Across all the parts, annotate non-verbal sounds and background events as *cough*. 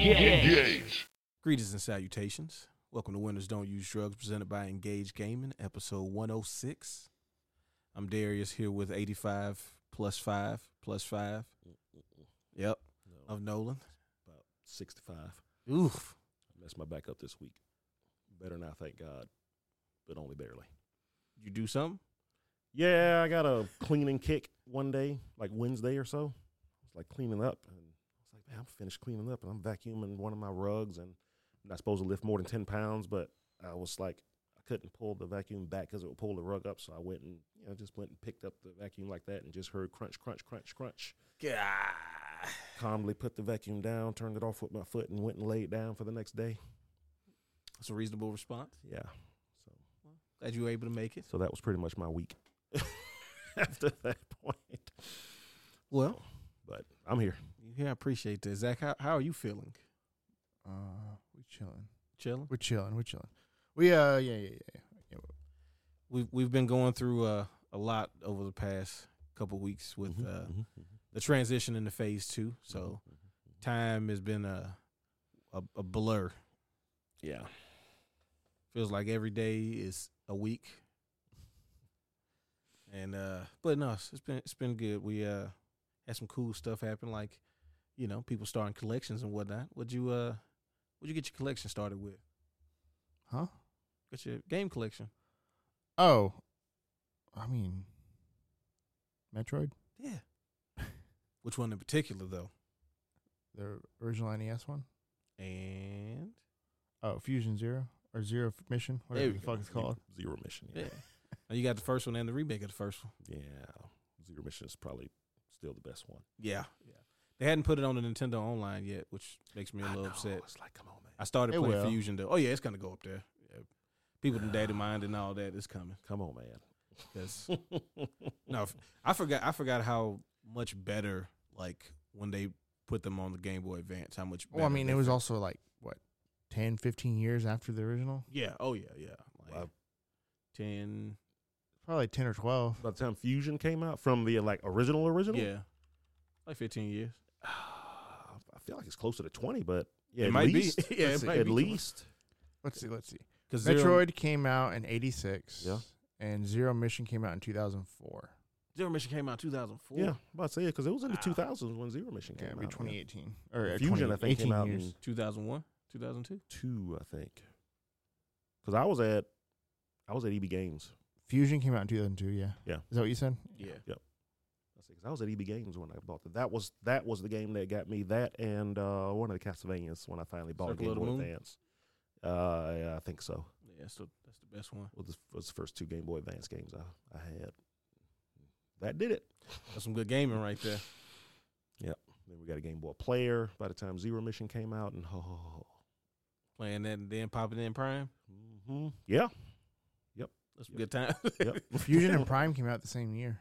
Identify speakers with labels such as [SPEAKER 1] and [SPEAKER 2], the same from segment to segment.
[SPEAKER 1] Engage.
[SPEAKER 2] Greetings and salutations. Welcome to Winners Don't Use Drugs, presented by Engage Gaming, episode 106. I'm Darius here with 85 plus 5 plus 5. Yep,
[SPEAKER 3] No,
[SPEAKER 2] of Nolan.
[SPEAKER 3] about 65. I
[SPEAKER 2] Oof.
[SPEAKER 3] messed my back up this week. Better now, thank God, but only barely.
[SPEAKER 2] You do something?
[SPEAKER 3] Yeah, I got a cleaning kick one day, like Wednesday or so. I was like cleaning up, and I was like, man, I'm finished cleaning up, and I'm vacuuming one of my rugs, and I'm not supposed to lift more than 10 pounds, but I was like, I couldn't pull the vacuum back because it would pull the rug up, so I went and, you know, just went and picked up the vacuum like that and just heard crunch, crunch, crunch, crunch. Calmly put the vacuum down, turned it off with my foot, and went and laid down for the next day.
[SPEAKER 2] That's a reasonable response.
[SPEAKER 3] Yeah. So
[SPEAKER 2] Glad you were able to make it.
[SPEAKER 3] so that was pretty much my week *laughs* after that point.
[SPEAKER 2] Well,
[SPEAKER 3] But I'm here.
[SPEAKER 2] yeah, I appreciate that. Zach, how, how are you feeling?
[SPEAKER 4] Uh, we chilling.
[SPEAKER 2] Chilling?
[SPEAKER 4] We're chilling. We're chilling. We uh, yeah, yeah, yeah, yeah.
[SPEAKER 2] We've, we've been going through uh, a lot over the past couple weeks with
[SPEAKER 3] Mm-hmm.
[SPEAKER 2] uh, the transition into phase two. So
[SPEAKER 3] Mm-hmm.
[SPEAKER 2] time has been a, a, a blur.
[SPEAKER 3] yeah,
[SPEAKER 2] feels like every day is a week. And uh but no, it's it's been it's been good. We uh had some cool stuff happen, like, you know, people starting collections and whatnot. Would you uh would you get your collection started with?
[SPEAKER 4] Huh?
[SPEAKER 2] Get your game collection.
[SPEAKER 4] Oh, I mean, Metroid,
[SPEAKER 2] Yeah. *laughs* Which one in particular though?
[SPEAKER 4] the original NES one.
[SPEAKER 2] And
[SPEAKER 4] Oh, Fusion Zero or Zero F- Mission,
[SPEAKER 2] There
[SPEAKER 4] whatever
[SPEAKER 2] we
[SPEAKER 4] the
[SPEAKER 2] go.
[SPEAKER 4] fuck it's called.
[SPEAKER 3] zero mission.
[SPEAKER 2] yeah.
[SPEAKER 3] Yeah.
[SPEAKER 2] Now oh, you got the first one and the remake of the first one.
[SPEAKER 3] yeah, zero mission is probably still the best one.
[SPEAKER 2] Yeah. Yeah. They hadn't put it on the Nintendo online yet, which makes me a little upset.
[SPEAKER 3] It's like, come on, man,
[SPEAKER 2] I started
[SPEAKER 4] It
[SPEAKER 2] playing
[SPEAKER 4] will.
[SPEAKER 2] Fusion though. Oh yeah, it's gonna go up there. Yeah.
[SPEAKER 4] *sighs*
[SPEAKER 2] People in data mind and all that is coming.
[SPEAKER 3] come on, man.
[SPEAKER 2] 'Cause-
[SPEAKER 3] *laughs*
[SPEAKER 2] no, f- I forgot. I forgot how much better like when they put them on the Game Boy Advance. How much?
[SPEAKER 4] Well, Oh, I
[SPEAKER 2] better
[SPEAKER 4] mean,
[SPEAKER 2] they
[SPEAKER 4] it was
[SPEAKER 2] felt.
[SPEAKER 4] also like what 10, 15 years after the original.
[SPEAKER 2] Yeah. Oh yeah. Yeah. Like
[SPEAKER 3] Wow.
[SPEAKER 2] ten.
[SPEAKER 4] Probably ten or twelve.
[SPEAKER 3] By the time Fusion came out from the like original original,
[SPEAKER 2] Yeah. Like fifteen years.
[SPEAKER 3] *sighs* I feel like it's closer to twenty, but yeah,
[SPEAKER 2] It
[SPEAKER 3] at
[SPEAKER 2] might be.
[SPEAKER 3] least,
[SPEAKER 2] *laughs* Yeah, it
[SPEAKER 3] let's see,
[SPEAKER 2] might
[SPEAKER 3] at
[SPEAKER 2] be too much.
[SPEAKER 3] least.
[SPEAKER 4] Let's see. Let's see.
[SPEAKER 2] Because Zero,
[SPEAKER 4] Metroid came out in '86.
[SPEAKER 3] Yeah.
[SPEAKER 4] And Zero Mission came out in 2004.
[SPEAKER 2] Zero Mission came out two thousand four.
[SPEAKER 3] Yeah, I'm about to say it because it was in the
[SPEAKER 2] Wow.
[SPEAKER 3] two thousands when zero mission
[SPEAKER 4] Yeah,
[SPEAKER 3] came
[SPEAKER 4] it'd
[SPEAKER 3] out.
[SPEAKER 4] be
[SPEAKER 3] yeah.
[SPEAKER 4] 2018 or uh,
[SPEAKER 3] Fusion,
[SPEAKER 4] 20
[SPEAKER 3] I think, came
[SPEAKER 4] 18
[SPEAKER 3] out
[SPEAKER 4] years.
[SPEAKER 3] in
[SPEAKER 2] Two thousand one. Two thousand two.
[SPEAKER 3] two, I think. Because I was at, I was at EB Games.
[SPEAKER 4] Fusion came out in 2002. Yeah.
[SPEAKER 3] Yeah.
[SPEAKER 4] Is that what you said?
[SPEAKER 2] Yeah.
[SPEAKER 3] I said, 'Cause I was at EB Games when I bought that. That was that was the game that got me that, and uh, one of the Castlevanias when I finally bought a
[SPEAKER 2] Circle of the
[SPEAKER 3] Game Boy
[SPEAKER 2] Moon?
[SPEAKER 3] Advance. Uh, yeah, I think so.
[SPEAKER 2] Yeah. That's the that's the best one.
[SPEAKER 3] Was the, was the first two Game Boy Advance games I, I had. That did it.
[SPEAKER 2] That's some good gaming right there.
[SPEAKER 3] Then we got a Game Boy Player. By the time Zero Mission came out, and oh,
[SPEAKER 2] Playing that and then popping in Prime.
[SPEAKER 3] hmm yeah,
[SPEAKER 2] That's some
[SPEAKER 3] Yep.
[SPEAKER 2] good time. *laughs*
[SPEAKER 3] yep.
[SPEAKER 4] *laughs* Fusion and Prime came out the same year.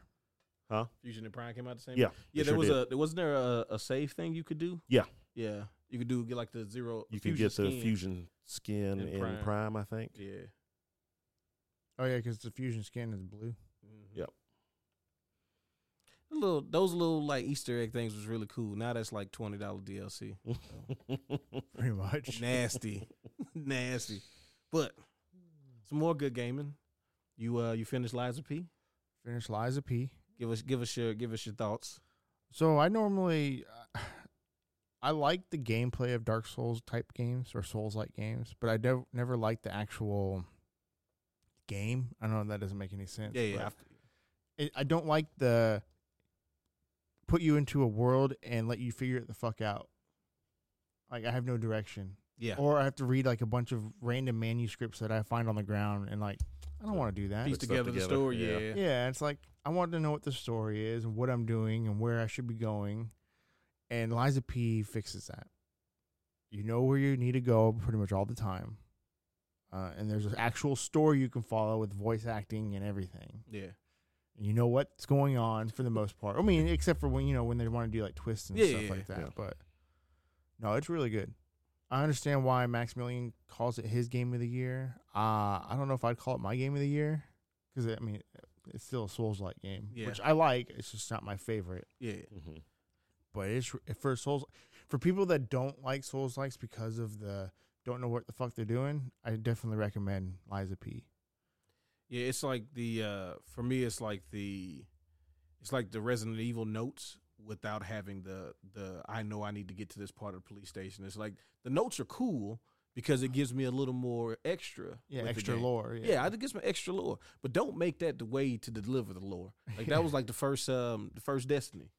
[SPEAKER 2] Fusion and Prime came out the same.
[SPEAKER 3] Yeah,
[SPEAKER 2] Yeah,
[SPEAKER 3] they
[SPEAKER 2] there
[SPEAKER 3] sure
[SPEAKER 2] was
[SPEAKER 3] did.
[SPEAKER 2] a there wasn't there a, a save thing you could do?
[SPEAKER 3] Yeah.
[SPEAKER 2] Yeah. You could do get like the zero
[SPEAKER 3] You
[SPEAKER 2] fusion
[SPEAKER 3] can get the
[SPEAKER 2] skin.
[SPEAKER 3] Fusion skin
[SPEAKER 2] And
[SPEAKER 3] in
[SPEAKER 2] Prime.
[SPEAKER 3] Prime. I think.
[SPEAKER 2] Yeah.
[SPEAKER 4] Oh yeah, because the fusion skin is blue.
[SPEAKER 2] Mhm.
[SPEAKER 3] Yep.
[SPEAKER 2] The little those little like Easter egg things was really cool. Now that's like twenty dollar DLC.
[SPEAKER 3] *laughs*
[SPEAKER 4] Pretty much.
[SPEAKER 2] Nasty. *laughs* Nasty. But some more good gaming. You uh you finished Liza P.
[SPEAKER 4] Finished Liza P.
[SPEAKER 2] Give us give us your give us your thoughts.
[SPEAKER 4] So I normally, uh, I like the gameplay of Dark Souls type games or Souls like games, but I dev- never liked the actual game. I know that doesn't make any sense.
[SPEAKER 2] Yeah, yeah.
[SPEAKER 4] but
[SPEAKER 2] I-
[SPEAKER 4] it, I don't like the put you into a world and let you figure it the fuck out. Like I have no direction.
[SPEAKER 2] yeah.
[SPEAKER 4] or I have to read like a bunch of random manuscripts that I find on the ground, and like I don't want to do that.
[SPEAKER 2] Piece
[SPEAKER 3] stuff
[SPEAKER 2] together, the
[SPEAKER 3] together,
[SPEAKER 2] story,
[SPEAKER 3] yeah.
[SPEAKER 2] yeah.
[SPEAKER 4] Yeah, it's like I want to know what the story is and what I'm doing and where I should be going, and Liza P fixes that. You know where you need to go pretty much all the time, uh, and there's an actual story you can follow with voice acting and everything.
[SPEAKER 2] Yeah.
[SPEAKER 4] You know what's going on for the most part. I mean, except for when you know when they want to do like twists and
[SPEAKER 2] Yeah,
[SPEAKER 4] stuff
[SPEAKER 2] yeah,
[SPEAKER 4] like that.
[SPEAKER 3] yeah.
[SPEAKER 4] But no, it's really good. I understand why Maximilian calls it his game of the year. Uh, I don't know if I'd call it my game of the year because I mean it's still a Souls-like game,
[SPEAKER 2] Yeah.
[SPEAKER 3] Mm-hmm.
[SPEAKER 4] which I like. It's just not my favorite.
[SPEAKER 2] Yeah.
[SPEAKER 3] Mhm.
[SPEAKER 4] But it's for Souls for people that don't like Souls likes because of the don't know what the fuck they're doing, I definitely recommend Liza P.
[SPEAKER 2] Yeah, it's like the uh for me it's like the it's like the Resident Evil notes without having the the I know I need to get to this part of the police station. It's like the notes are cool because it gives me a little more extra.
[SPEAKER 4] Yeah,
[SPEAKER 2] with the
[SPEAKER 4] extra
[SPEAKER 2] game.
[SPEAKER 4] lore.
[SPEAKER 2] Yeah, I think it's some extra lore. But don't make that the way to deliver the lore. Like that was like the first um the first Destiny.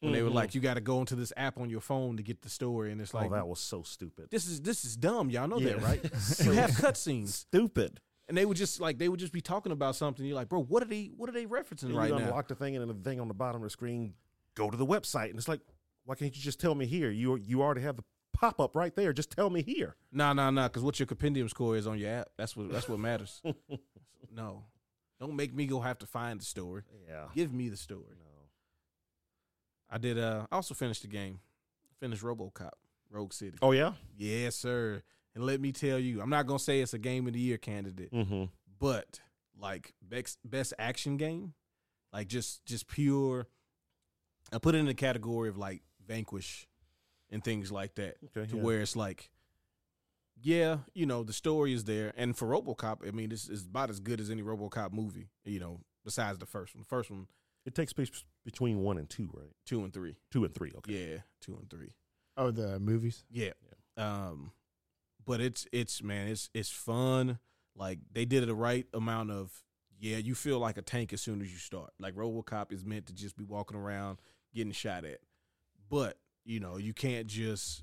[SPEAKER 2] When they were
[SPEAKER 3] Mhm.
[SPEAKER 2] like, you gotta go into this app on your phone to get the story and it's like
[SPEAKER 3] oh, that was so stupid.
[SPEAKER 2] this is this is dumb, y'all know that,
[SPEAKER 3] Yeah. *laughs*
[SPEAKER 2] right? *laughs* you
[SPEAKER 3] So
[SPEAKER 2] have cutscenes.
[SPEAKER 3] stupid.
[SPEAKER 2] And they would just like they would just be talking about something. You're like, bro, what are they what are they referencing
[SPEAKER 3] And
[SPEAKER 2] right
[SPEAKER 3] you
[SPEAKER 2] now?
[SPEAKER 3] unlock the thing, and then the thing on the bottom of the screen, go to the website, and it's like, why can't you just tell me here? You you already have the pop up right there. Just tell me here.
[SPEAKER 2] Nah, nah, nah. Because what your compendium score is on your app, that's what that's what
[SPEAKER 3] *laughs*
[SPEAKER 2] matters. no, don't make me go have to find the story.
[SPEAKER 3] Yeah.
[SPEAKER 2] Give me the story.
[SPEAKER 3] No.
[SPEAKER 2] I did. Uh, I also finished the game. Finished RoboCop, Rogue City.
[SPEAKER 3] Oh yeah.
[SPEAKER 2] Yes, sir. And let me tell you, I'm not gonna say it's a game of the year candidate,
[SPEAKER 3] Mm-hmm.
[SPEAKER 2] but like best best action game, like just just pure. I put it in the category of like Vanquish, and things like that
[SPEAKER 3] Okay.
[SPEAKER 2] to
[SPEAKER 3] yeah.
[SPEAKER 2] where it's like, yeah, you know, the story is there. And for RoboCop, I mean, this is about as good as any RoboCop movie, you know, besides the first one. The first one,
[SPEAKER 3] It takes place between one and two, right?
[SPEAKER 2] two and three.
[SPEAKER 3] Two and three. Okay.
[SPEAKER 2] Yeah, two and three.
[SPEAKER 4] Oh, the movies.
[SPEAKER 2] Yeah. Um, but it's it's man, it's it's fun. Like they did the right amount of yeah. You feel like a tank as soon as you start. Like RoboCop is meant to just be walking around getting shot at, but you know you can't just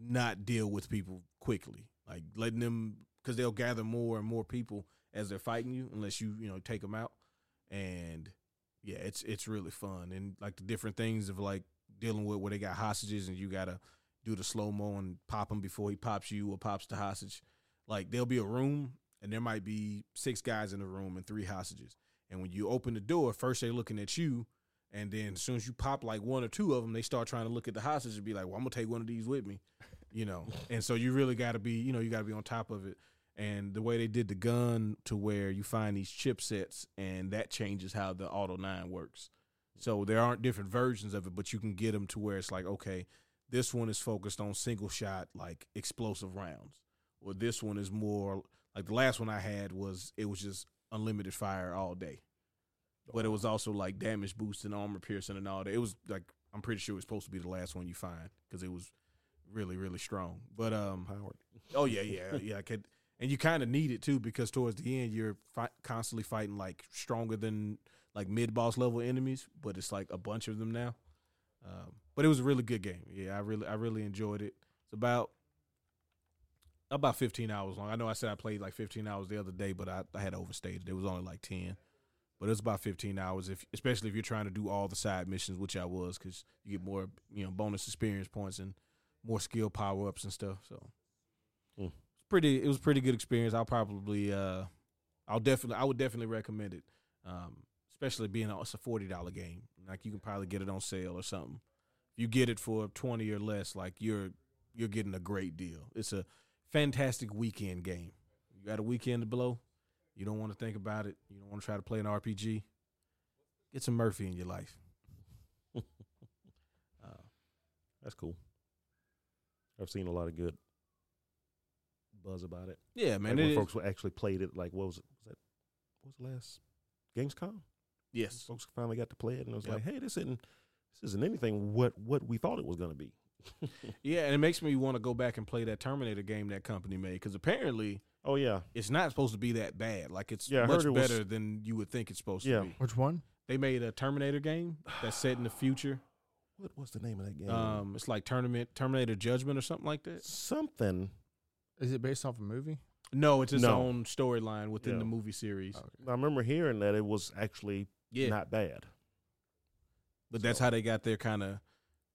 [SPEAKER 2] not deal with people quickly. Like letting them because they'll gather more and more people as they're fighting you unless you you know take them out and yeah it's it's really fun and like the different things of like dealing with where they got hostages and you gotta do the slow mo and pop him before he pops you or pops the hostage. Like there'll be a room and there might be six guys in the room and three hostages. And when you open the door, first they're looking at you, and then as soon as you pop like one or two of them, they start trying to look at the hostage and be like, "Well, I'm gonna take one of these with me," you know. *laughs* and so you really got to be, you know, you got to be on top of it. And the way they did the gun to where you find these chipsets, and that changes how the Auto Nine works. So there aren't different versions of it, but you can get them to where it's like, okay, this one is focused on single shot like explosive rounds or this one is more like the last one i had was it was just unlimited fire all day but it was also like damage boost and armor piercing and all that it was like i'm pretty sure it was supposed to be the last one you find because it was really really strong but um
[SPEAKER 3] Powered.
[SPEAKER 2] Oh yeah, yeah, yeah. I could, and you kind of need it too because towards the end you're fi- constantly fighting like stronger than like mid boss level enemies, but it's like a bunch of them now. Um, but it was a really good game. Yeah, I really, I really enjoyed it. It's about about 15 hours long. I know I said I played like 15 hours the other day, but I, I had overstated. It was only like 10, but it's about 15 hours. If especially if you're trying to do all the side missions, which I was, because you get more you know bonus experience points and more skill power ups and stuff. So pretty it was a pretty good experience i'll probably uh i'll definitely i would definitely recommend it um especially being a, it's a $40 game like you can probably get it on sale or something if you get it for 20 or less like you're you're getting a great deal it's a fantastic weekend game you got a weekend to blow you don't want to think about it you don't want to try to play an rpg get some murphy in your life *laughs* uh,
[SPEAKER 3] That's cool. I've seen a lot of good buzz about it.
[SPEAKER 2] yeah man
[SPEAKER 3] like when
[SPEAKER 2] it is-
[SPEAKER 3] folks who actually played it, like what was it? Was that what was the last Gamescom?
[SPEAKER 2] yes
[SPEAKER 3] Folks finally got to play it, and it was
[SPEAKER 2] Yep.
[SPEAKER 3] like, hey, this isn't this isn't anything what what we thought it was going to be.
[SPEAKER 2] Yeah, and it makes me want to go back and play that Terminator game that company made because apparently
[SPEAKER 3] Oh yeah,
[SPEAKER 2] it's not supposed to be that bad. Like it's
[SPEAKER 3] Yeah, I
[SPEAKER 2] much
[SPEAKER 3] heard it was-
[SPEAKER 2] better than you would think it's supposed
[SPEAKER 3] Yeah.
[SPEAKER 2] to be.
[SPEAKER 4] Which one?
[SPEAKER 2] They made a Terminator game that's set in the
[SPEAKER 3] *sighs*
[SPEAKER 2] future.
[SPEAKER 3] what was the name of that game?
[SPEAKER 2] Um, it's like tournament Terminator Judgment or something like that.
[SPEAKER 3] Something
[SPEAKER 4] Is it based off a movie?
[SPEAKER 2] No, it's its
[SPEAKER 3] No.
[SPEAKER 2] own storyline within
[SPEAKER 3] Yeah.
[SPEAKER 2] the movie series.
[SPEAKER 3] I remember hearing that it was actually
[SPEAKER 2] Oh, yeah,
[SPEAKER 3] not bad.
[SPEAKER 2] but that's
[SPEAKER 3] so-
[SPEAKER 2] how they got their kind of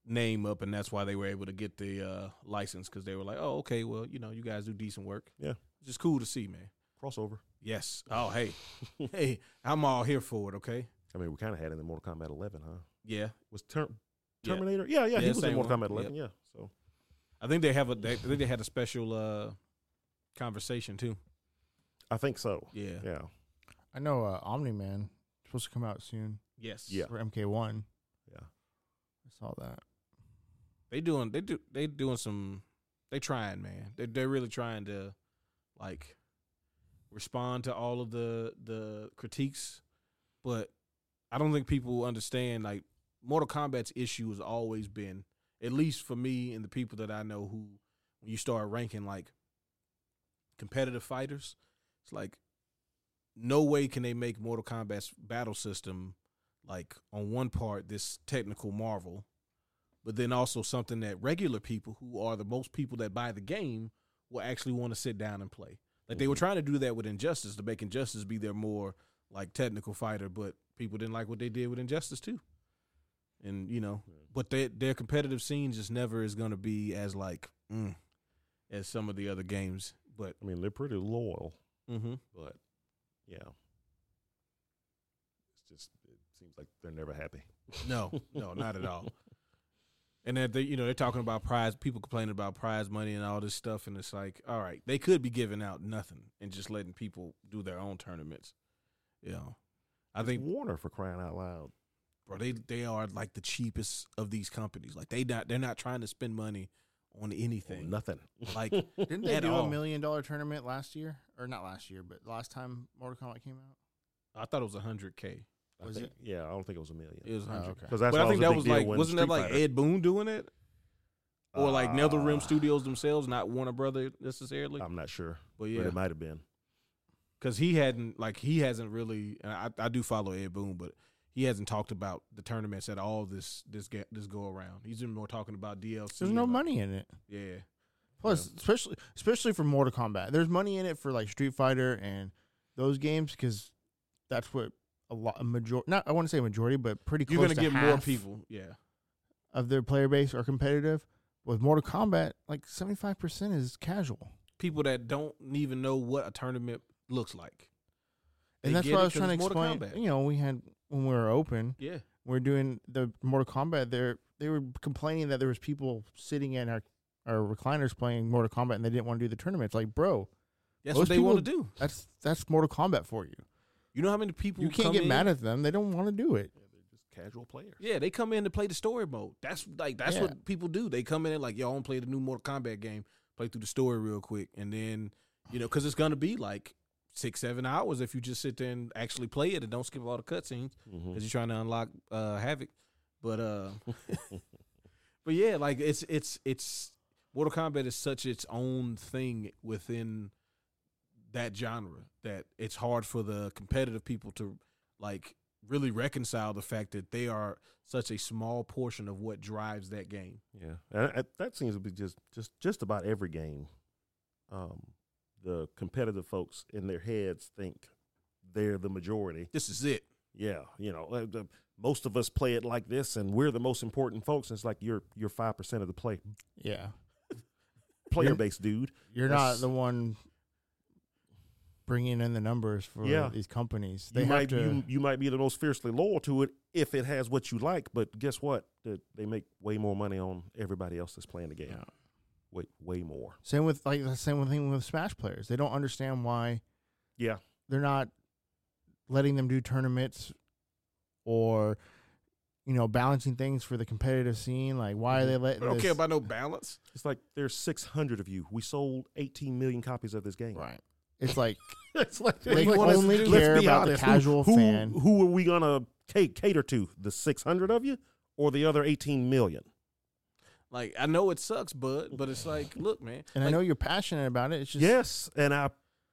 [SPEAKER 2] name up, and that's why they were able to get the uh, license because they were like, oh, okay, well, you know, you guys do decent work.
[SPEAKER 3] Yeah.
[SPEAKER 2] it's just cool to see, man.
[SPEAKER 3] Crossover.
[SPEAKER 2] Yes. Oh, hey, hey, I'm all here for it. Okay.
[SPEAKER 3] *laughs* I mean, we kind of had it in Mortal Kombat 11, huh?
[SPEAKER 2] Yeah,
[SPEAKER 3] Was ter-
[SPEAKER 2] Yeah.
[SPEAKER 3] Terminator? Yeah, yeah,
[SPEAKER 2] Yeah,
[SPEAKER 3] he was in
[SPEAKER 2] same
[SPEAKER 3] Mortal
[SPEAKER 2] one.
[SPEAKER 3] Kombat 11. Yeah, so
[SPEAKER 2] I think they have a. They, I think they had a special uh, conversation too.
[SPEAKER 3] I think so.
[SPEAKER 2] Yeah.
[SPEAKER 3] Yeah,
[SPEAKER 4] I know uh, Omni Man supposed to come out soon
[SPEAKER 2] Yes.
[SPEAKER 3] Yeah.
[SPEAKER 4] for MK1.
[SPEAKER 3] yeah.
[SPEAKER 4] I saw that.
[SPEAKER 2] They doing they do they doing some they trying, man. They they're really trying to like respond to all of the the critiques, but I don't think people understand like Mortal Kombat's issue has always been, at least for me and the people that I know who when you start ranking like competitive fighters, it's like no way can they make Mortal Kombat's battle system like on one part this technical marvel, but then also something that regular people who are the most people that buy the game will actually want to sit down and play. Like they were
[SPEAKER 3] Mhm.
[SPEAKER 2] trying to do that with Injustice to make Injustice be their more like technical fighter, but people didn't like what they did with Injustice too. And you know,
[SPEAKER 3] Yeah.
[SPEAKER 2] but their their competitive scene just never is going to be as like mm, as some of the other games. But
[SPEAKER 3] I mean, they're pretty loyal,
[SPEAKER 2] mm-hmm.
[SPEAKER 3] but yeah, it's just it seems like they're never happy. *laughs*
[SPEAKER 2] No, no, not at all. And that they, you know, they're talking about prize. People complaining about prize money and all this stuff, and it's like, all right, they could be giving out nothing and just letting people do their own tournaments. You know, I
[SPEAKER 3] It's
[SPEAKER 2] think,
[SPEAKER 3] Warner for crying out loud.
[SPEAKER 2] bro, they they are like the cheapest of these companies. Like they not, they're not trying to spend money on
[SPEAKER 3] Or
[SPEAKER 2] anything.
[SPEAKER 3] nothing. *laughs*
[SPEAKER 2] Like,
[SPEAKER 4] Didn't they
[SPEAKER 2] At
[SPEAKER 4] do
[SPEAKER 2] all.
[SPEAKER 4] a million dollar tournament last year? Or not last year, but last time Mortal Kombat came out?
[SPEAKER 2] I thought it was hundred k.
[SPEAKER 3] I
[SPEAKER 4] was
[SPEAKER 3] think- Yeah, I don't think it was a million.
[SPEAKER 2] It was
[SPEAKER 4] Oh,
[SPEAKER 2] hundred.
[SPEAKER 4] okay.
[SPEAKER 3] Because that's
[SPEAKER 2] But I think that was
[SPEAKER 3] was a big deal
[SPEAKER 2] like,
[SPEAKER 3] when
[SPEAKER 2] wasn't that
[SPEAKER 3] Street
[SPEAKER 2] like
[SPEAKER 3] Fighter-
[SPEAKER 2] Ed Boon doing it, or like NetherRealm
[SPEAKER 3] Uh,
[SPEAKER 2] Studios themselves, not Warner Brother necessarily?
[SPEAKER 3] I'm not sure,
[SPEAKER 2] but
[SPEAKER 3] Um, but
[SPEAKER 2] yeah,
[SPEAKER 3] it might have been.
[SPEAKER 2] because he hadn't like he hasn't really and I, I do follow Ed Boone, but he hasn't talked about the tournaments at all this this ga- this go around. He's been more talking about DLC.
[SPEAKER 4] There's no
[SPEAKER 2] and, like,
[SPEAKER 4] money in it.
[SPEAKER 2] Yeah,
[SPEAKER 4] Plus, especially especially for Mortal Kombat, there's money in it for like Street Fighter and those games because that's what a lot a major not I want to say majority, but pretty close.
[SPEAKER 2] you're gonna
[SPEAKER 4] to
[SPEAKER 2] get more
[SPEAKER 4] half
[SPEAKER 2] people. Yeah,
[SPEAKER 4] of their player base are competitive. With Mortal Kombat, like seventy five percent is casual,
[SPEAKER 2] people that don't even know what a tournament looks like. They
[SPEAKER 4] and that's
[SPEAKER 2] get
[SPEAKER 4] what
[SPEAKER 2] it
[SPEAKER 4] I was
[SPEAKER 2] 'cause
[SPEAKER 4] trying
[SPEAKER 2] it's
[SPEAKER 4] to
[SPEAKER 2] Mortal
[SPEAKER 4] explain.
[SPEAKER 2] Kombat.
[SPEAKER 4] You know, we had when we were open,
[SPEAKER 2] Yeah,
[SPEAKER 4] we we're doing the Mortal Kombat. There, they were complaining that there was people sitting in our our recliners playing Mortal Kombat, and they didn't want to do the tournament. It's like, bro,
[SPEAKER 2] that's
[SPEAKER 4] Most
[SPEAKER 2] what they want to
[SPEAKER 4] people-
[SPEAKER 2] do.
[SPEAKER 4] that's that's Mortal Kombat for you.
[SPEAKER 2] You know how many people
[SPEAKER 4] You can't
[SPEAKER 2] come
[SPEAKER 4] get
[SPEAKER 2] in?
[SPEAKER 4] mad at them. They don't want to do it.
[SPEAKER 3] Yeah, they're just casual players.
[SPEAKER 2] Yeah, they come in to play the story mode. That's like that's
[SPEAKER 4] Yeah.
[SPEAKER 2] what people do. They come in and like, yo, I want to play the new Mortal Kombat game, play through the story real quick, and then you know, because it's gonna be like six, seven hours if you just sit there and actually play it and don't skip all the cutscenes
[SPEAKER 3] Mhm.
[SPEAKER 2] because you're trying to unlock uh, Havoc. But uh,
[SPEAKER 3] *laughs*
[SPEAKER 2] but yeah, like it's it's it's Mortal Kombat is such its own thing within that genre that it's hard for the competitive people to like really reconcile the fact that they are such a small portion of what drives that game.
[SPEAKER 3] Yeah, and I, that seems to be just just just about every game. Um, the competitive folks in their heads think they're the majority.
[SPEAKER 2] This is it.
[SPEAKER 3] Yeah, you know, uh, the, most of us play it like this, and we're the most important folks. And it's like you're you're five percent of the play
[SPEAKER 4] Yeah.
[SPEAKER 3] player
[SPEAKER 4] You're-
[SPEAKER 3] base, dude.
[SPEAKER 4] You're
[SPEAKER 3] That's-
[SPEAKER 4] not the one bringing in the numbers for
[SPEAKER 3] Yeah.
[SPEAKER 4] these companies. They
[SPEAKER 3] you
[SPEAKER 4] have
[SPEAKER 3] might
[SPEAKER 4] to.
[SPEAKER 3] you, you might be the most fiercely loyal to it if it has what you like, but guess what? They, they make way more money on everybody else that's playing the game.
[SPEAKER 4] Yeah.
[SPEAKER 3] Way way more.
[SPEAKER 4] Same with like the same thing with Smash players. They don't understand why
[SPEAKER 3] Yeah,
[SPEAKER 4] they're not letting them do tournaments or you know balancing things for the competitive scene. Like why are they letting?
[SPEAKER 2] I don't care
[SPEAKER 4] this-
[SPEAKER 2] about no balance.
[SPEAKER 3] it's like there's 600 of you. We sold 18 million copies of this game.
[SPEAKER 4] right. It's
[SPEAKER 2] *laughs*
[SPEAKER 4] like
[SPEAKER 3] it's like
[SPEAKER 4] They
[SPEAKER 3] like,
[SPEAKER 4] only
[SPEAKER 3] let's- let's
[SPEAKER 4] care
[SPEAKER 3] be
[SPEAKER 4] about the
[SPEAKER 3] honest.
[SPEAKER 4] casual
[SPEAKER 3] who,
[SPEAKER 4] fan.
[SPEAKER 3] Who, who are we gonna ca- cater to? The 600 of you or the other 18 million?
[SPEAKER 2] Like I know it sucks, bud, but it's like, look, man.
[SPEAKER 4] and I
[SPEAKER 2] like,
[SPEAKER 4] know you're passionate about it. It's just
[SPEAKER 3] yes, and I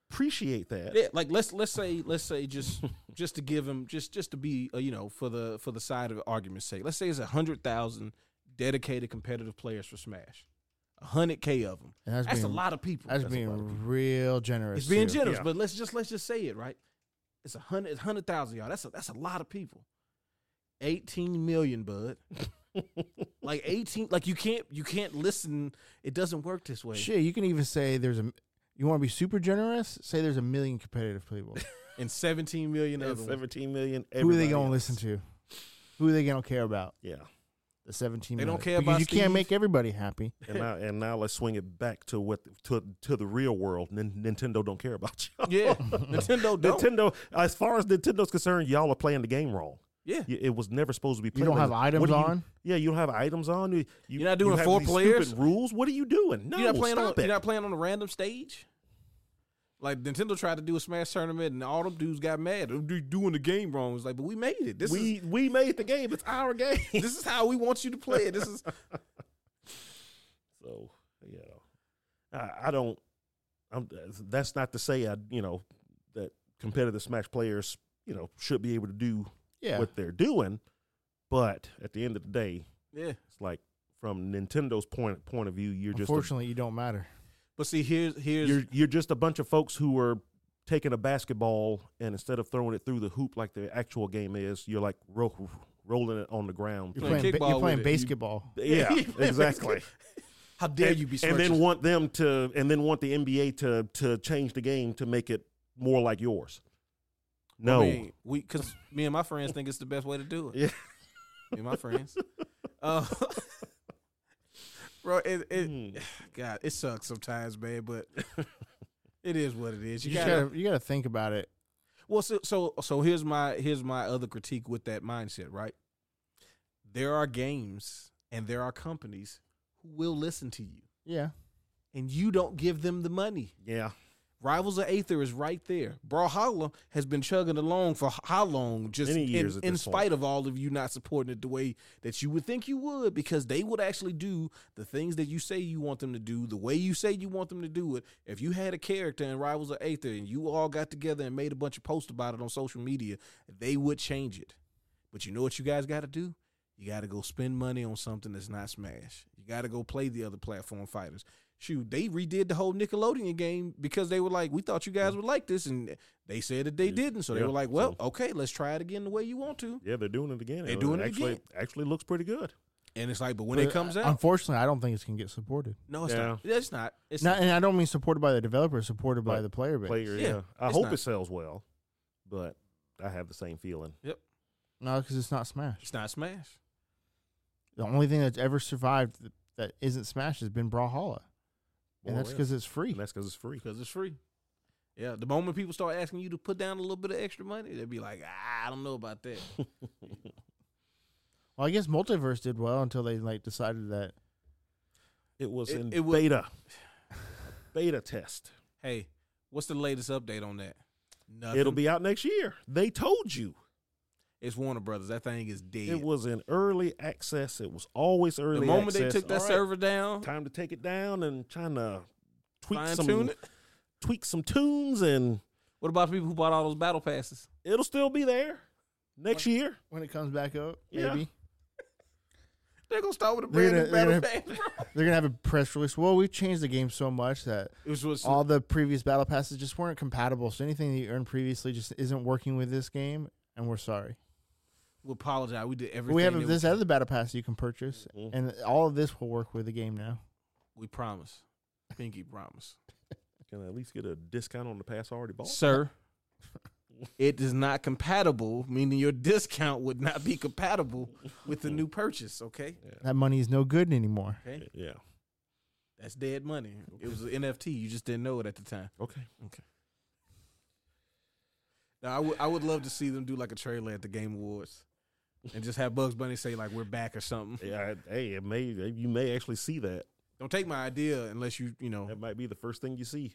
[SPEAKER 3] appreciate that.
[SPEAKER 2] Yeah, like let's let's say let's say just *laughs* just to give him just just to be uh, you know for the for the side of argument's sake, let's say it's a hundred thousand dedicated competitive players for Smash, a hundred k of them.
[SPEAKER 4] and that's,
[SPEAKER 2] That's
[SPEAKER 4] being,
[SPEAKER 2] a lot of people.
[SPEAKER 4] That's,
[SPEAKER 2] That's a lot of people.
[SPEAKER 4] being real generous.
[SPEAKER 2] It's being
[SPEAKER 4] too.
[SPEAKER 2] generous,
[SPEAKER 3] Yeah.
[SPEAKER 2] but let's just let's just say it right. It's a hundred it's hundred thousand y'all. That's a that's a lot of people. Eighteen
[SPEAKER 4] *laughs*
[SPEAKER 2] million, bud. like eighteen. Like you can't you can't listen. It doesn't work this way.
[SPEAKER 4] Shit, you can even say there's a. You want to be super generous? Say there's a million competitive
[SPEAKER 2] *laughs*
[SPEAKER 4] people.
[SPEAKER 2] And seventeen million
[SPEAKER 3] And
[SPEAKER 2] other ones.
[SPEAKER 3] 17 million.
[SPEAKER 4] Who are they
[SPEAKER 3] everybody
[SPEAKER 4] going to
[SPEAKER 3] else.
[SPEAKER 4] listen to? Who are they going to care about?
[SPEAKER 3] Yeah.
[SPEAKER 4] The 17
[SPEAKER 2] They don't
[SPEAKER 4] million.
[SPEAKER 2] care
[SPEAKER 4] because
[SPEAKER 2] about
[SPEAKER 4] you
[SPEAKER 2] Steve.
[SPEAKER 4] can't make everybody happy.
[SPEAKER 3] and now and now let's swing it back to what to to the real world. Nin- Nintendo don't care about *laughs* you.
[SPEAKER 2] Yeah, Nintendo don't.
[SPEAKER 3] Nintendo, as far as Nintendo's concerned, y'all are playing the game wrong.
[SPEAKER 2] Yeah.
[SPEAKER 3] Y- It was never supposed to be.
[SPEAKER 4] You
[SPEAKER 3] Played
[SPEAKER 4] don't
[SPEAKER 3] like
[SPEAKER 4] have
[SPEAKER 3] that.
[SPEAKER 4] items
[SPEAKER 3] What do you-
[SPEAKER 4] on.
[SPEAKER 3] Yeah, you don't have items on. You, you-
[SPEAKER 2] You're not
[SPEAKER 3] you
[SPEAKER 2] doing
[SPEAKER 3] have
[SPEAKER 2] four
[SPEAKER 3] these
[SPEAKER 2] players?
[SPEAKER 3] Stupid rules. What are you doing? No,
[SPEAKER 2] you're not playing
[SPEAKER 3] stop
[SPEAKER 2] on.
[SPEAKER 3] it.
[SPEAKER 2] You're not playing on a random stage. Like Nintendo tried to do a Smash tournament, and all them dudes got mad. They're doing the game wrong. It's like, but we made it. This
[SPEAKER 3] we we made the game. It's our *laughs* game.
[SPEAKER 2] is this is how we want you to play it. This
[SPEAKER 3] *laughs*
[SPEAKER 2] is
[SPEAKER 3] So you know, I, I don't. I'm, that's not to say I you know that competitive Smash players you know should be able to do
[SPEAKER 4] Yeah.
[SPEAKER 3] what they're doing, but at the end of the day,
[SPEAKER 2] yeah.
[SPEAKER 3] it's like from Nintendo's point point of view, you're just a,
[SPEAKER 4] Unfortunately, you don't matter.
[SPEAKER 2] But see, here's here's
[SPEAKER 3] you're you're just a bunch of folks who are taking a basketball and instead of throwing it through the hoop like the actual game is, you're like ro- rolling it on the ground.
[SPEAKER 4] You're
[SPEAKER 2] Playing
[SPEAKER 4] playing. ba-
[SPEAKER 2] kickball
[SPEAKER 4] you're
[SPEAKER 2] with it.
[SPEAKER 4] playing
[SPEAKER 2] You-
[SPEAKER 4] basketball.
[SPEAKER 3] Yeah,
[SPEAKER 4] *laughs*
[SPEAKER 2] you're playing
[SPEAKER 3] exactly.
[SPEAKER 2] how dare
[SPEAKER 3] and,
[SPEAKER 2] you be
[SPEAKER 3] and then
[SPEAKER 2] smirching.
[SPEAKER 3] want them to and then want the NBA to to change the game to make it more like yours. No.
[SPEAKER 2] I mean, we because me and my friends think it's the best way to do it.
[SPEAKER 3] Yeah.
[SPEAKER 2] me and my
[SPEAKER 3] *laughs*
[SPEAKER 2] friends. Uh, *laughs* bro, it, it *sighs*
[SPEAKER 3] Hmm.
[SPEAKER 2] God, it sucks sometimes, man. But it is what it is.
[SPEAKER 4] You
[SPEAKER 2] You,
[SPEAKER 4] just
[SPEAKER 2] gotta,
[SPEAKER 4] gotta, you gotta think about it.
[SPEAKER 2] Well, so, so so here's my here's my other critique with that mindset. Right, there are games and there are companies who will listen to you,
[SPEAKER 4] Yeah.
[SPEAKER 2] and you don't give them the money.
[SPEAKER 3] yeah.
[SPEAKER 2] Rivals of Aether is right there. Brawlhalla has been chugging along for h- how long? Just
[SPEAKER 3] Many years
[SPEAKER 2] in,
[SPEAKER 3] at
[SPEAKER 2] in
[SPEAKER 3] this point.
[SPEAKER 2] spite of all of you not supporting it the way that you would think you would, because they would actually do the things that you say you want them to do, the way you say you want them to do it. If you had a character in Rivals of Aether and you all got together and made a bunch of posts about it on social media, they would change it. But you know what you guys got to do? You got to go spend money on something that's not Smash. You got to go play the other platform fighters. Shoot, they redid the whole Nickelodeon game because they were like, we thought you guys would like this. And they said that they
[SPEAKER 3] Yeah.
[SPEAKER 2] didn't. So they
[SPEAKER 3] Yeah.
[SPEAKER 2] were like, well,
[SPEAKER 3] So-
[SPEAKER 2] okay, let's try it again the way you want to.
[SPEAKER 3] Yeah, they're doing it again.
[SPEAKER 2] They're doing it
[SPEAKER 3] actually,
[SPEAKER 2] again.
[SPEAKER 3] Actually looks pretty good.
[SPEAKER 2] And it's like, but when
[SPEAKER 4] But,
[SPEAKER 2] it comes
[SPEAKER 4] uh,
[SPEAKER 2] out,
[SPEAKER 4] unfortunately, I don't think it's gonna get supported.
[SPEAKER 2] no, it's
[SPEAKER 3] Yeah.
[SPEAKER 2] not. It's not. It's
[SPEAKER 4] Not,
[SPEAKER 2] not.
[SPEAKER 4] and I don't mean supported by the developer, supported by
[SPEAKER 3] Right.
[SPEAKER 4] the player base.
[SPEAKER 3] Player,
[SPEAKER 2] Yeah,
[SPEAKER 3] yeah. I
[SPEAKER 2] it's
[SPEAKER 3] hope
[SPEAKER 2] not.
[SPEAKER 3] it sells well, but I have the same feeling.
[SPEAKER 4] No, because it's not Smash.
[SPEAKER 2] It's not Smash.
[SPEAKER 4] The only thing that's ever survived th- that isn't Smash has been Brawlhalla, and
[SPEAKER 3] More
[SPEAKER 4] that's
[SPEAKER 3] or
[SPEAKER 4] because
[SPEAKER 3] less.
[SPEAKER 4] it's free.
[SPEAKER 3] And that's because it's free.
[SPEAKER 2] because it's free. Yeah, the moment people start asking you to put down a little bit of extra money, they'd be like, ah, I don't know about
[SPEAKER 3] *laughs*
[SPEAKER 2] that.
[SPEAKER 4] Well, I guess Multiverse did well until they like decided that
[SPEAKER 3] It was
[SPEAKER 2] It-
[SPEAKER 3] in
[SPEAKER 2] it was-
[SPEAKER 3] beta. *sighs* beta test.
[SPEAKER 2] hey, what's the latest update on that? Nothing.
[SPEAKER 3] It'll be out next year. They told you.
[SPEAKER 2] It's Warner Brothers. That thing is dead.
[SPEAKER 3] It was in early access. It was always early
[SPEAKER 2] the moment they
[SPEAKER 3] access.
[SPEAKER 2] took that
[SPEAKER 3] All right,
[SPEAKER 2] server down,
[SPEAKER 3] time to take it down and trying to tweak
[SPEAKER 2] fine
[SPEAKER 3] some
[SPEAKER 2] tune it.
[SPEAKER 3] tweak some tunes and
[SPEAKER 2] What about the people who bought all those battle passes?
[SPEAKER 3] it'll still be there next year.
[SPEAKER 4] when it comes back up,
[SPEAKER 3] Yeah.
[SPEAKER 4] maybe
[SPEAKER 2] They're gonna start with a
[SPEAKER 4] They're
[SPEAKER 2] brand new
[SPEAKER 4] gonna-
[SPEAKER 2] battle
[SPEAKER 4] they're
[SPEAKER 2] pass. bro.
[SPEAKER 4] they're gonna have a press release. Well, we've changed the game so much that
[SPEAKER 2] *laughs* It was, was
[SPEAKER 4] all the previous battle passes just weren't compatible. So anything that you earned previously just isn't working with this game, and we're sorry.
[SPEAKER 2] we apologize. We did
[SPEAKER 4] But
[SPEAKER 2] everything.
[SPEAKER 4] we
[SPEAKER 2] that
[SPEAKER 4] have
[SPEAKER 2] we Mm-hmm.
[SPEAKER 4] this
[SPEAKER 2] could.
[SPEAKER 4] other battle pass you can purchase,
[SPEAKER 3] Mhm.
[SPEAKER 4] and all of this will work with the game now.
[SPEAKER 2] We promise. Pinky promise.
[SPEAKER 3] Can I at least get a discount on the pass I already bought?
[SPEAKER 2] Sir, it is not compatible, meaning your discount would not be compatible with the new purchase, okay?
[SPEAKER 4] That money is no good
[SPEAKER 2] *laughs*
[SPEAKER 4] anymore.
[SPEAKER 2] Okay.
[SPEAKER 3] Yeah.
[SPEAKER 2] That's dead money. It was an NFT. You just didn't know it at the time.
[SPEAKER 3] Okay.
[SPEAKER 2] Now, I would I would love to see them do like a trailer at the Game Awards, and just have Bugs Bunny say like "We're back" or something.
[SPEAKER 3] Yeah. I- hey, it may eh, you may actually see that.
[SPEAKER 2] Don't take my idea unless you you know
[SPEAKER 3] That might be the first thing you see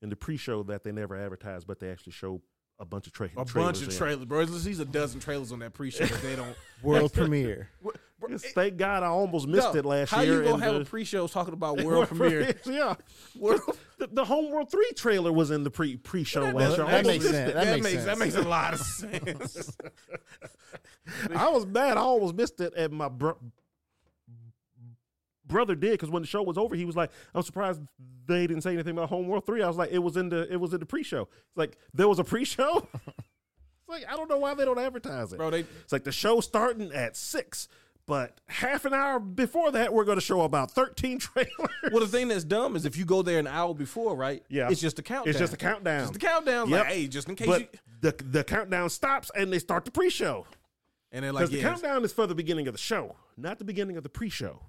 [SPEAKER 3] in the pre-show that they never advertise, but they actually show a bunch of tra-
[SPEAKER 2] a
[SPEAKER 3] trailers.
[SPEAKER 2] bunch of
[SPEAKER 3] in.
[SPEAKER 2] trailers, bro. There's at least a dozen trailers on that pre-show. that they
[SPEAKER 3] *laughs*
[SPEAKER 2] don't.
[SPEAKER 4] World premiere.
[SPEAKER 2] Bro,
[SPEAKER 3] Yes,
[SPEAKER 2] it-
[SPEAKER 3] Thank God I almost missed
[SPEAKER 2] no,
[SPEAKER 3] it last
[SPEAKER 2] how
[SPEAKER 3] year.
[SPEAKER 2] you gonna
[SPEAKER 3] and
[SPEAKER 2] have
[SPEAKER 3] the-
[SPEAKER 2] a pre-show talking
[SPEAKER 3] *laughs*
[SPEAKER 2] about world premiere?
[SPEAKER 3] yeah.
[SPEAKER 2] World,
[SPEAKER 3] The, the Homeworld 3 trailer was in the pre pre show
[SPEAKER 4] that-
[SPEAKER 3] last year. I
[SPEAKER 4] that
[SPEAKER 3] almost
[SPEAKER 4] makes
[SPEAKER 3] missed
[SPEAKER 4] sense.
[SPEAKER 3] it.
[SPEAKER 4] That makes
[SPEAKER 2] *laughs* that
[SPEAKER 4] sense.
[SPEAKER 2] makes a lot
[SPEAKER 3] *laughs*
[SPEAKER 2] of sense.
[SPEAKER 3] I was mad. I almost missed it. And my bro- brother did because when the show was over, he was like, I'm surprised they didn't say anything about Homeworld 3. I was like, it was in the it was in the pre show. It's like, there was a pre
[SPEAKER 2] *laughs*
[SPEAKER 3] show? it's like, I don't know why they don't advertise it.
[SPEAKER 2] bro, they
[SPEAKER 3] It's like the show starting at 6. But half an hour before that, we're going to show about 13 *laughs* trailers.
[SPEAKER 2] well the thing that's dumb is if you go there an hour before, right?
[SPEAKER 3] Yeah.
[SPEAKER 2] it's just a countdown.
[SPEAKER 3] It's just a countdown.
[SPEAKER 2] Just the countdown.
[SPEAKER 3] Yep.
[SPEAKER 2] Like, hey, just in case. you...
[SPEAKER 3] but the the countdown stops and they start the pre-show
[SPEAKER 2] And they're
[SPEAKER 3] because
[SPEAKER 2] like,
[SPEAKER 3] the
[SPEAKER 2] yeah,
[SPEAKER 3] countdown is for the beginning of the show, not the beginning of the pre-show,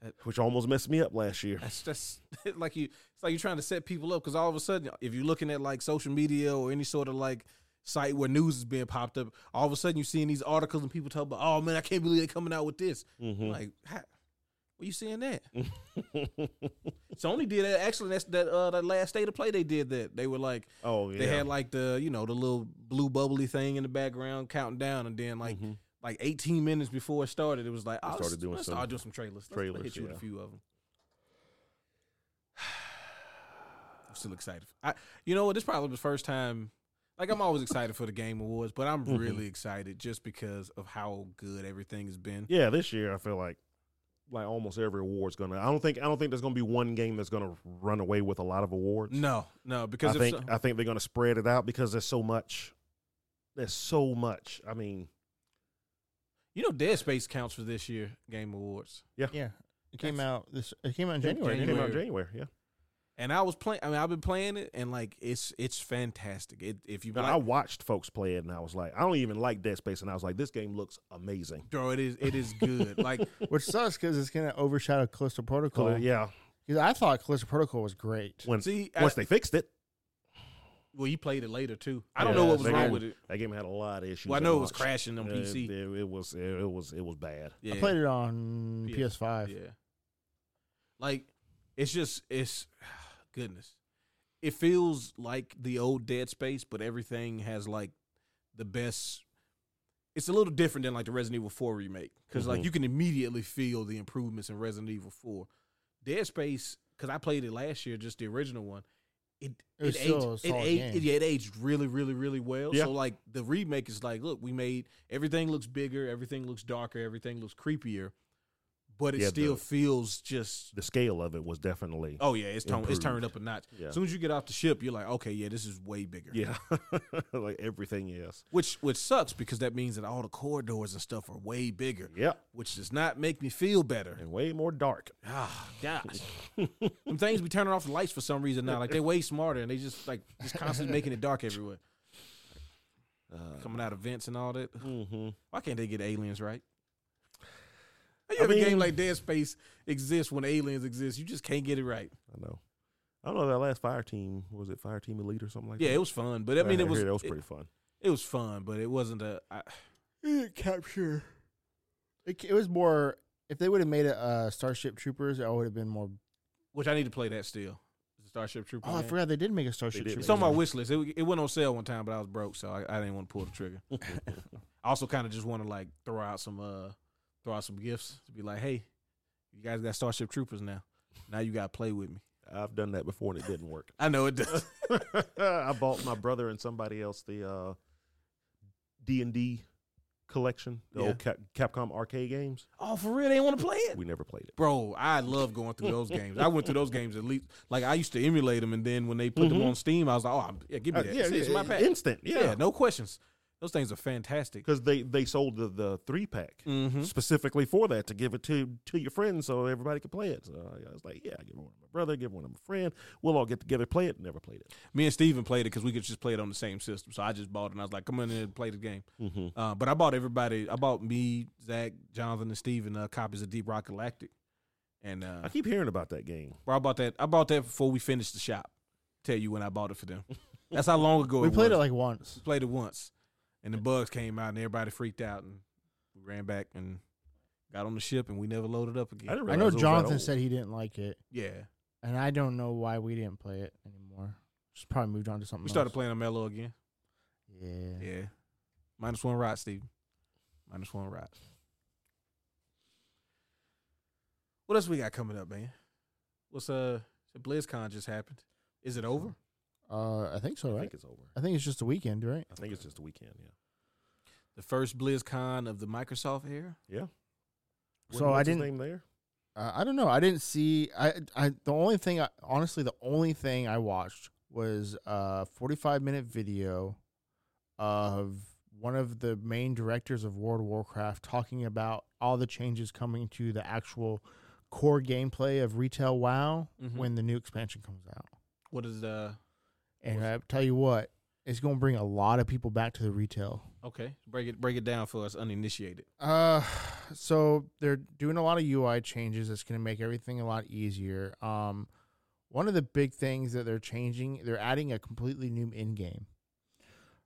[SPEAKER 2] That-
[SPEAKER 3] which almost messed me up last year.
[SPEAKER 2] That's that's *laughs* like you. It's like you're trying to set people up because all of a sudden, if you're looking at like social media or any sort of like site where news is being popped up, all of a sudden you're seeing these articles and people talk about, oh man, I can't believe they're coming out with this.
[SPEAKER 3] Mm-hmm.
[SPEAKER 2] Like, how, where you seeing that? *laughs* Sony did that actually. That's that uh, that last state of play they did that. They were like
[SPEAKER 3] oh yeah.
[SPEAKER 2] they had like the you know the little blue bubbly thing in the background counting down, and then like
[SPEAKER 3] Mhm.
[SPEAKER 2] like 18 minutes before it started, it was like
[SPEAKER 3] They
[SPEAKER 2] oh,
[SPEAKER 3] started
[SPEAKER 2] let's,
[SPEAKER 3] doing
[SPEAKER 2] let's
[SPEAKER 3] some
[SPEAKER 2] start doing some trailers. Let's
[SPEAKER 3] trailers,
[SPEAKER 2] hit you with
[SPEAKER 3] yeah.
[SPEAKER 2] a few of them. *sighs* I'm still excited. I you know what? This probably the first time. Like I'm always excited for the Game Awards, but I'm
[SPEAKER 3] Mhm.
[SPEAKER 2] really excited just because of how good everything has been.
[SPEAKER 3] yeah. This year, I feel like like almost every award's gonna. I don't think I don't think there's gonna be one game that's gonna run away with a lot of awards.
[SPEAKER 2] No, no,
[SPEAKER 3] I
[SPEAKER 2] because if
[SPEAKER 3] think
[SPEAKER 2] so-
[SPEAKER 3] I think they're gonna spread it out because there's so much. There's so much. I mean,
[SPEAKER 2] you know Dead Space counts for this year Game Awards.
[SPEAKER 4] Yeah. It came
[SPEAKER 2] That's-
[SPEAKER 4] out this. It came out in
[SPEAKER 2] It
[SPEAKER 4] January.
[SPEAKER 3] it
[SPEAKER 4] didn't
[SPEAKER 3] came
[SPEAKER 4] it?
[SPEAKER 3] out in January. Yeah.
[SPEAKER 2] and I was playing. I mean, I've been playing it, and like it's it's fantastic. It, if you
[SPEAKER 3] Now,
[SPEAKER 2] like,
[SPEAKER 3] I watched folks play it, and I was like, I don't even like Dead Space, and I was like, this game looks amazing.
[SPEAKER 2] bro, it is it is
[SPEAKER 4] *laughs*
[SPEAKER 2] good. like
[SPEAKER 4] Which sucks because it's gonna overshadow Callisto
[SPEAKER 3] Cool.
[SPEAKER 4] Protocol.
[SPEAKER 3] Yeah.
[SPEAKER 4] Because I thought Callisto Protocol was great.
[SPEAKER 3] When
[SPEAKER 2] see, I,
[SPEAKER 3] once they fixed it,
[SPEAKER 2] well, you played it later too. I don't
[SPEAKER 3] Yeah,
[SPEAKER 2] know what was
[SPEAKER 3] they
[SPEAKER 2] wrong
[SPEAKER 3] did.
[SPEAKER 2] with it.
[SPEAKER 3] that game had a lot of issues.
[SPEAKER 2] Well, I
[SPEAKER 3] at
[SPEAKER 2] know it was
[SPEAKER 3] launch.
[SPEAKER 2] crashing on
[SPEAKER 3] Uh,
[SPEAKER 2] PC.
[SPEAKER 3] It, it was. It, it was. It was bad.
[SPEAKER 2] Yeah,
[SPEAKER 4] I played it on
[SPEAKER 2] Yeah.
[SPEAKER 4] PS5.
[SPEAKER 2] Yeah, like it's just it's *sighs* goodness. It feels like the old Dead Space, but everything has like the best. It's a little different than like the Resident Evil Four remake because
[SPEAKER 3] Mhm.
[SPEAKER 4] Mm-hmm.
[SPEAKER 2] like you can immediately feel the improvements in Resident Evil Four. Dead Space, because I played it last year, just the original one. It
[SPEAKER 4] It was
[SPEAKER 2] it
[SPEAKER 4] still a
[SPEAKER 2] aged, it
[SPEAKER 4] solid
[SPEAKER 2] aged
[SPEAKER 4] game.
[SPEAKER 2] yeah, it aged really really really well.
[SPEAKER 3] Yeah.
[SPEAKER 2] So like the remake is like, look, we made everything looks bigger, everything looks darker, everything looks creepier, but it
[SPEAKER 3] Yeah,
[SPEAKER 2] still
[SPEAKER 3] the-
[SPEAKER 2] feels just
[SPEAKER 3] The scale of it was definitely.
[SPEAKER 2] oh yeah, it's tone, it's
[SPEAKER 3] Improved.
[SPEAKER 2] turned up a notch.
[SPEAKER 3] Yeah.
[SPEAKER 2] As soon as you get off the ship, you're like, okay, yeah, this is way bigger.
[SPEAKER 3] yeah. *laughs* like everything else.
[SPEAKER 2] Which which sucks because that means that all the corridors and stuff are way bigger,
[SPEAKER 3] Yep.
[SPEAKER 2] which does not make me feel better.
[SPEAKER 3] And way more dark.
[SPEAKER 2] Ah, gosh. Them things be turning off the lights for some reason now. Like they're way smarter and they just like just constantly making it
[SPEAKER 3] *laughs*
[SPEAKER 2] dark everywhere.
[SPEAKER 3] Uh,
[SPEAKER 2] Coming out of vents and all that.
[SPEAKER 3] hmm
[SPEAKER 2] Why can't they get aliens right? How you
[SPEAKER 3] I
[SPEAKER 2] have a
[SPEAKER 3] mean-
[SPEAKER 2] game like Dead Space exists when aliens exist? You just can't get it right.
[SPEAKER 3] I know. I don't know that last fire team was it fire team elite or something like
[SPEAKER 2] Yeah,
[SPEAKER 3] that.
[SPEAKER 2] it was fun, but I mean,
[SPEAKER 3] I
[SPEAKER 2] it was
[SPEAKER 3] heard that was
[SPEAKER 2] it,
[SPEAKER 3] pretty fun.
[SPEAKER 2] *laughs*
[SPEAKER 3] *laughs*
[SPEAKER 2] it was fun, but it wasn't a. I,
[SPEAKER 4] It capture. It, it was more. If they would have made it uh, Starship Troopers, I would have been more.
[SPEAKER 2] which I need to play that still. The Starship Trooper.
[SPEAKER 4] Oh, I
[SPEAKER 2] game.
[SPEAKER 4] forgot they did make a Starship
[SPEAKER 3] did
[SPEAKER 4] Troopers.
[SPEAKER 2] It's on my wish list. It, it went on sale one time, but I was broke, so I, I didn't want to pull the trigger. I also kind of just want to like throw out some uh throw out some gifts to be like, hey, you guys got Starship Troopers now. Now you got to play with me.
[SPEAKER 3] I've done that before and it didn't work. *laughs*
[SPEAKER 2] I know it does.
[SPEAKER 3] I bought my brother and somebody else the uh, D and D collection, the
[SPEAKER 2] Yeah.
[SPEAKER 3] old Cap- Capcom arcade games.
[SPEAKER 2] oh, for real, they didn't want to play it.
[SPEAKER 3] We never played it.
[SPEAKER 2] Bro, I love going through those games. I went through those games at least. Like I used to emulate them, and then when they put
[SPEAKER 3] Mhm.
[SPEAKER 2] them on Steam, I was like, "Oh, I'm- yeah, give me
[SPEAKER 3] Uh,
[SPEAKER 2] that. it's, it's my pack.
[SPEAKER 3] instant.
[SPEAKER 2] yeah.
[SPEAKER 3] Yeah,
[SPEAKER 2] no questions. Those things are fantastic."
[SPEAKER 3] because they they sold the, the three pack
[SPEAKER 2] Mm-hmm.
[SPEAKER 3] specifically for that to give it to to your friends so everybody could play it. So I was like, yeah, I give one to my brother, give one to my friend. We'll all get together, play it. Never played it.
[SPEAKER 2] Me and Steven played it because we could just play it on the same system. So I just bought it, and I was like, "Come on in and play the game."
[SPEAKER 3] Mm-hmm.
[SPEAKER 2] Uh, but I bought everybody. I bought me, Zach, Jonathan, and Steven uh, copies of Deep Rock Galactic, and uh,
[SPEAKER 3] I keep hearing about that game.
[SPEAKER 2] bro, I bought that. I bought that before we finished the shop. Tell you when I bought it for *laughs* them. That's how long ago
[SPEAKER 4] We
[SPEAKER 2] it
[SPEAKER 4] played
[SPEAKER 2] was.
[SPEAKER 4] it like once.
[SPEAKER 2] played it once, and the bugs came out, and everybody freaked out, and we ran back and got on the ship, and we never loaded up again.
[SPEAKER 3] I didn't
[SPEAKER 4] I
[SPEAKER 3] realize it
[SPEAKER 4] know
[SPEAKER 3] was that
[SPEAKER 4] Jonathan
[SPEAKER 3] old.
[SPEAKER 4] said he didn't like it,
[SPEAKER 2] yeah,
[SPEAKER 4] and I don't know why we didn't play it anymore. Just probably moved on to something.
[SPEAKER 2] we started
[SPEAKER 4] else.
[SPEAKER 2] playing a mellow again.
[SPEAKER 4] Yeah.
[SPEAKER 2] Yeah, minus one ride, Steve. Minus one ride. What else we got coming up, man? What's uh? so BlizzCon just happened. Is it over?
[SPEAKER 4] Uh, I think so,
[SPEAKER 3] I
[SPEAKER 4] right?
[SPEAKER 3] think it's over.
[SPEAKER 4] I think it's just a weekend, right?
[SPEAKER 3] I think it's just a weekend. Yeah.
[SPEAKER 2] The first BlizzCon of the Microsoft era.
[SPEAKER 3] What-
[SPEAKER 4] So I
[SPEAKER 3] what's
[SPEAKER 4] didn't-
[SPEAKER 3] His name there.
[SPEAKER 4] Uh, I don't know. I didn't see. I I the only thing. I, honestly, the only thing I watched was a forty-five minute video of one of the main directors of World of Warcraft talking about all the changes coming to the actual core gameplay of retail WoW
[SPEAKER 2] Mhm.
[SPEAKER 3] Mm-hmm.
[SPEAKER 4] when the new expansion comes out.
[SPEAKER 2] What is uh, the
[SPEAKER 4] And I tell you what, it's going to bring a lot of people back to the retail.
[SPEAKER 2] okay? Break it break it down for us uninitiated.
[SPEAKER 4] Uh, *sighs* so they're doing a lot of UI changes that's going to make everything a lot easier. Um, one of the big things that they're changing, they're adding a completely new in game.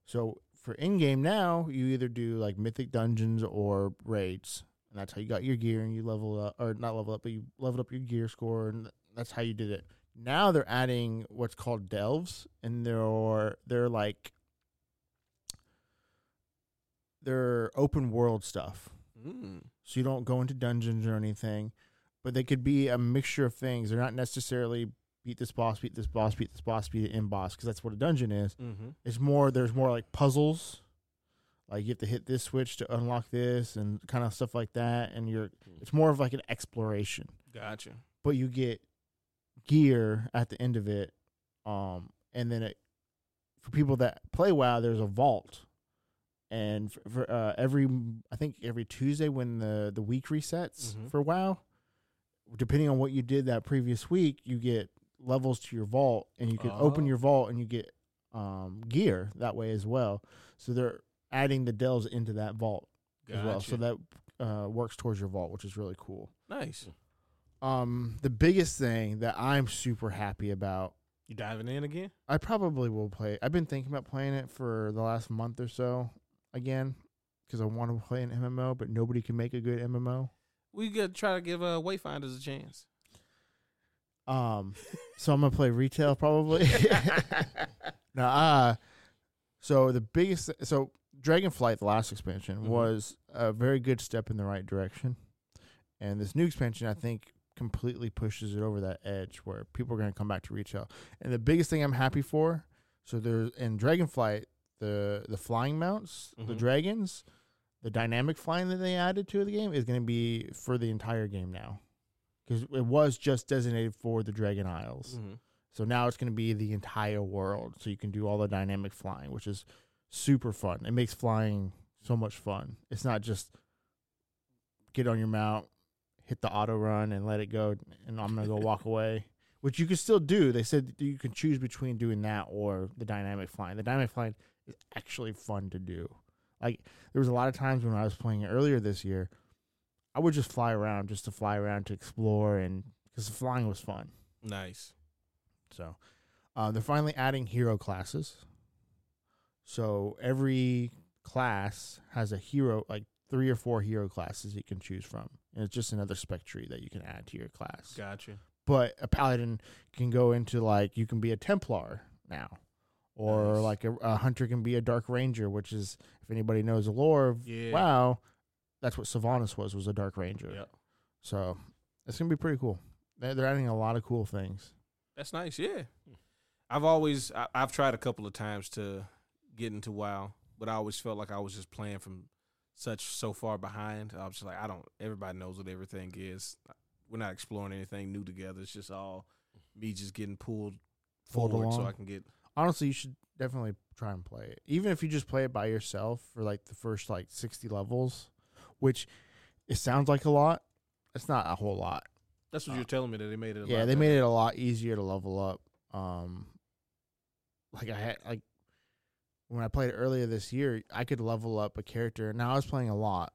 [SPEAKER 4] So for in game now, you either do like mythic dungeons or raids, and that's how you got your gear and you level up, or not level up, but you leveled up your gear score, and that's how you did it. Now they're adding what's called delves, and they're they're like they're open world stuff
[SPEAKER 2] Mm.
[SPEAKER 4] so you don't go into dungeons or anything. But they could be a mixture of things. They're not necessarily beat this boss, beat this boss, beat this boss, beat the end boss, because that's what a dungeon is.
[SPEAKER 2] Mm-hmm.
[SPEAKER 4] It's more there's more like puzzles, like you have to hit this switch to unlock this, and kind of stuff like that. And you're it's more of like an exploration,
[SPEAKER 2] Gotcha.
[SPEAKER 4] but you get gear at the end of it, um, and then it, for people that play WoW, there's a vault. And for, for uh, every, I think every Tuesday when the, the week resets
[SPEAKER 2] Mhm.
[SPEAKER 4] for WoW, depending on what you did that previous week, you get levels to your vault, and you can open
[SPEAKER 2] Oh.
[SPEAKER 4] your vault and you get um, gear that way as well. So they're adding the delves into that vault
[SPEAKER 2] Gotcha.
[SPEAKER 4] as well. So that uh, works towards your vault, which is really cool.
[SPEAKER 2] nice.
[SPEAKER 4] Um, the biggest thing that I'm super happy about,
[SPEAKER 2] You diving in again?
[SPEAKER 4] I probably will play. I've been thinking about playing it for the last month or so again because I want to play an MMO, but nobody can make a good MMO.
[SPEAKER 2] We could try to give uh, Wayfinders a chance.
[SPEAKER 4] Um, so I'm gonna play retail probably. *laughs* no, uh, so the biggest, so Dragonflight, the last expansion,
[SPEAKER 2] Mhm.
[SPEAKER 4] was a very good step in the right direction, and this new expansion, I think, completely pushes it over that edge where people are gonna come back to retail. And the biggest thing I'm happy for, so there's in Dragonflight, the the flying mounts, the
[SPEAKER 2] Mhm.
[SPEAKER 4] dragons, the dynamic flying that they added to the game is gonna be for the entire game now. Because it was just designated for the Dragon Isles.
[SPEAKER 2] Mm-hmm.
[SPEAKER 4] So now it's going to be the entire world. So you can do all the dynamic flying, which is super fun. It makes flying so much fun. It's not just get on your mount, hit the auto run, and let it go, and I'm going to go walk away, which you can still do. They said that you can choose between doing that or the dynamic flying. The dynamic flying is actually fun to do. Like, there was a lot of times when I was playing it earlier this year, I would just fly around just to fly around to explore, and because the flying was fun.
[SPEAKER 2] Nice.
[SPEAKER 4] So uh, they're finally adding hero classes. So every class has a hero, like three or four hero classes you can choose from. And it's just another spec tree that you can add to your class.
[SPEAKER 2] Gotcha.
[SPEAKER 4] But a paladin can go into like, you can be a Templar now. Or
[SPEAKER 2] Nice.
[SPEAKER 4] like a, a hunter can be a dark ranger, which is if anybody knows the lore of
[SPEAKER 2] Yeah.
[SPEAKER 4] WoW, that's what Sylvanas was was a dark ranger.
[SPEAKER 2] Yep.
[SPEAKER 4] So it's gonna be pretty cool. They're, they're adding a lot of cool things.
[SPEAKER 2] That's nice. Yeah. Mm. I've always I, I've tried a couple of times to get into WoW, but I always felt like I was just playing from such so far behind. I was just like, I don't. Everybody knows what everything is. We're not exploring anything new together. It's just all me just getting pulled
[SPEAKER 4] Pulled
[SPEAKER 2] forward so
[SPEAKER 4] along.
[SPEAKER 2] I can get.
[SPEAKER 4] honestly you should definitely try and play it even if you just play it by yourself for like the first like 60 levels which it sounds like a lot it's not a whole lot
[SPEAKER 2] That's what you're telling me that they made it. A
[SPEAKER 4] yeah
[SPEAKER 2] lot
[SPEAKER 4] they
[SPEAKER 2] better.
[SPEAKER 4] made it a lot easier to level up um like i had like when i played it earlier this year i could level up a character now i was playing a lot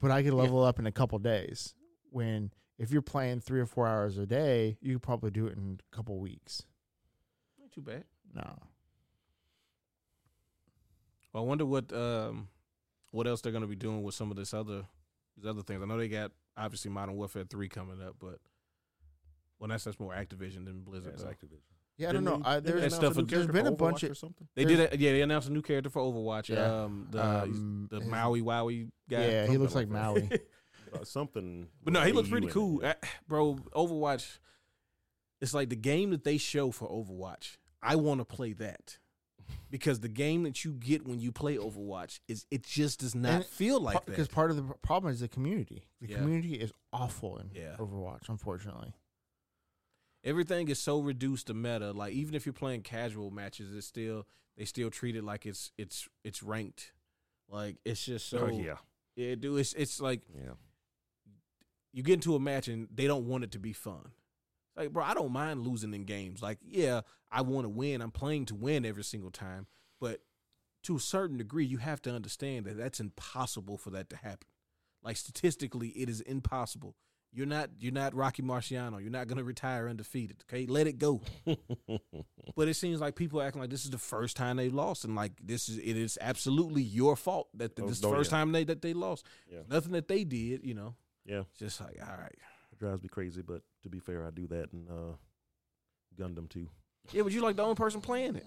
[SPEAKER 4] but i could level up in a couple days when if you're playing three or four hours a day you could probably do it in a couple weeks
[SPEAKER 2] *laughs* Not too bad.
[SPEAKER 4] no
[SPEAKER 2] Well, I wonder what um what else they're gonna be doing with some of this other these other things. I know they got obviously Modern Warfare three coming up, but well, that's that's more Activision than Blizzard. though.
[SPEAKER 4] yeah i don't know I, there's,
[SPEAKER 2] announce stuff- a new
[SPEAKER 4] there's been a bunch of *laughs*
[SPEAKER 3] or something.
[SPEAKER 2] They
[SPEAKER 4] There's-
[SPEAKER 2] did, it, yeah. They announced a new character for Overwatch.
[SPEAKER 4] Yeah.
[SPEAKER 2] Um, the
[SPEAKER 4] Um,
[SPEAKER 2] the
[SPEAKER 4] his-
[SPEAKER 2] Maui Wowie guy.
[SPEAKER 4] Yeah, he looks like
[SPEAKER 2] something
[SPEAKER 4] Maui.
[SPEAKER 2] that.
[SPEAKER 3] Uh, something.
[SPEAKER 2] but no, he
[SPEAKER 3] with
[SPEAKER 2] looks
[SPEAKER 3] AU
[SPEAKER 2] pretty
[SPEAKER 3] in it,
[SPEAKER 2] cool,
[SPEAKER 3] yeah.
[SPEAKER 2] Uh, bro. Overwatch, it's like the game that they show for Overwatch. I want to play that because the game that you get when you play Overwatch is it just does not
[SPEAKER 4] And
[SPEAKER 2] feel *laughs* like
[SPEAKER 4] because
[SPEAKER 2] that.
[SPEAKER 4] part of the p- problem is the community. The
[SPEAKER 2] Yeah.
[SPEAKER 4] community is awful in
[SPEAKER 2] Yeah.
[SPEAKER 4] Overwatch, unfortunately.
[SPEAKER 2] Everything is so reduced to meta. Like even if you're playing casual matches, it's still they still treat it like it's it's it's ranked. Like it's just so
[SPEAKER 3] Oh, yeah,
[SPEAKER 2] yeah, dude. It's it's like
[SPEAKER 3] yeah.
[SPEAKER 2] you get into a match and they don't want it to be fun. Like, bro, I don't mind losing in games. Like, yeah, I want to win. I'm playing to win every single time. But to a certain degree, you have to understand that that's impossible for that to happen. Like, statistically, it is impossible. You're not you're not Rocky Marciano. You're not gonna retire undefeated. Okay, let it
[SPEAKER 3] *laughs*
[SPEAKER 2] go. but it seems like people are acting like this is the first time they lost, and like this is it is absolutely your fault that
[SPEAKER 3] Oh,
[SPEAKER 2] this is the
[SPEAKER 3] oh,
[SPEAKER 2] first
[SPEAKER 3] yeah.
[SPEAKER 2] time they that they lost.
[SPEAKER 3] Yeah.
[SPEAKER 2] Nothing that they did, you know.
[SPEAKER 3] Yeah.
[SPEAKER 2] It's Just like all right.
[SPEAKER 3] It drives me crazy, but to be fair, I do that in uh, Gundam too.
[SPEAKER 2] Yeah, but you're like the only person playing it.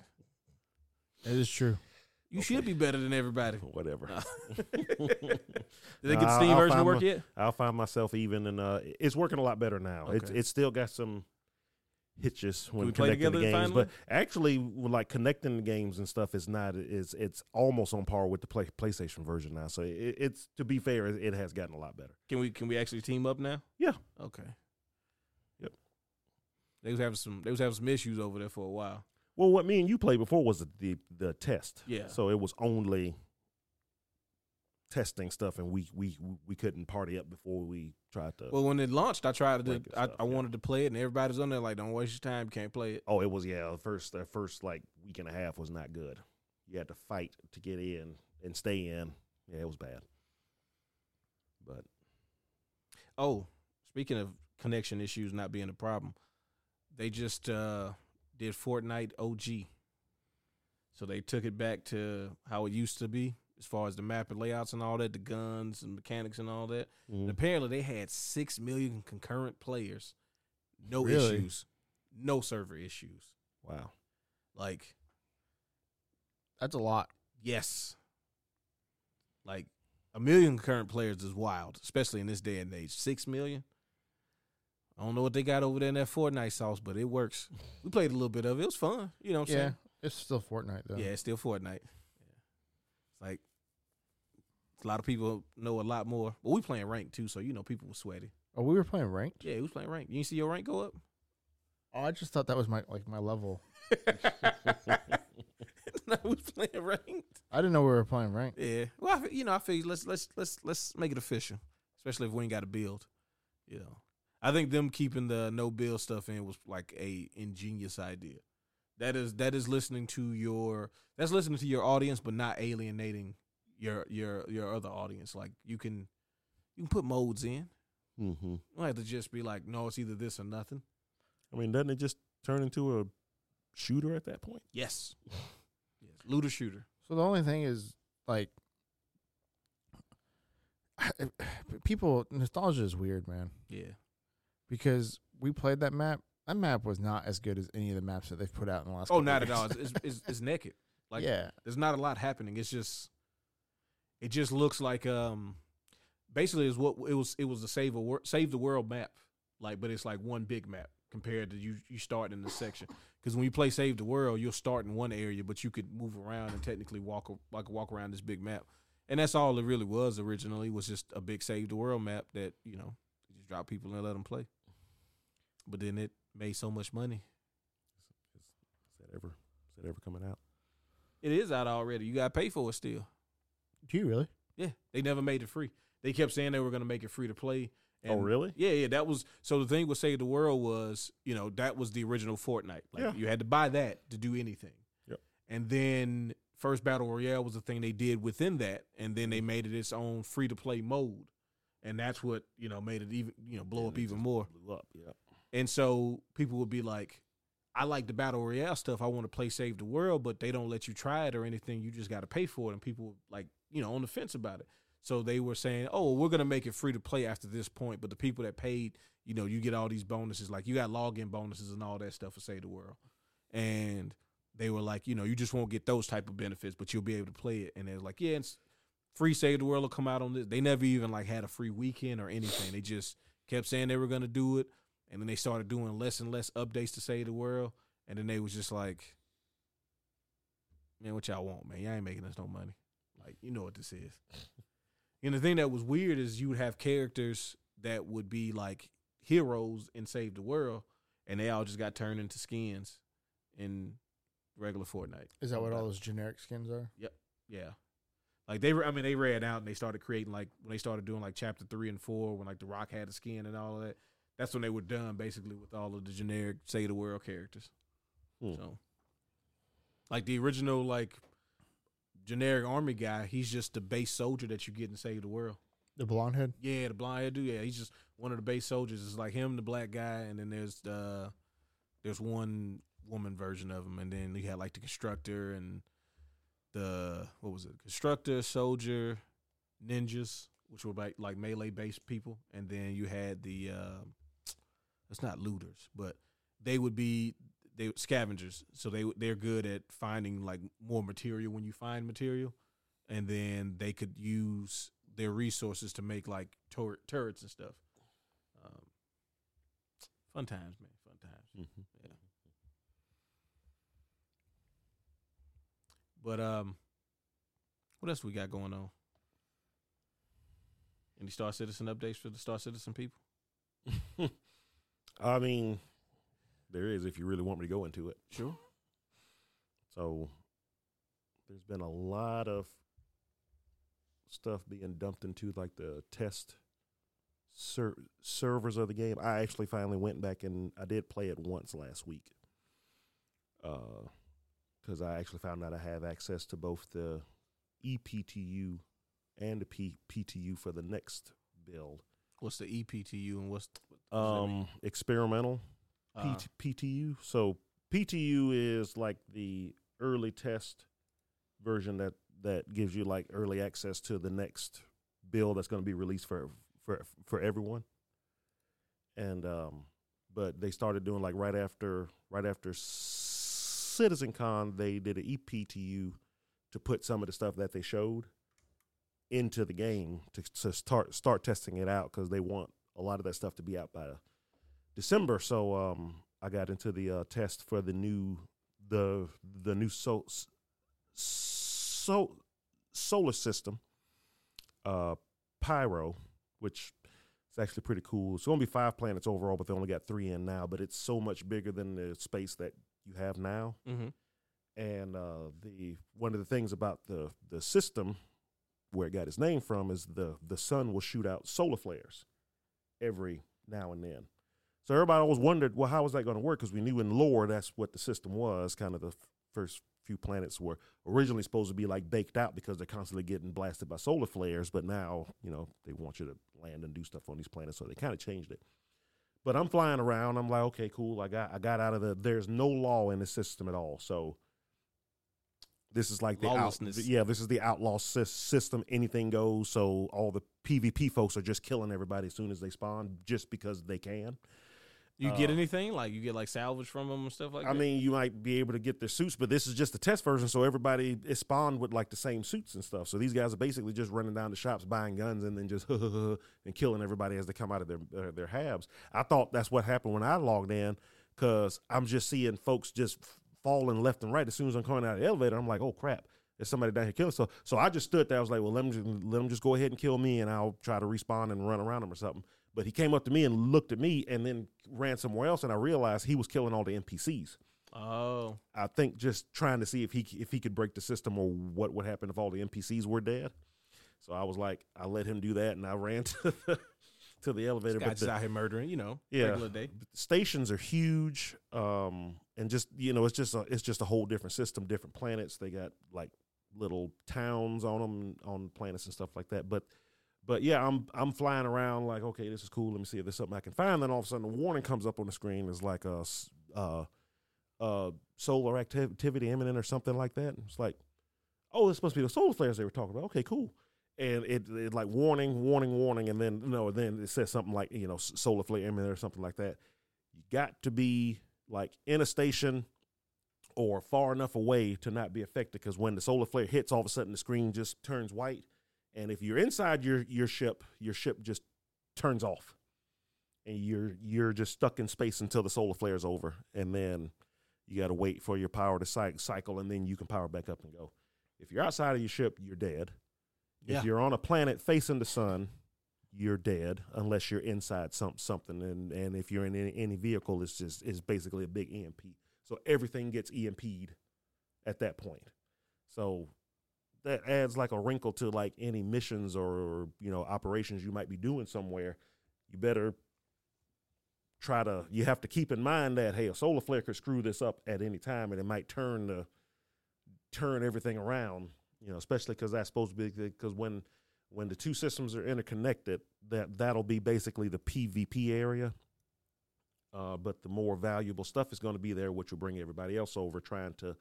[SPEAKER 4] That is true.
[SPEAKER 2] You
[SPEAKER 3] Okay.
[SPEAKER 2] should be better than
[SPEAKER 3] *laughs*
[SPEAKER 2] everybody.
[SPEAKER 3] *laughs* Whatever.
[SPEAKER 2] *laughs* Did they get the
[SPEAKER 3] Nah,
[SPEAKER 2] Steam
[SPEAKER 3] I'll
[SPEAKER 2] version to
[SPEAKER 3] find
[SPEAKER 2] work
[SPEAKER 3] my-
[SPEAKER 2] yet?
[SPEAKER 3] I'll find myself even, and uh, it's working a lot better now. It's
[SPEAKER 2] Okay.
[SPEAKER 3] it's still got some hitches when
[SPEAKER 2] we play
[SPEAKER 3] connecting the
[SPEAKER 2] together
[SPEAKER 3] games,
[SPEAKER 2] finally?
[SPEAKER 3] but actually, well, like connecting the games and stuff is not is it's almost on par with the play, PlayStation version now. So it, it's to be fair, it, it has gotten a lot better.
[SPEAKER 2] Can we can we actually team up now?
[SPEAKER 3] Yeah.
[SPEAKER 2] Okay.
[SPEAKER 3] Yep.
[SPEAKER 2] They was having some they was having some issues over there for a while.
[SPEAKER 3] Well, what me and you played before was the the, the test.
[SPEAKER 2] Yeah.
[SPEAKER 3] So it was only testing stuff, and we we we couldn't party up before we tried to.
[SPEAKER 2] Well, when it launched, I tried to
[SPEAKER 3] Like and
[SPEAKER 2] I,
[SPEAKER 3] stuff,
[SPEAKER 2] I
[SPEAKER 3] yeah.
[SPEAKER 2] wanted to play it, and everybody's on there like, "Don't waste your time, can't play it."
[SPEAKER 3] Oh, it was yeah. The first the first like week and a half was not good. You had to fight to get in and stay in. Yeah, it was bad. But
[SPEAKER 2] Oh, speaking of connection issues not being a problem, they just uh, did Fortnite OG. So they took it back to how it used to be, as far as the map and layouts and all that, the guns and mechanics and all that.
[SPEAKER 3] Mm-hmm.
[SPEAKER 2] And apparently, they had six million concurrent players, no
[SPEAKER 4] Really?
[SPEAKER 2] issues, no server issues.
[SPEAKER 3] wow,
[SPEAKER 2] Like
[SPEAKER 4] That's a lot.
[SPEAKER 2] yes, like a million concurrent players is wild, especially in this day and age. Six million. I don't know what they got over there in that Fortnite sauce, but it works. We played a little bit of it. It was fun. You know what I'm
[SPEAKER 4] yeah, it's still Fortnite though.
[SPEAKER 2] saying? Yeah, it's still Fortnite. It's like a lot of people know a lot more. But we playing ranked too, so you know people were sweaty.
[SPEAKER 4] Oh, we were playing ranked.
[SPEAKER 2] Yeah, who's playing ranked? You ain't see your rank go up? *laughs*
[SPEAKER 4] Oh, I just thought that was my like my level.
[SPEAKER 2] no, we playing ranked.
[SPEAKER 4] I didn't know we were playing ranked.
[SPEAKER 2] Yeah. Well, I, fe- you know, I feel let's let's let's let's make it official, especially if we ain't got to build. You know, I think them keeping the no build stuff in was like a ingenious idea. That is that is listening to your that's listening to your audience, but not alienating your your your other audience. Like you can you can put modes in.
[SPEAKER 3] Mm-hmm.
[SPEAKER 2] You don't have to just be like, no, it's either this or nothing.
[SPEAKER 3] I mean, doesn't it just turn into a shooter at that point?
[SPEAKER 2] Yes. yes. Looter shooter.
[SPEAKER 4] So the only thing is like *sighs* people nostalgia is weird, man.
[SPEAKER 2] Yeah.
[SPEAKER 4] Because we played that map. That map was not as good as any of the maps that they've put out in the last.
[SPEAKER 2] Oh,
[SPEAKER 4] couple
[SPEAKER 2] not at
[SPEAKER 4] years.
[SPEAKER 2] all. It's, it's, it's,
[SPEAKER 4] *laughs*
[SPEAKER 2] it's naked. Like,
[SPEAKER 4] yeah,
[SPEAKER 2] there's not a lot happening. It's just it just looks like um basically is what it was it was the save a wor- save the world map like but it's like one big map compared to you you start in the section because when you play save the world you'll start in one area but you could move around and technically walk a- like walk around this big map and that's all it really was originally was just a big save the world map that you know you just drop people and let them play but then it made so much money
[SPEAKER 3] Is that ever is that ever coming out?
[SPEAKER 2] it is out already you gotta pay for it still
[SPEAKER 4] do you really?
[SPEAKER 2] Yeah, they never made it free. They kept saying they were going to make it free to play.
[SPEAKER 3] oh, really?
[SPEAKER 2] Yeah, yeah. That was so. The thing with Save the World was, you know, that was the original Fortnite. Like
[SPEAKER 3] Yeah.
[SPEAKER 2] you had to buy that to do anything.
[SPEAKER 3] Yep.
[SPEAKER 2] And then First Battle Royale was the thing they did within that, and then they made it its own free to play mode, and that's what you know made it even you know blow
[SPEAKER 3] And
[SPEAKER 2] up
[SPEAKER 3] it
[SPEAKER 2] even
[SPEAKER 3] just
[SPEAKER 2] more.
[SPEAKER 3] Blew up. Yeah.
[SPEAKER 2] And so people would be like, I like the battle royale stuff. I want to play Save the World, but they don't let you try it or anything. You just got to pay for it. And people were, like, you know, on the fence about it. So they were saying, oh, we're going to make it free to play after this point. But the people that paid, you know, you get all these bonuses. Like you got login bonuses and all that stuff for Save the World. And they were like, you know, you just won't get those type of benefits, but you'll be able to play it. And they're like, yeah, it's free Save the World will come out on this. They never even like had a free weekend or anything. They just kept saying they were going to do it and then they started doing less and less updates to save the world and then they was just like man what y'all want man y'all ain't making us no money like you know what
[SPEAKER 4] *laughs*
[SPEAKER 2] this is and the thing that was weird is you would have characters that would be like heroes in save the world and they all just got turned into skins in regular fortnite
[SPEAKER 4] Is that what all those generic skins are?
[SPEAKER 2] yeah. Like they were, I mean, they ran out and they started creating like when they started doing like chapter three and four when like The Rock had a skin and all of that. That's when they were done basically with all of the generic say the world characters.
[SPEAKER 3] Hmm.
[SPEAKER 2] So, like the original like generic army guy, he's just the base soldier that you get in Save the World.
[SPEAKER 4] The blonde head.
[SPEAKER 2] Yeah, the blind hair dude. Yeah, he's just one of the base soldiers. It's like him, the black guy, and then there's the there's one woman version of him, and then you had like the constructor and the what was it? Constructor, soldier, ninjas, which were like like melee based people, and then you had the uh, it's not looters, but they would be they scavengers, so they they're good at finding like more material when you find material, and then they could use their resources to make like tur- turrets and stuff. Um, fun times, man. Fun times.
[SPEAKER 3] Mm-hmm.
[SPEAKER 2] Yeah. But um, what else we got going on? Any Star Citizen updates for the Star Citizen people?
[SPEAKER 3] *laughs* I mean, there is if you really want me to go into it.
[SPEAKER 2] Sure.
[SPEAKER 3] So there's been a lot of stuff being dumped into like the test ser- servers of the game. I actually finally went back and I did play it once last week. Because I actually found out I have access to both the E EPTU and the P- PTU for the next build.
[SPEAKER 2] What's the E EPTU and what's what does that mean?
[SPEAKER 3] Um, experimental
[SPEAKER 2] Uh,
[SPEAKER 3] PT, PTU. So PTU is like the early test version that that gives you like early access to the next bill that's going to be released for for for everyone. And um, but they started doing like right after right after Citizen Con, they did E an EPTU to put some of the stuff that they showed into the game to, to start start testing it out because they want a lot of that stuff to be out by December. So um, I got into the uh, test for the new the the new so so solar system, uh, Pyro, which is actually pretty cool. It's going to be five planets overall, but they only got three in now. But it's so much bigger than the space that you have now
[SPEAKER 2] mm-hmm.
[SPEAKER 3] and uh, the one of the things about the the system where it got its name from is the the sun will shoot out solar flares every now and then. So everybody always wondered, well, how was that going to work? Because we knew in lore that's what the system was. Kind of the f- first few planets were originally supposed to be like baked out because they're constantly getting blasted by solar flares. But now, you know, they want you to land and do stuff on these planets, so they kind of changed it. But I'm flying around. I'm like, okay, cool. I got I got out of the. There's no law in the system at all. So this is like the out,
[SPEAKER 2] Lawlessness.
[SPEAKER 3] yeah. This is the outlaw sys- system. Anything goes. So all the PvP folks are just killing everybody as soon as they spawn, just because they can.
[SPEAKER 2] You get
[SPEAKER 3] Uh,
[SPEAKER 2] anything like you get like salvage from them and stuff like
[SPEAKER 3] I
[SPEAKER 2] that.
[SPEAKER 3] mean, you might be able to get their suits, but this is just the test version, so everybody is spawned with like the same suits and stuff. So these guys are basically just running down the shops, buying guns, and then just *laughs* and killing everybody as they come out of their uh, their habs. I thought that's what happened when I logged in, because I'm just seeing folks just f- falling left and right. As soon as I'm coming out of the elevator, I'm like, oh crap. There's somebody down here killing. So, so I just stood there. I was like, well, let him, just, let him just go ahead and kill me, and I'll try to respawn and run around him or something. But he came up to me and looked at me, and then ran somewhere else. And I realized he was killing all the NPCs.
[SPEAKER 2] oh,
[SPEAKER 3] I think just trying to see if he if he could break the system or what would happen if all the NPCs were dead. So I was like, I let him do that, and I ran *laughs* to the, to the elevator.
[SPEAKER 2] guys
[SPEAKER 3] But
[SPEAKER 2] just
[SPEAKER 3] the
[SPEAKER 2] out here murdering. You know,
[SPEAKER 3] Yeah.
[SPEAKER 2] regular day.
[SPEAKER 3] stations are huge, um, and just you know, it's just a, it's just a whole different system, different planets. They got like little towns on them on planets and stuff like that. But but yeah, I'm I'm flying around like, okay, this is cool. Let me see if there's something I can find. Then all of a sudden, a warning comes up on the screen. It's like a s- uh, uh, solar acti- activity imminent or something like that. And it's like, oh, it's supposed to be the solar flares they were talking about. Okay, cool. And it, it like warning, warning, warning, and then no, then it says something like you know s- solar flare imminent or something like that. You got to be like in a station or far enough away to not be affected because when the solar flare hits, all of a sudden the screen just turns white. And if you're inside your your ship, your ship just turns off, and you're you're just stuck in space until the solar flare's over, and then you got to wait for your power to cy- cycle, and then you can power back up and go. If you're outside of your ship, you're dead.
[SPEAKER 2] Yeah.
[SPEAKER 3] If you're on a planet facing the sun, you're dead unless you're inside some something, and and if you're in any, any vehicle, it's just it's basically a big EMP. So everything gets EMP'd at that point. So that adds like a wrinkle to like any missions or you know operations you might be doing somewhere. You better try to you have to keep in mind that hey, a solar flare could screw this up at any time, and it might turn the turn everything around. You know, especially because that's supposed to be because when When the two systems are interconnected, that that'll be basically the PvP area. Uh, but the more valuable stuff is going to be there, which will bring everybody else over, trying to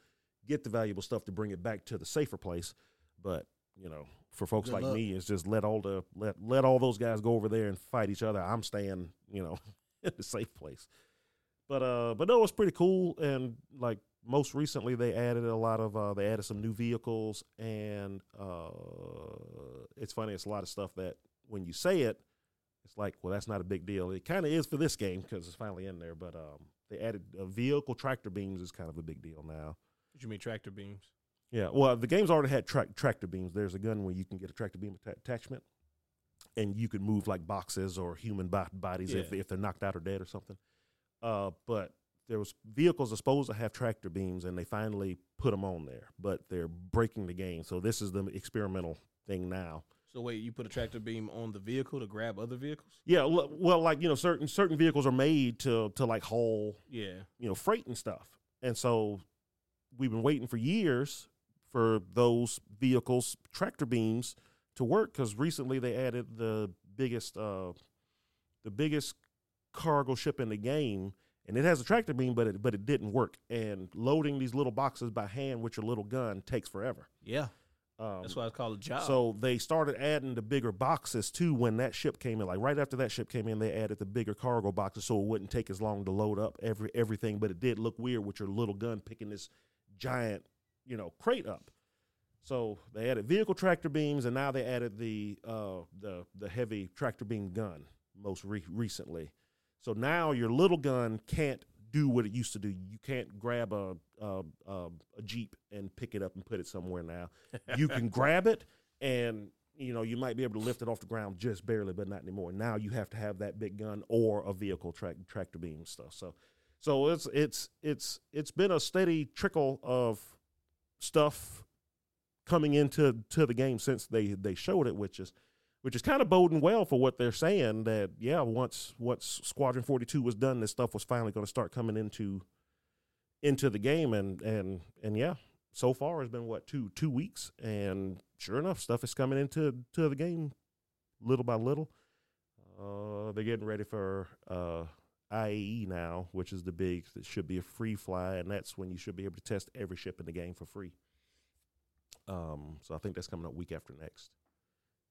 [SPEAKER 3] get the valuable stuff to bring it back to the safer place. But you know, for folks
[SPEAKER 2] Good
[SPEAKER 3] like
[SPEAKER 2] luck.
[SPEAKER 3] me, it's just let all the let let all those guys go over there and fight each other. I'm staying, you know, *laughs* in the safe place. But uh, but no, it's pretty cool. And like most recently, they added a lot of uh, they added some new vehicles, and uh, it's funny. It's a lot of stuff that when you say it, it's like, well, that's not a big deal. It kind of is for this game because it's finally in there. But um, they added uh, vehicle tractor beams is kind of a big deal now.
[SPEAKER 2] What you mean tractor beams?
[SPEAKER 3] Yeah, well, the game's already had tra- tractor beams. There's a gun where you can get a tractor beam atta- attachment, and you can move like boxes or human bo- bodies if,
[SPEAKER 2] Yeah.
[SPEAKER 3] if they're knocked out or dead or something. Uh, but there was vehicles are supposed to have tractor beams, and they finally put them on there, but they're breaking the game. So this is the experimental thing now.
[SPEAKER 2] So wait, you put a tractor beam on the vehicle to grab other vehicles?
[SPEAKER 3] Yeah, l- well, like you know, certain certain vehicles are made to to like haul
[SPEAKER 2] Yeah.
[SPEAKER 3] you know, freight and stuff. And so we've been waiting for years for those vehicles, tractor beams, to work because recently they added the biggest, uh, the biggest cargo ship in the game, and it has a tractor beam, but it but it didn't work. And loading these little boxes by hand with your little gun takes forever.
[SPEAKER 2] Yeah.
[SPEAKER 3] Um,
[SPEAKER 2] That's why it's called a job.
[SPEAKER 3] so they started adding the bigger boxes too when that ship came in. Like right after that ship came in, they added the bigger cargo boxes so it wouldn't take as long to load up every everything. But it did look weird with your little gun picking this giant, you know, crate up. So they added vehicle tractor beams, and now they added the uh, the the heavy tractor beam gun most re- recently. So now your little gun can't do what it used to do. You can't grab a a, a, a jeep and pick it up and put it somewhere. Now
[SPEAKER 2] *laughs*
[SPEAKER 3] you can grab it, and you know you might be able to lift it off the ground just barely, but not anymore. Now you have to have that big gun or a vehicle track tractor beam stuff. So so it's it's it's it's been a steady trickle of stuff coming into to the game since they they showed it, which is which is kind of boding well for what they're saying that yeah, once once Squadron Forty Two was done, this stuff was finally going to start coming into into the game, and and and yeah, so far it's been what two two weeks, and sure enough, stuff is coming into to the game little by little. Uh, they're getting ready for uh, IAE now, which is the big that should be a free fly, and that's when you should be able to test every ship in the game for free. Um, so I think that's coming up week after next,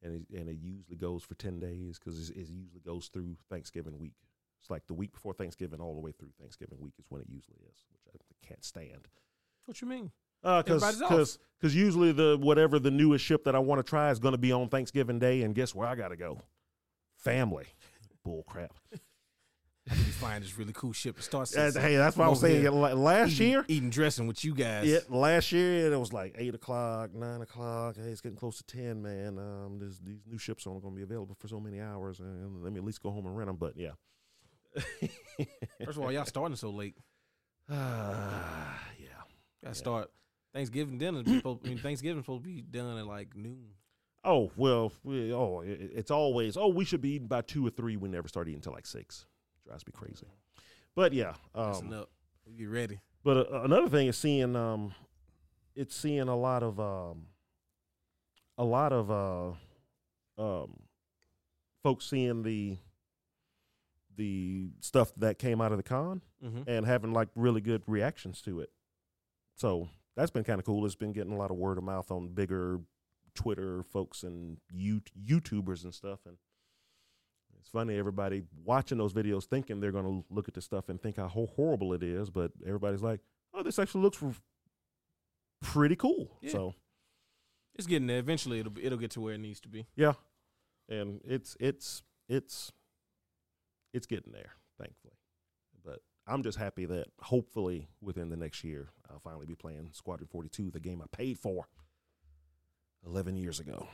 [SPEAKER 3] and it, and it usually goes for ten days because it usually goes through Thanksgiving week. It's like the week before Thanksgiving, all the way through Thanksgiving week is when it usually is, which I can't stand.
[SPEAKER 2] what you mean?
[SPEAKER 3] Because
[SPEAKER 2] Everybody's off.
[SPEAKER 3] because usually the whatever the newest ship that I want to try is going to be on Thanksgiving Day, and guess where I got to go? Family. Bull crap.
[SPEAKER 2] I could be flying this really cool ship and start
[SPEAKER 3] Uh, *laughs* hey, that's what I was
[SPEAKER 2] Over
[SPEAKER 3] saying.
[SPEAKER 2] here.
[SPEAKER 3] La- Last
[SPEAKER 2] eating,
[SPEAKER 3] year,
[SPEAKER 2] eating dressing with you guys.
[SPEAKER 3] yeah, last year it was like eight o'clock, nine o'clock. Hey, it's getting close to ten, man. Um, this, these new ships aren't going to be available for so many hours, and let me at least go home and rent them. But *laughs* yeah, *sighs*
[SPEAKER 2] First of all, y'all starting so late.
[SPEAKER 3] Ah, yeah.
[SPEAKER 2] I start Thanksgiving dinner. I mean, Thanksgiving's supposed to be done at like noon.
[SPEAKER 3] Oh well, we, oh i- i- it's always oh we should be eating by two or three. We never start eating till like six. Drives me crazy. But yeah,
[SPEAKER 2] Listen
[SPEAKER 3] um,
[SPEAKER 2] up. We get ready.
[SPEAKER 3] but uh, another thing is seeing um, it's seeing a lot of um, a lot of uh, um, folks seeing the the stuff that came out of the con
[SPEAKER 2] Mm-hmm.
[SPEAKER 3] and having like really good reactions to it. So that's been kind of cool. It's been getting a lot of word of mouth on bigger Twitter folks and you YouTubers and stuff. And it's funny, everybody watching those videos thinking they're going to look at this stuff and think how hor- horrible it is, but everybody's like, "Oh, this actually looks r- pretty cool."
[SPEAKER 2] Yeah.
[SPEAKER 3] So
[SPEAKER 2] It's getting there. Eventually, it'll be, it'll get to where it needs to be.
[SPEAKER 3] yeah, and it's it's it's it's getting there, thankfully. But I'm just happy that hopefully within the next year I'll finally be playing Squadron 42, the game I paid for 11 years ago.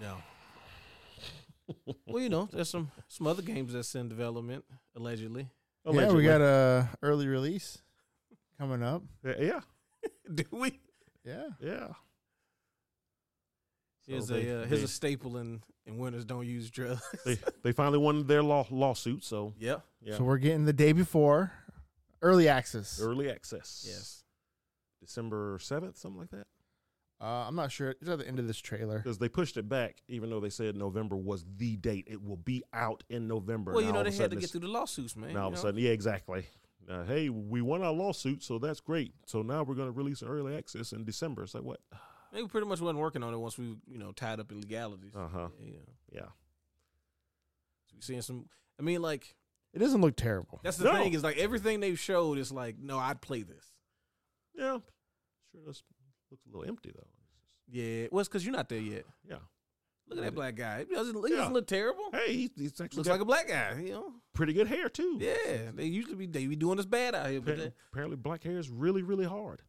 [SPEAKER 2] No. well, you know, there's some some other games that's in development
[SPEAKER 3] *laughs*
[SPEAKER 2] allegedly.
[SPEAKER 4] Yeah, we
[SPEAKER 3] Allegedly.
[SPEAKER 4] got a early release coming up.
[SPEAKER 3] Y- yeah,
[SPEAKER 2] Do we?
[SPEAKER 4] Yeah.
[SPEAKER 3] yeah.
[SPEAKER 2] Here's
[SPEAKER 3] So they-
[SPEAKER 2] a uh, here's
[SPEAKER 3] they-
[SPEAKER 2] a staple in in winners don't use drugs.
[SPEAKER 3] They they finally won their law, lawsuit, so
[SPEAKER 2] *laughs* yep.
[SPEAKER 3] yeah,
[SPEAKER 4] So we're getting the day before early access.
[SPEAKER 3] early access.
[SPEAKER 2] Yes.
[SPEAKER 3] December 7th, something like that.
[SPEAKER 4] Uh, I'm not sure. It's at the end of this trailer.
[SPEAKER 3] Because they pushed it back, even though they said November was the date. It will be out in November.
[SPEAKER 2] Well,
[SPEAKER 3] Now
[SPEAKER 2] you know
[SPEAKER 3] all of
[SPEAKER 2] they
[SPEAKER 3] a
[SPEAKER 2] had to
[SPEAKER 3] sudden
[SPEAKER 2] get
[SPEAKER 3] it's-
[SPEAKER 2] through the lawsuits, man.
[SPEAKER 3] Now
[SPEAKER 2] you
[SPEAKER 3] all of a
[SPEAKER 2] know?
[SPEAKER 3] sudden, yeah, exactly. Uh, hey, we won our lawsuit, so that's great. So now we're going to release an early access in December. It's like what?
[SPEAKER 2] they pretty much wasn't working on it once we, you know, tied up in legalities.
[SPEAKER 3] Uh huh.
[SPEAKER 2] Yeah, yeah.
[SPEAKER 3] Yeah.
[SPEAKER 2] So we seeing some. I mean, like
[SPEAKER 4] It doesn't look terrible.
[SPEAKER 2] that's the
[SPEAKER 3] No.
[SPEAKER 2] thing is like everything they've showed is like, no, I'd play this.
[SPEAKER 3] Yeah. Sure does looks a little empty though.
[SPEAKER 2] Yeah, well, it's because you're not there yet.
[SPEAKER 3] Yeah.
[SPEAKER 2] Look at that black guy. It doesn't, it
[SPEAKER 3] Yeah.
[SPEAKER 2] doesn't look terrible.
[SPEAKER 3] Hey, he's, he's actually
[SPEAKER 2] Looks
[SPEAKER 3] got
[SPEAKER 2] like a black guy. You know.
[SPEAKER 3] pretty good hair too.
[SPEAKER 2] Yeah, they usually be they be doing this bad out here, but
[SPEAKER 3] Apparently,
[SPEAKER 2] they,
[SPEAKER 3] apparently black hair is really, really hard.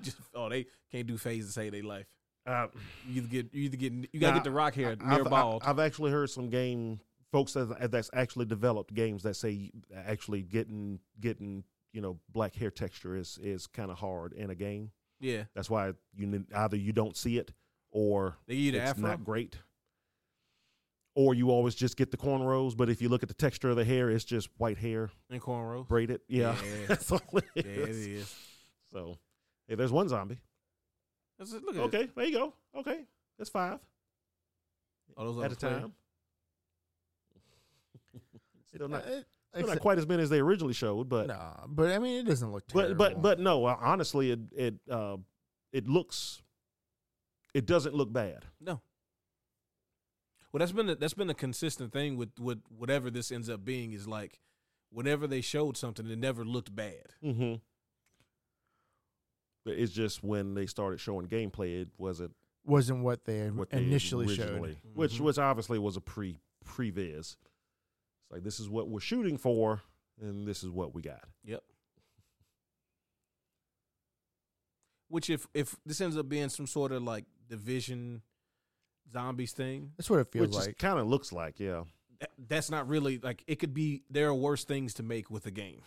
[SPEAKER 2] just oh they can't do phase to save their life.
[SPEAKER 3] Uh,
[SPEAKER 2] You either get you either get you gotta
[SPEAKER 3] Nah,
[SPEAKER 2] get the rock hair
[SPEAKER 3] I-
[SPEAKER 2] near
[SPEAKER 3] I've,
[SPEAKER 2] bald.
[SPEAKER 3] I- I've actually heard some game folks that that's actually developed games that say actually getting getting you know black hair texture is is kind of hard in a game.
[SPEAKER 2] yeah,
[SPEAKER 3] That's why you n- either you don't see it or
[SPEAKER 2] they either
[SPEAKER 3] it's
[SPEAKER 2] afro.
[SPEAKER 3] not great. Or you always just get the cornrows, but if you look at the texture of the hair, it's just white hair
[SPEAKER 2] and cornrows.
[SPEAKER 3] braided. Yeah,
[SPEAKER 2] yeah,
[SPEAKER 3] *laughs* that's all it
[SPEAKER 2] yeah, it
[SPEAKER 3] is.
[SPEAKER 2] is.
[SPEAKER 3] So, hey, there's one zombie.
[SPEAKER 2] That's it. Look at okay.
[SPEAKER 3] Okay, there you go. Okay, that's five
[SPEAKER 2] All those
[SPEAKER 3] at
[SPEAKER 2] other
[SPEAKER 3] a time.
[SPEAKER 2] *laughs*
[SPEAKER 3] still not,
[SPEAKER 4] Uh, it-
[SPEAKER 3] still not
[SPEAKER 4] except-
[SPEAKER 3] quite as many as they originally showed, but
[SPEAKER 4] nah, but I mean, it doesn't look terrible.
[SPEAKER 3] but but but no, uh, honestly, it it uh, it looks it doesn't look bad.
[SPEAKER 2] Well, that's been a, that's been a consistent thing with with whatever this ends up being is like, whenever they showed something, it never looked bad.
[SPEAKER 3] Mm-hmm. But it's just when they started showing gameplay, it wasn't
[SPEAKER 4] wasn't what they
[SPEAKER 3] what they
[SPEAKER 4] initially
[SPEAKER 3] originally-
[SPEAKER 4] showed.
[SPEAKER 3] which
[SPEAKER 2] Mhm.
[SPEAKER 3] which obviously was a pre previs. It's like this is what we're shooting for, and this is what we got.
[SPEAKER 2] Which if if this ends up being some sort of like division zombies thing,
[SPEAKER 4] That's what it feels
[SPEAKER 3] which
[SPEAKER 4] like.
[SPEAKER 3] kind of looks like, yeah.
[SPEAKER 2] that, that's not really like it could be there are worse things to make with a game.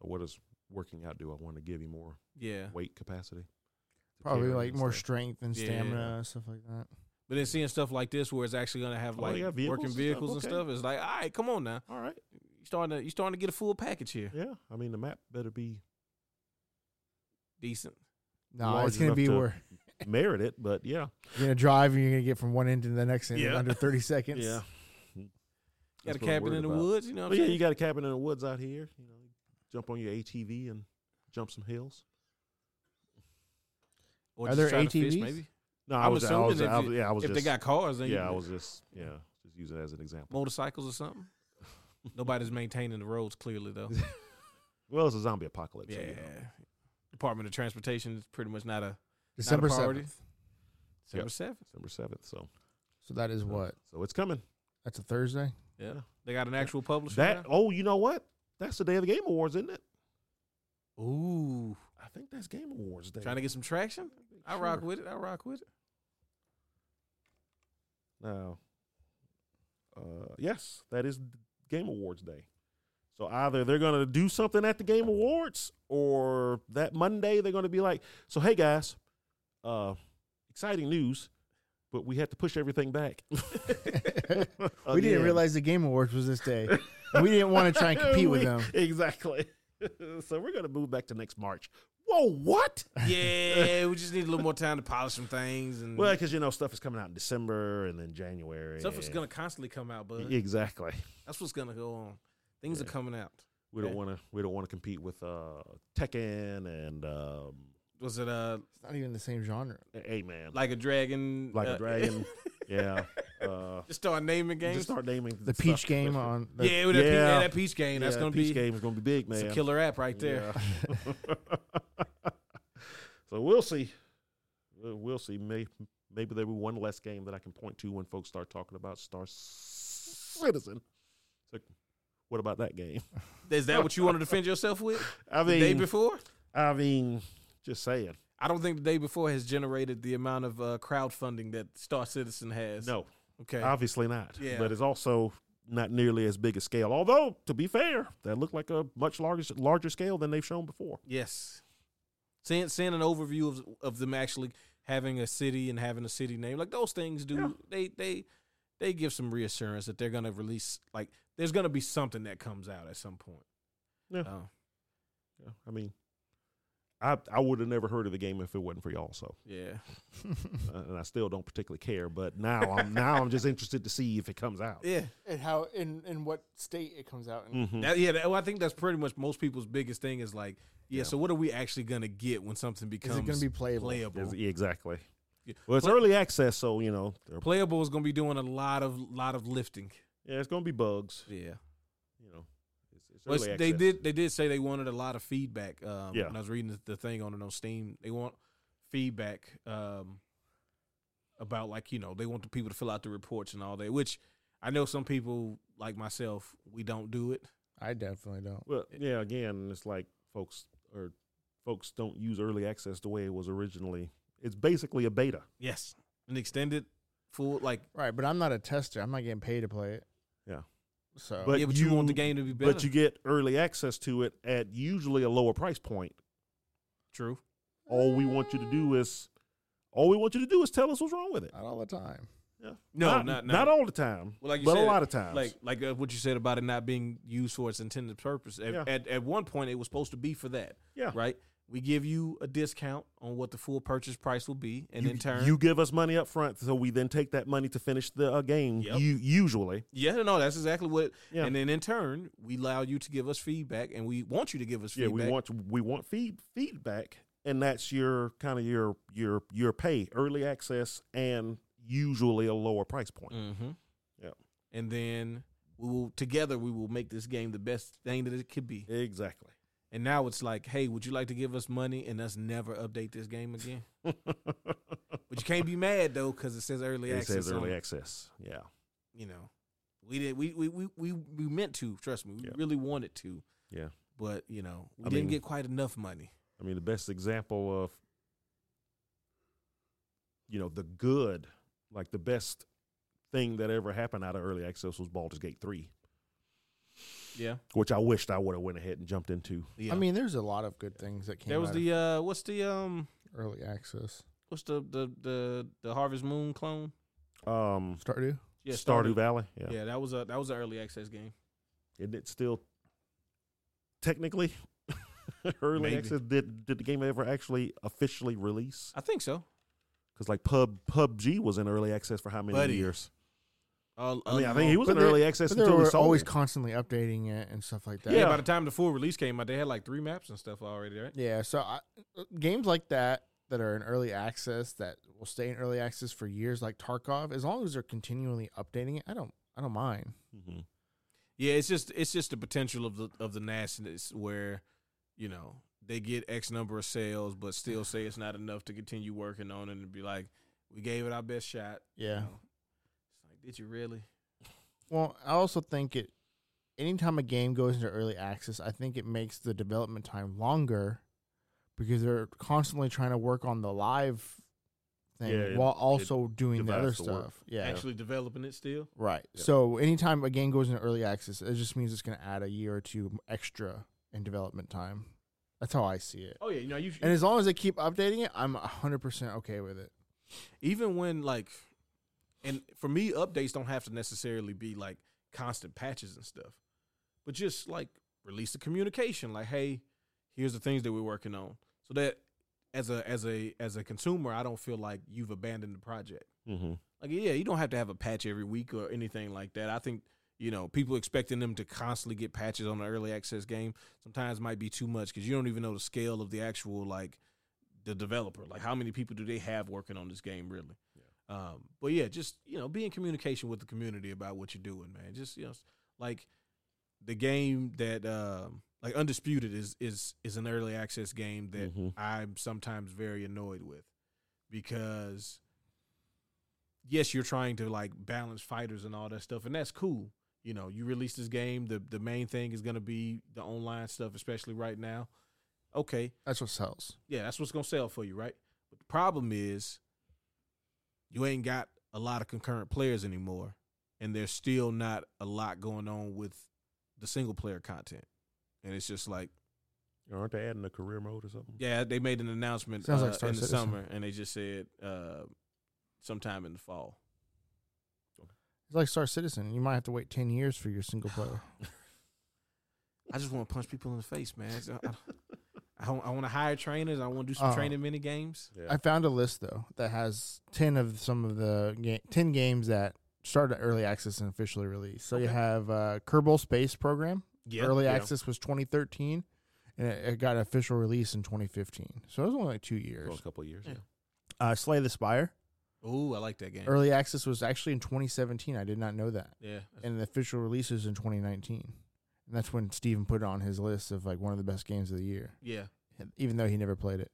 [SPEAKER 3] What does working out do? I want to give you more
[SPEAKER 2] Yeah.
[SPEAKER 3] weight capacity. to
[SPEAKER 4] Probably
[SPEAKER 3] carry
[SPEAKER 4] like
[SPEAKER 3] and
[SPEAKER 4] more
[SPEAKER 3] stuff.
[SPEAKER 4] strength and
[SPEAKER 2] Yeah.
[SPEAKER 4] stamina and stuff like that.
[SPEAKER 2] But then seeing stuff like this where it's actually gonna have
[SPEAKER 3] Oh,
[SPEAKER 2] like
[SPEAKER 3] they got vehicles
[SPEAKER 2] working
[SPEAKER 3] and stuff?
[SPEAKER 2] vehicles and
[SPEAKER 3] Okay.
[SPEAKER 2] stuff, it's like, all right, come on now.
[SPEAKER 3] All right,
[SPEAKER 2] You starting to you starting to get a full package here.
[SPEAKER 3] yeah. I mean, the map better be
[SPEAKER 2] Decent.
[SPEAKER 4] No,
[SPEAKER 3] Large
[SPEAKER 4] it's gonna
[SPEAKER 3] enough
[SPEAKER 4] be
[SPEAKER 3] to-
[SPEAKER 4] where
[SPEAKER 3] merit it, but yeah,
[SPEAKER 4] you're gonna drive and you're gonna get from one end to the next end in
[SPEAKER 2] Yeah.
[SPEAKER 4] under 30 seconds.
[SPEAKER 3] *laughs* yeah.
[SPEAKER 2] Got
[SPEAKER 3] That's
[SPEAKER 2] a
[SPEAKER 3] what I'm
[SPEAKER 2] cabin
[SPEAKER 3] worried
[SPEAKER 2] in the
[SPEAKER 3] about.
[SPEAKER 2] woods, you know what
[SPEAKER 3] Oh,
[SPEAKER 2] I'm
[SPEAKER 3] yeah,
[SPEAKER 2] saying?
[SPEAKER 3] you got a cabin in the woods out here. You know, jump on your ATV and jump some hills.
[SPEAKER 2] or
[SPEAKER 4] Are
[SPEAKER 2] just
[SPEAKER 4] there
[SPEAKER 2] try to
[SPEAKER 4] ATVs?
[SPEAKER 3] No, I
[SPEAKER 2] I'm
[SPEAKER 3] was, I
[SPEAKER 2] assuming
[SPEAKER 3] was,
[SPEAKER 2] if
[SPEAKER 3] I
[SPEAKER 2] you-
[SPEAKER 3] was- yeah, I was
[SPEAKER 2] if
[SPEAKER 3] just,
[SPEAKER 2] they got cars, then you
[SPEAKER 3] yeah, I
[SPEAKER 2] can-
[SPEAKER 3] was just, yeah, just use it as an example.
[SPEAKER 2] motorcycles or something. Nobody's maintaining the roads clearly *laughs* though.
[SPEAKER 3] Well, it's a zombie apocalypse. so,
[SPEAKER 2] yeah.
[SPEAKER 3] you know.
[SPEAKER 2] Department of Transportation is pretty much not a
[SPEAKER 4] December
[SPEAKER 2] priority.
[SPEAKER 4] 7th.
[SPEAKER 2] December seventh.
[SPEAKER 3] December seventh. So,
[SPEAKER 4] So that is
[SPEAKER 3] so-
[SPEAKER 4] what?
[SPEAKER 3] So it's coming.
[SPEAKER 4] That's a Thursday.
[SPEAKER 2] Yeah.
[SPEAKER 3] Yeah.
[SPEAKER 2] They got an actual publisher.
[SPEAKER 3] That. Oh, you know what? That's the day of the Game Awards, isn't it?
[SPEAKER 2] now? Ooh.
[SPEAKER 3] I think that's Game Awards day.
[SPEAKER 2] Trying to get some traction? I rock with it. I rock *laughs* with it.
[SPEAKER 3] Now, uh, yes, that is Game Awards day. So either they're going to do something at the Game Awards, or that Monday they're going to be like, "So hey guys, uh, exciting news, but we had to push
[SPEAKER 4] *laughs*
[SPEAKER 3] everything back." *laughs*
[SPEAKER 1] Oh,
[SPEAKER 4] we didn't realize the Game Awards was this day. we didn't want to
[SPEAKER 1] *laughs*
[SPEAKER 4] try
[SPEAKER 3] *laughs*
[SPEAKER 4] and compete with
[SPEAKER 3] We-
[SPEAKER 4] them.
[SPEAKER 3] Exactly. *laughs* so we're going to move back to next March. Whoa, what?
[SPEAKER 2] Yeah, we just need a little more time to polish some things
[SPEAKER 4] Mm.
[SPEAKER 2] and
[SPEAKER 3] Well, because you know stuff is coming out in December and then January.
[SPEAKER 2] stuff is
[SPEAKER 3] and-
[SPEAKER 2] gonna constantly come out, bud.
[SPEAKER 3] exactly.
[SPEAKER 2] That's what's gonna go on. Things are
[SPEAKER 3] Yeah.
[SPEAKER 2] coming out.
[SPEAKER 3] We don't
[SPEAKER 2] Yeah.
[SPEAKER 3] want to. We don't want to compete with uh, Tekken and um,
[SPEAKER 2] Was it uh
[SPEAKER 4] It's not even the same genre.
[SPEAKER 3] hey man, like,
[SPEAKER 2] like a dragon?
[SPEAKER 3] a
[SPEAKER 2] uh,
[SPEAKER 3] dragon. *laughs* yeah. Uh,
[SPEAKER 2] *laughs* just start naming games.
[SPEAKER 3] just start naming
[SPEAKER 4] The
[SPEAKER 3] stuff.
[SPEAKER 4] Peach game on the,
[SPEAKER 2] yeah, with that, Peach,
[SPEAKER 3] Yeah.
[SPEAKER 2] that Peach game. that's
[SPEAKER 3] Yeah,
[SPEAKER 2] gonna
[SPEAKER 3] Peach
[SPEAKER 2] be
[SPEAKER 3] game is gonna be big,
[SPEAKER 2] it's
[SPEAKER 3] man.
[SPEAKER 2] a killer app right there.
[SPEAKER 3] Yeah. *laughs* so we'll see. We'll we'll see. May Maybe there'll be one less game that I can point to when folks start talking about Star Citizen. It's like, what about that game?
[SPEAKER 2] Is that what you want to defend yourself with?
[SPEAKER 3] *laughs* I
[SPEAKER 2] The day
[SPEAKER 3] mean,
[SPEAKER 2] before?
[SPEAKER 3] I mean, just saying.
[SPEAKER 2] I don't think the day before has generated the amount of uh, crowdfunding that Star Citizen has.
[SPEAKER 3] No,
[SPEAKER 2] Okay.
[SPEAKER 3] obviously not.
[SPEAKER 2] Yeah.
[SPEAKER 3] But it's also not nearly as big a scale. Although, to be fair, that looked like a much larger larger scale than they've shown before.
[SPEAKER 2] yes. Seeing, seeing an overview of of them actually having a city and having a city name, like those things do,
[SPEAKER 3] Yeah.
[SPEAKER 2] they they they give some reassurance that they're gonna release. Like there's gonna Oh, be something that comes out at some point.
[SPEAKER 3] Yeah.
[SPEAKER 2] Uh,
[SPEAKER 3] Yeah, I mean, I I would have never heard of the game if it wasn't for y'all. So,
[SPEAKER 2] Yeah.
[SPEAKER 4] *laughs*
[SPEAKER 3] uh, and I still don't particularly care. But now
[SPEAKER 2] *laughs*
[SPEAKER 3] I'm now I'm just interested to see if it comes out.
[SPEAKER 2] Yeah.
[SPEAKER 1] and how in in what state it comes
[SPEAKER 4] Mm.
[SPEAKER 1] out in.
[SPEAKER 3] Mhm.
[SPEAKER 2] That, yeah. That, well, I think that's pretty much most people's biggest thing is like, yeah,
[SPEAKER 3] Yeah.
[SPEAKER 2] so what are we actually going to get when something
[SPEAKER 4] Is
[SPEAKER 2] becomes
[SPEAKER 4] it going to be playable?
[SPEAKER 2] playable?
[SPEAKER 3] Is- exactly.
[SPEAKER 2] Yeah.
[SPEAKER 3] Well, it's
[SPEAKER 2] But-
[SPEAKER 3] early access, so you know, they're-
[SPEAKER 2] Playable is going to be doing a lot of lot of lifting.
[SPEAKER 3] yeah, it's gonna be bugs.
[SPEAKER 2] Yeah.
[SPEAKER 3] You know, it's, it's
[SPEAKER 2] Well,
[SPEAKER 3] early
[SPEAKER 2] they
[SPEAKER 3] access.
[SPEAKER 2] did. They did say they wanted a lot of feedback. Um,
[SPEAKER 3] Yeah.
[SPEAKER 2] When I was reading the, the thing on it on Steam, they want feedback um, about like you know they want the people to fill out the reports and all that. Which I know some people like myself, we don't do it.
[SPEAKER 4] I definitely don't.
[SPEAKER 3] Well,
[SPEAKER 2] Eh.
[SPEAKER 3] yeah. Again, it's like folks or folks don't use early access the way it was originally. It's basically a beta.
[SPEAKER 2] Yes, an extended full like.
[SPEAKER 4] Right, but I'm not a tester. I'm not getting paid to play it.
[SPEAKER 3] Yeah.
[SPEAKER 4] So
[SPEAKER 3] But
[SPEAKER 2] yeah, but you, want the
[SPEAKER 3] you-
[SPEAKER 2] game to be better.
[SPEAKER 3] But you get early access to it at usually a lower price point.
[SPEAKER 2] True.
[SPEAKER 3] All we want you to do is, all we want you to do is tell us what's wrong with it.
[SPEAKER 4] not all the time.
[SPEAKER 2] No, not
[SPEAKER 3] not,
[SPEAKER 2] not,
[SPEAKER 3] all the time,
[SPEAKER 2] Well, like you
[SPEAKER 3] but
[SPEAKER 2] said,
[SPEAKER 3] a lot of times.
[SPEAKER 2] Like like uh, what you said about it not being used for its intended purpose. At,
[SPEAKER 3] Yeah.
[SPEAKER 2] at at one point, it was supposed to be for that.
[SPEAKER 3] yeah,
[SPEAKER 2] right? We give you a discount on what the full purchase price will be, and
[SPEAKER 3] you,
[SPEAKER 2] in turn,
[SPEAKER 3] you give us money up front, so we then take that money to finish the uh, game.
[SPEAKER 2] Yep.
[SPEAKER 3] You usually,
[SPEAKER 2] yeah, no, that's exactly what.
[SPEAKER 3] Yeah.
[SPEAKER 2] And then in turn, we allow you to give us feedback, and we want you to give us
[SPEAKER 3] yeah,
[SPEAKER 2] feedback.
[SPEAKER 3] we want we want feed, feedback, and that's your kind of your your your pay, early access, and usually a lower price point.
[SPEAKER 2] Mm-hmm.
[SPEAKER 3] Yeah.
[SPEAKER 2] And then we will together we will make this game the best thing that it could be.
[SPEAKER 3] Exactly.
[SPEAKER 2] And now it's like, hey, would you like to give us money and us never update this game again? But you can't be mad though because it says early
[SPEAKER 3] *laughs* it
[SPEAKER 2] access.
[SPEAKER 3] says early
[SPEAKER 2] on,
[SPEAKER 3] access. Yeah.
[SPEAKER 2] You know, we did. We we we we, we meant to. Trust me, we
[SPEAKER 3] Yeah.
[SPEAKER 2] really wanted to.
[SPEAKER 3] Yeah.
[SPEAKER 2] But you know, we
[SPEAKER 3] I
[SPEAKER 2] didn't
[SPEAKER 3] mean-
[SPEAKER 2] get quite enough money.
[SPEAKER 3] I mean, the best example of, you know, the good, like the best thing that ever happened out of early access was Baldur's Gate 3,
[SPEAKER 2] Yeah.
[SPEAKER 3] which I wished I would have went ahead and jumped into.
[SPEAKER 2] yeah.
[SPEAKER 4] I mean, there's a lot of good things that came
[SPEAKER 2] there was
[SPEAKER 4] out
[SPEAKER 2] the uh what's the um
[SPEAKER 4] of early access.
[SPEAKER 2] what's the the the, the Harvest Moon clone?
[SPEAKER 3] Um,
[SPEAKER 4] Stardew.
[SPEAKER 2] Yeah,
[SPEAKER 3] Stardew, Valley. Yeah.
[SPEAKER 2] Yeah, that was a that was an early access game.
[SPEAKER 3] And it still, technically, *laughs* early
[SPEAKER 2] Maybe.
[SPEAKER 3] access, did, did the game ever actually officially release?
[SPEAKER 2] I think so.
[SPEAKER 3] Because, like, Pub PUBG was in early access for how many
[SPEAKER 2] Buddy.
[SPEAKER 3] years?
[SPEAKER 2] Uh,
[SPEAKER 3] I mean, I think he was
[SPEAKER 4] But
[SPEAKER 3] in
[SPEAKER 4] they-
[SPEAKER 3] early access
[SPEAKER 4] But they
[SPEAKER 3] until he
[SPEAKER 4] were
[SPEAKER 3] sold
[SPEAKER 4] always
[SPEAKER 3] it.
[SPEAKER 4] constantly updating it and stuff like that.
[SPEAKER 2] yeah.
[SPEAKER 3] Yeah.
[SPEAKER 2] By the time the full release came out, they had like three maps and stuff already, right?
[SPEAKER 4] Yeah, so I, uh, games like that that are in early access that will stay in early access for years, like Tarkov, as long as they're continually updating it, I don't, I don't mind.
[SPEAKER 3] Mhm.
[SPEAKER 2] Yeah, it's just it's just the potential of the of the nastiness where, you know, they get X number of sales, but still say it's not enough to continue working on it and be like, we gave it our best shot.
[SPEAKER 4] Yeah.
[SPEAKER 2] You know? It's like, did you really?
[SPEAKER 4] Well, I also think it. Anytime a game goes into early access, I think it makes the development time longer because they're constantly trying to work on the live thing
[SPEAKER 3] Yeah, it-
[SPEAKER 4] while also doing the
[SPEAKER 3] divides
[SPEAKER 4] other
[SPEAKER 3] the work.
[SPEAKER 4] stuff. Yeah.
[SPEAKER 2] Actually developing it still?
[SPEAKER 4] Right.
[SPEAKER 3] Yeah.
[SPEAKER 4] So anytime a game goes into early access, it just means it's going to add a year or two extra in development time. That's how I see it.
[SPEAKER 2] Oh yeah, you know you
[SPEAKER 4] And as long as they keep updating it, I'm 100% okay with it.
[SPEAKER 2] even when like and for me updates don't have to necessarily be like constant patches and stuff but just like release the communication like hey here's the things that we're working on so that as a as a as a consumer i don't feel like you've abandoned the project
[SPEAKER 3] Mhm.
[SPEAKER 2] like yeah you don't have to have a patch every week or anything like that i think you know people expecting them to constantly get patches on an early access game sometimes might be too much because you don't even know the scale of the actual like the developer like how many people do they have working on this game really um, but yeah just you know be in communication with the community about what you're doing man just you know like the game that um like undisputed is is is an early access game that
[SPEAKER 3] Mhm.
[SPEAKER 2] I'm sometimes very annoyed with because yes, you're trying to like balance fighters and all that stuff, and that's cool. You know, you release this game, the the main thing is gonna be the online stuff, especially right now. Okay,
[SPEAKER 4] That's what sells.
[SPEAKER 2] yeah, that's what's gonna sell for you, right? But the problem is you ain't got a lot of concurrent players anymore, and there's still not a lot going on with the single player content. And it's just like
[SPEAKER 3] Aren't they adding a career mode or something?
[SPEAKER 2] yeah, they made an announcement
[SPEAKER 4] Sounds
[SPEAKER 2] uh,
[SPEAKER 4] like Star
[SPEAKER 2] in the
[SPEAKER 4] Citizen.
[SPEAKER 2] summer, and they just said uh, sometime in the fall.
[SPEAKER 4] It's like Star Citizen. You might have to wait 10 years for your single player.
[SPEAKER 2] uh, I just want to punch people in the face, man. It's- I, I, I, want to hire trainers. I want to do some
[SPEAKER 4] Uh-huh.
[SPEAKER 2] training mini games.
[SPEAKER 3] Yeah.
[SPEAKER 4] I found a list though that has ten of some of the ga- ten games that started early access and officially released. So you
[SPEAKER 2] Okay.
[SPEAKER 4] have uh, Kerbal Space Program.
[SPEAKER 2] Yeah,
[SPEAKER 4] early
[SPEAKER 3] yeah.
[SPEAKER 4] access was 2013, and it, it got an official release in 2015. So it was only like two
[SPEAKER 3] Go in
[SPEAKER 4] years.
[SPEAKER 3] a couple of years.
[SPEAKER 2] Yeah.
[SPEAKER 3] Yeah.
[SPEAKER 4] Uh, Slay the Spire.
[SPEAKER 2] Ooh, I like that game.
[SPEAKER 4] Early access was actually in 2017. I did not know that.
[SPEAKER 2] Yeah,
[SPEAKER 4] And the official release is in 2019. And that's when Steven put it on his list of like one of the best games of the year,
[SPEAKER 2] yeah.
[SPEAKER 4] even though he never played it.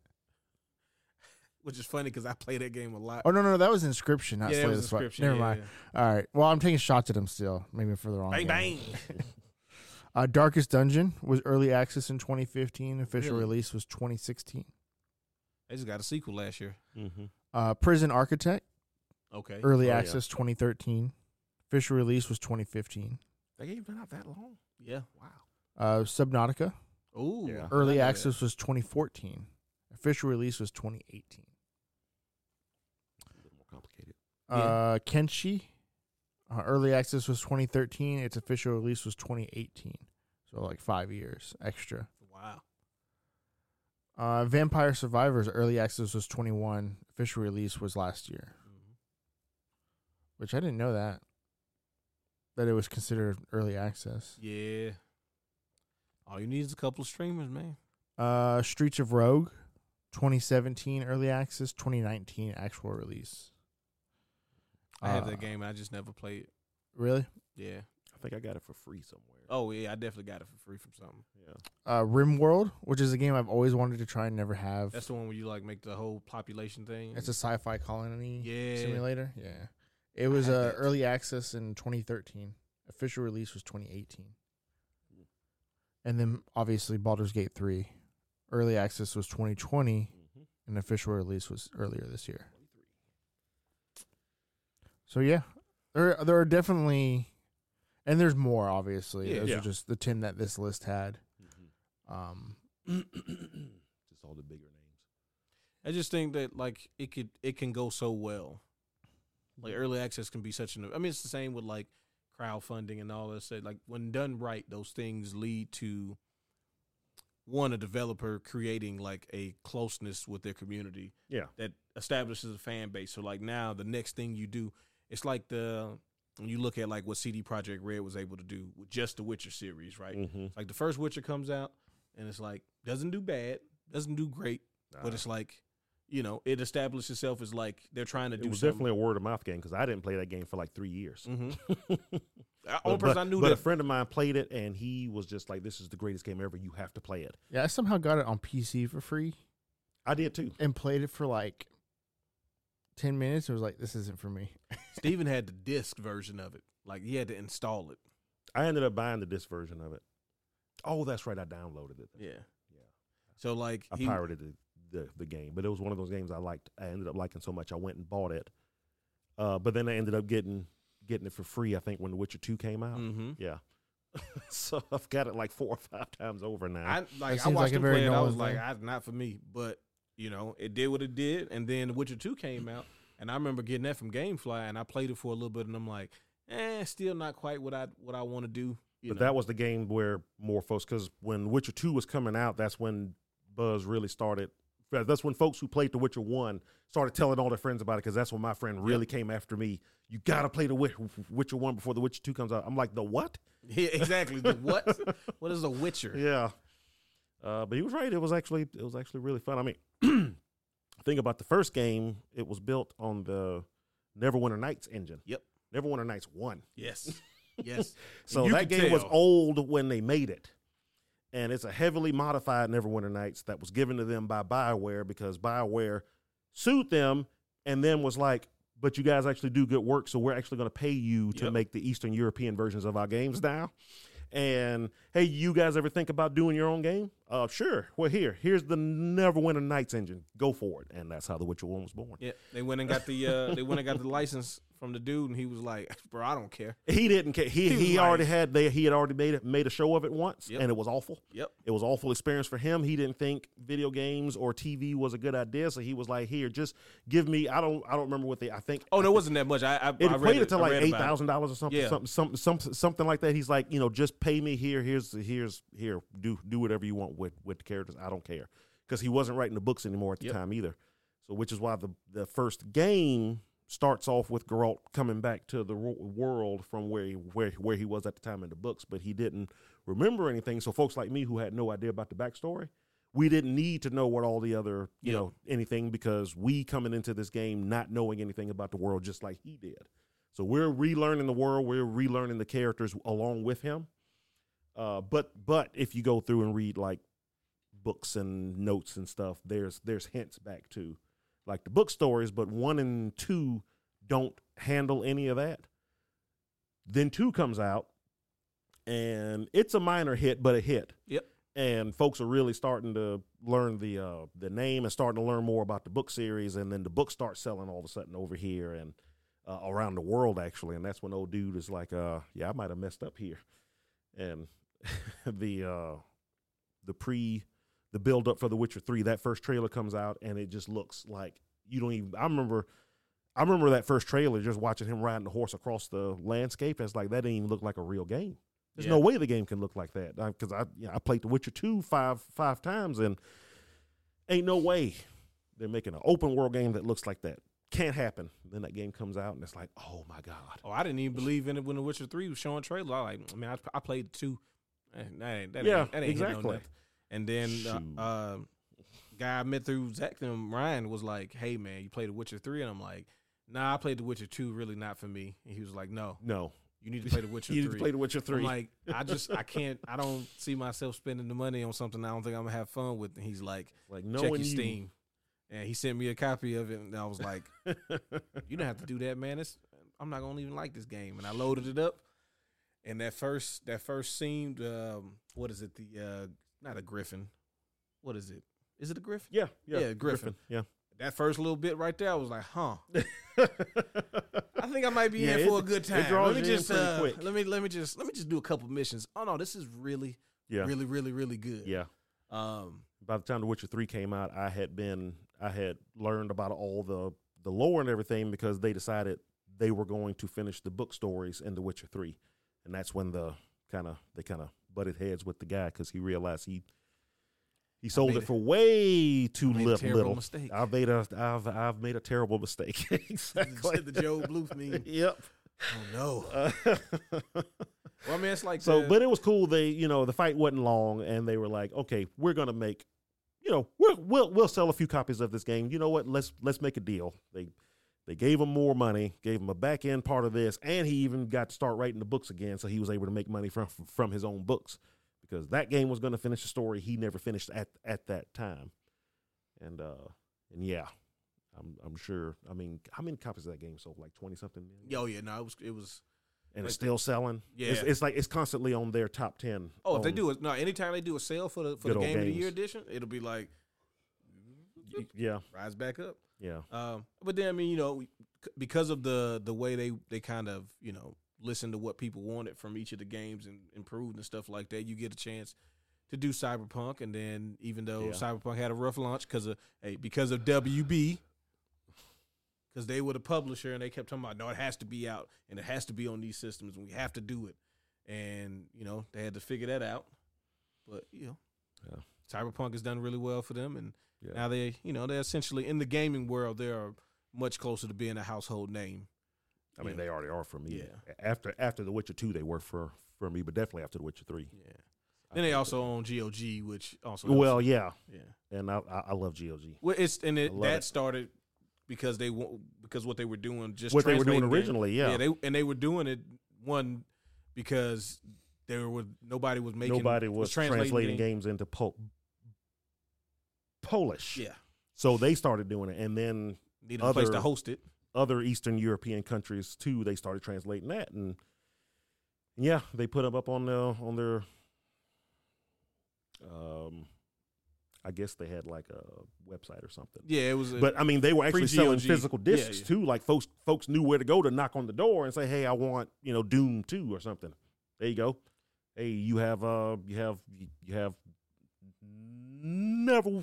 [SPEAKER 2] Which is funny because I play that game a lot.
[SPEAKER 4] Oh no, no, that was Inscription, not
[SPEAKER 2] yeah,
[SPEAKER 4] Slay
[SPEAKER 2] that was
[SPEAKER 4] the Spire.
[SPEAKER 2] inscription.
[SPEAKER 4] Never
[SPEAKER 2] yeah,
[SPEAKER 4] mind.
[SPEAKER 2] yeah.
[SPEAKER 4] All right. Well, I'm taking shots at him still. Maybe for the wrong.
[SPEAKER 2] Bang
[SPEAKER 4] game.
[SPEAKER 2] bang.
[SPEAKER 4] *laughs* Uh, Darkest Dungeon was early access in 2015. Official
[SPEAKER 2] Really?
[SPEAKER 4] release was 2016.
[SPEAKER 2] they just got a sequel last year.
[SPEAKER 3] Mm-hmm.
[SPEAKER 4] Uh, Prison Architect
[SPEAKER 2] Okay,
[SPEAKER 4] early
[SPEAKER 3] Oh, yeah.
[SPEAKER 4] access 2013. Official release was 2015.
[SPEAKER 2] that game's been out that long. Yeah. Wow.
[SPEAKER 4] Uh, Subnautica
[SPEAKER 2] Ooh.
[SPEAKER 3] Yeah.
[SPEAKER 2] I
[SPEAKER 4] early
[SPEAKER 2] know that.
[SPEAKER 4] access was 2014. Official release was 2018.
[SPEAKER 3] A little more complicated.
[SPEAKER 4] Uh, Kenshi uh, early access was 2013. Its official release was 2018. So like five years extra.
[SPEAKER 2] Wow.
[SPEAKER 4] Uh, Vampire Survivors early access was 21. Official release was last year, which I didn't know that that it was considered early access.
[SPEAKER 2] Yeah. All you need is a couple of streamers, man.
[SPEAKER 4] Uh, Streets of Rogue, 2017 early access, 2019 actual release.
[SPEAKER 2] I have
[SPEAKER 4] Uh,
[SPEAKER 2] that game. and I just never played it.
[SPEAKER 4] Really?
[SPEAKER 2] Yeah.
[SPEAKER 3] I think I got it for free somewhere.
[SPEAKER 2] Oh yeah, I definitely got it for free from something.
[SPEAKER 3] Yeah.
[SPEAKER 4] Uh, Rimworld, which is a game I've always wanted to try and never have.
[SPEAKER 2] That's the one where you like make the whole population thing.
[SPEAKER 4] it's a sci-fi colony
[SPEAKER 2] yeah.
[SPEAKER 4] simulator. Yeah, it was
[SPEAKER 2] had
[SPEAKER 4] uh,
[SPEAKER 2] that.
[SPEAKER 4] early access in 2013. Official release was 2018. And then obviously Baldur's Gate 3, early access was 2020,
[SPEAKER 3] Mm-hmm.
[SPEAKER 4] and official release was earlier this year. So yeah, there there are definitely, and there's more obviously.
[SPEAKER 2] Yeah.
[SPEAKER 4] Those
[SPEAKER 3] Yeah.
[SPEAKER 4] are just the ten that this list had.
[SPEAKER 3] Mm-hmm.
[SPEAKER 4] Um,
[SPEAKER 2] Mm-hmm.
[SPEAKER 3] Just all the bigger names.
[SPEAKER 2] I just think that like it could it can go so well. Like early access can be such an I mean it's the same with like crowdfunding and all that stuff. Like when done right, those things lead to one a developer creating like a closeness with their community
[SPEAKER 3] Yeah.
[SPEAKER 2] that establishes a fan base. So like now the next thing you do, it's like the when you look at like what CD Projekt Red was able to do with just the Witcher series, right?
[SPEAKER 3] Mm-hmm.
[SPEAKER 2] Like the first Witcher comes out and it's like doesn't do bad, doesn't do great,
[SPEAKER 3] Uh-huh.
[SPEAKER 2] but it's like you know it established itself as like they're trying to
[SPEAKER 3] it
[SPEAKER 2] do
[SPEAKER 3] was
[SPEAKER 2] something.
[SPEAKER 3] definitely a word of mouth game because I didn't play that game for like three years. *laughs*
[SPEAKER 2] Mhm.
[SPEAKER 3] But-
[SPEAKER 2] I- Only person I knew
[SPEAKER 3] but
[SPEAKER 2] that
[SPEAKER 3] a friend of mine played it and he was just like, "This is the greatest game ever. You have to play it."
[SPEAKER 4] yeah, I somehow got it on PC for free
[SPEAKER 3] I did too.
[SPEAKER 4] and played it for like ten minutes. It was like this isn't for me.
[SPEAKER 2] Steven had the disc version of it. Like he had to install it.
[SPEAKER 3] I ended up buying the disc version of it. Oh, that's right. I downloaded it.
[SPEAKER 2] Yeah.
[SPEAKER 3] Yeah.
[SPEAKER 2] So like
[SPEAKER 3] I
[SPEAKER 2] he,
[SPEAKER 3] pirated the, the the game, but it was one of those games I liked. I ended up liking so much I went and bought it. Uh, but then I ended up getting getting it for free. I think when The Witcher Two came out.
[SPEAKER 2] hmm
[SPEAKER 3] Yeah. *laughs* so I've got it like four or five times over now.
[SPEAKER 2] I like I
[SPEAKER 4] seems like
[SPEAKER 2] watched
[SPEAKER 4] a
[SPEAKER 2] him
[SPEAKER 4] very
[SPEAKER 2] play it. I
[SPEAKER 4] normal
[SPEAKER 2] was like,
[SPEAKER 4] thing.
[SPEAKER 2] I, not for me. But you know, it did what it did, and then The Witcher Two came out, and I remember getting that from GameFly, and I played it for a little bit, and I'm like, eh, still not quite what I what I want to do. You
[SPEAKER 3] but
[SPEAKER 2] know?
[SPEAKER 3] that was the game where more folks, because when Witcher Two was coming out, that's when buzz really started. That's when folks who played The Witcher One started telling all their friends about it, because that's when my friend really came after me. You gotta play The Wit- Witcher One before The Witcher Two comes out. I'm like, the what?
[SPEAKER 2] *laughs* yeah, exactly. The what? what is a Witcher?
[SPEAKER 3] Yeah. Uh, but he was right. It was actually it was actually really fun. I mean, *clears throat* think about the first game. It was built on the Neverwinter Nights engine.
[SPEAKER 2] Yep.
[SPEAKER 3] Neverwinter Nights One.
[SPEAKER 2] Yes. Yes.
[SPEAKER 3] *laughs* So
[SPEAKER 2] You
[SPEAKER 3] that
[SPEAKER 2] could
[SPEAKER 3] game was
[SPEAKER 2] tell.
[SPEAKER 3] old when they made it. And it's a heavily modified Neverwinter Nights that was given to them by BioWare because BioWare sued them and then was like, but you guys actually do good work, so we're actually going to pay you to
[SPEAKER 2] Yep.
[SPEAKER 3] make the Eastern European versions of our games now. And hey, you guys ever think about doing your own game? Uh, sure. Well, here, here's the Neverwinter Nights engine. Go for it. And that's how The Witcher One was born.
[SPEAKER 2] Yeah, they went and got the uh, they went and got the license from the dude, and he was like, *laughs* "Bro, I don't care."
[SPEAKER 3] He didn't care.
[SPEAKER 2] He
[SPEAKER 3] He he,
[SPEAKER 2] was like-
[SPEAKER 3] already had they he had already made it, made a show of it once,
[SPEAKER 2] Yep.
[SPEAKER 3] and it was awful.
[SPEAKER 2] Yep.
[SPEAKER 3] It was awful experience for him. He didn't think video games or TV was a good idea, so he was like, "Here, just give me." I don't I don't remember what they. I think
[SPEAKER 2] Oh, no, it wasn't that much. I I,
[SPEAKER 3] it
[SPEAKER 2] I read
[SPEAKER 3] equated to
[SPEAKER 2] I
[SPEAKER 3] like
[SPEAKER 2] read
[SPEAKER 3] eight
[SPEAKER 2] about it.
[SPEAKER 3] thousand dollars or something,
[SPEAKER 2] Yeah.
[SPEAKER 3] something, something, something, something like that. He's like, you know, just pay me here. Here's here's here. Do do whatever you want with with the characters. I don't care because he wasn't writing the books anymore at the
[SPEAKER 2] Yep.
[SPEAKER 3] time either. So which is why the the first game starts off with Geralt coming back to the ro- world from where he, where where he was at the time in the books, but he didn't remember anything. So folks like me who had no idea about the backstory. We didn't need to know what all the other, you
[SPEAKER 2] Yep.
[SPEAKER 3] know, anything because we coming into this game not knowing anything about the world just like he did. So we're relearning the world. We're relearning the characters along with him. Uh, but but if you go through and read like books and notes and stuff, there's there's hints back to like the book stories. But one and two don't handle any of that. Then two comes out, and it's a minor hit, but a hit.
[SPEAKER 2] Yep.
[SPEAKER 3] And folks are really starting to learn the uh, the name and starting to learn more about the book series, and then the book starts selling all of a sudden over here and uh, around the world actually, and that's when old dude is like, uh, "Yeah, I might have messed up here," and *laughs* the uh, the pre the build up for The Witcher Three that first trailer comes out and it just looks like you don't even. I remember. I remember that first trailer, just watching him riding the horse across the landscape. And it's like that didn't even look like a real game. There's no
[SPEAKER 2] Yeah.
[SPEAKER 3] way the game can look like that because I, you know, I played The Witcher Two five five times and ain't no way they're making an open world game that looks like that. Can't happen. Then that game comes out and it's like, oh my god,
[SPEAKER 2] Oh, I didn't even believe in it when The Witcher Three was showing trailer. I like, man, I, I played two. Eh, That ain't, that
[SPEAKER 3] Yeah,
[SPEAKER 2] ain't, that ain't hitting
[SPEAKER 3] exactly.
[SPEAKER 2] On nothing. and then
[SPEAKER 3] Shoot.
[SPEAKER 2] uh, uh, guy I met through Zach and Ryan was like, "Hey, man, you played The Witcher Three? and I'm like, "Nah, I played The Witcher Two. Really not for me." And he was like, "No,
[SPEAKER 3] no,
[SPEAKER 2] you need to play The Witcher
[SPEAKER 3] *laughs* you
[SPEAKER 2] 3.
[SPEAKER 3] need to play The Witcher
[SPEAKER 2] I'm
[SPEAKER 3] Three.
[SPEAKER 2] like, I just, I can't, I don't see myself spending the money on something I don't think I'm gonna have fun with. And he's like,
[SPEAKER 3] like
[SPEAKER 2] check
[SPEAKER 3] knowing
[SPEAKER 2] your
[SPEAKER 3] you,
[SPEAKER 2] Steam. And he sent me a copy of it, and I was like, you don't have to do that, man. It's, I'm not gonna even like this game. And I loaded it up, and that first, that first scene, um, what is it? The uh, not a griffin. What is it? Is it a griffin?
[SPEAKER 3] *laughs* yeah, yeah,
[SPEAKER 2] Yeah, Griffin.
[SPEAKER 3] yeah.
[SPEAKER 2] *laughs*
[SPEAKER 3] *laughs*
[SPEAKER 2] That first little bit right there, I was like, huh. I think I might be
[SPEAKER 3] *laughs* Yeah,
[SPEAKER 2] in for
[SPEAKER 3] it-
[SPEAKER 2] a good
[SPEAKER 3] it
[SPEAKER 2] time.
[SPEAKER 3] draws
[SPEAKER 2] let me
[SPEAKER 3] you in
[SPEAKER 2] just
[SPEAKER 3] pretty
[SPEAKER 2] uh,
[SPEAKER 3] quick.
[SPEAKER 2] let me let me just let me just do a couple missions. Oh no, this is really,
[SPEAKER 3] yeah,
[SPEAKER 2] really, really, really good.
[SPEAKER 3] yeah.
[SPEAKER 2] Um,
[SPEAKER 3] By the time The Witcher Three came out, I had been, I had learned about all the the lore and everything because they decided they were going to finish the book stories in The Witcher Three, and that's when the kind of they kind of butted heads with the guy because he realized he he sold
[SPEAKER 2] made
[SPEAKER 3] it
[SPEAKER 2] a-
[SPEAKER 3] for way too
[SPEAKER 2] I made a
[SPEAKER 3] li-
[SPEAKER 2] terrible
[SPEAKER 3] little.
[SPEAKER 2] mistake. *laughs*
[SPEAKER 3] I've made a I've I've made a terrible mistake. *laughs* exactly.
[SPEAKER 2] the Joe Bluth *laughs* meme.
[SPEAKER 3] yep.
[SPEAKER 2] Oh no.
[SPEAKER 3] *laughs* Uh,
[SPEAKER 2] Well, I mean, it's like
[SPEAKER 3] So,
[SPEAKER 2] the-
[SPEAKER 3] but it was cool. They, you know, the fight wasn't long, and they were like, "Okay, we're gonna make, you know, we're, we'll we'll sell a few copies of this game. You know what? Let's let's make a deal." They they gave him more money, gave him a back end part of this, and he even got to start writing the books again, so he was able to make money from from his own books because that game was going to finish the story he never finished at at that time. And uh, and yeah, I'm I'm sure. I mean, how many copies of that game sold? Like twenty something million
[SPEAKER 2] yo, Oh, yeah, no, it was it was.
[SPEAKER 3] and it's
[SPEAKER 2] Like the-
[SPEAKER 3] still selling. it's,
[SPEAKER 2] Yeah.
[SPEAKER 3] it's like it's constantly on their top ten.
[SPEAKER 2] Oh, if they
[SPEAKER 3] on-
[SPEAKER 2] do it, no, anytime they do a sale for the for
[SPEAKER 3] Good
[SPEAKER 2] the
[SPEAKER 3] old
[SPEAKER 2] game of the
[SPEAKER 3] games.
[SPEAKER 2] year edition, it'll be like
[SPEAKER 3] y- yeah,
[SPEAKER 2] rise back up.
[SPEAKER 3] yeah,
[SPEAKER 2] Um, but then I mean, you know, we- c- because of the the way they they kind of you know listened to what people wanted from each of the games and improved and stuff like that, you get a chance to do Cyberpunk. And then even though
[SPEAKER 3] Yeah.
[SPEAKER 2] Cyberpunk had a rough launch because of hey, because of WB, because they were the publisher and they kept talking about no, it has to be out and it has to be on these systems and we have to do it. And you know they had to figure that out, but you know.
[SPEAKER 3] Yeah.
[SPEAKER 2] Cyberpunk has done really well for them, and
[SPEAKER 3] yeah.
[SPEAKER 2] now they, you know, they're essentially in the gaming world. They are much closer to being a household name.
[SPEAKER 3] I mean,
[SPEAKER 2] yeah.
[SPEAKER 3] they already are for me.
[SPEAKER 2] Yeah.
[SPEAKER 3] After after The Witcher two, they were for for me, but definitely after The Witcher three.
[SPEAKER 2] Yeah.
[SPEAKER 3] I
[SPEAKER 2] Then they
[SPEAKER 3] think
[SPEAKER 2] also own GOG, which also helps
[SPEAKER 3] Well,
[SPEAKER 2] them.
[SPEAKER 3] yeah,
[SPEAKER 2] yeah.
[SPEAKER 3] and I I, I love GLG.
[SPEAKER 2] Well, it's and
[SPEAKER 3] I
[SPEAKER 2] it,
[SPEAKER 3] love
[SPEAKER 2] that
[SPEAKER 3] it.
[SPEAKER 2] started because they wa- because what they were doing just
[SPEAKER 3] What they were doing
[SPEAKER 2] translating things.
[SPEAKER 3] originally, yeah.
[SPEAKER 2] They and they were doing it one because there were nobody was making
[SPEAKER 3] Nobody was, translating, games into po- Polish.
[SPEAKER 2] Yeah.
[SPEAKER 3] So they started doing it, and then
[SPEAKER 2] Needed a place
[SPEAKER 3] Other-
[SPEAKER 2] to host it.
[SPEAKER 3] other Eastern European countries too. They started translating that, and yeah, they put them up on the on their um, I guess they had like a website or something.
[SPEAKER 2] Yeah, it was. A,
[SPEAKER 3] But I mean, they were actually selling
[SPEAKER 2] Pre-GOG.
[SPEAKER 3] physical
[SPEAKER 2] Yeah,
[SPEAKER 3] discs
[SPEAKER 2] yeah.
[SPEAKER 3] too. Like folks, folks knew where to go to knock on the door and say, "Hey, I want you know Doom 2 or something." There you go. Hey, you have uh, you have you have never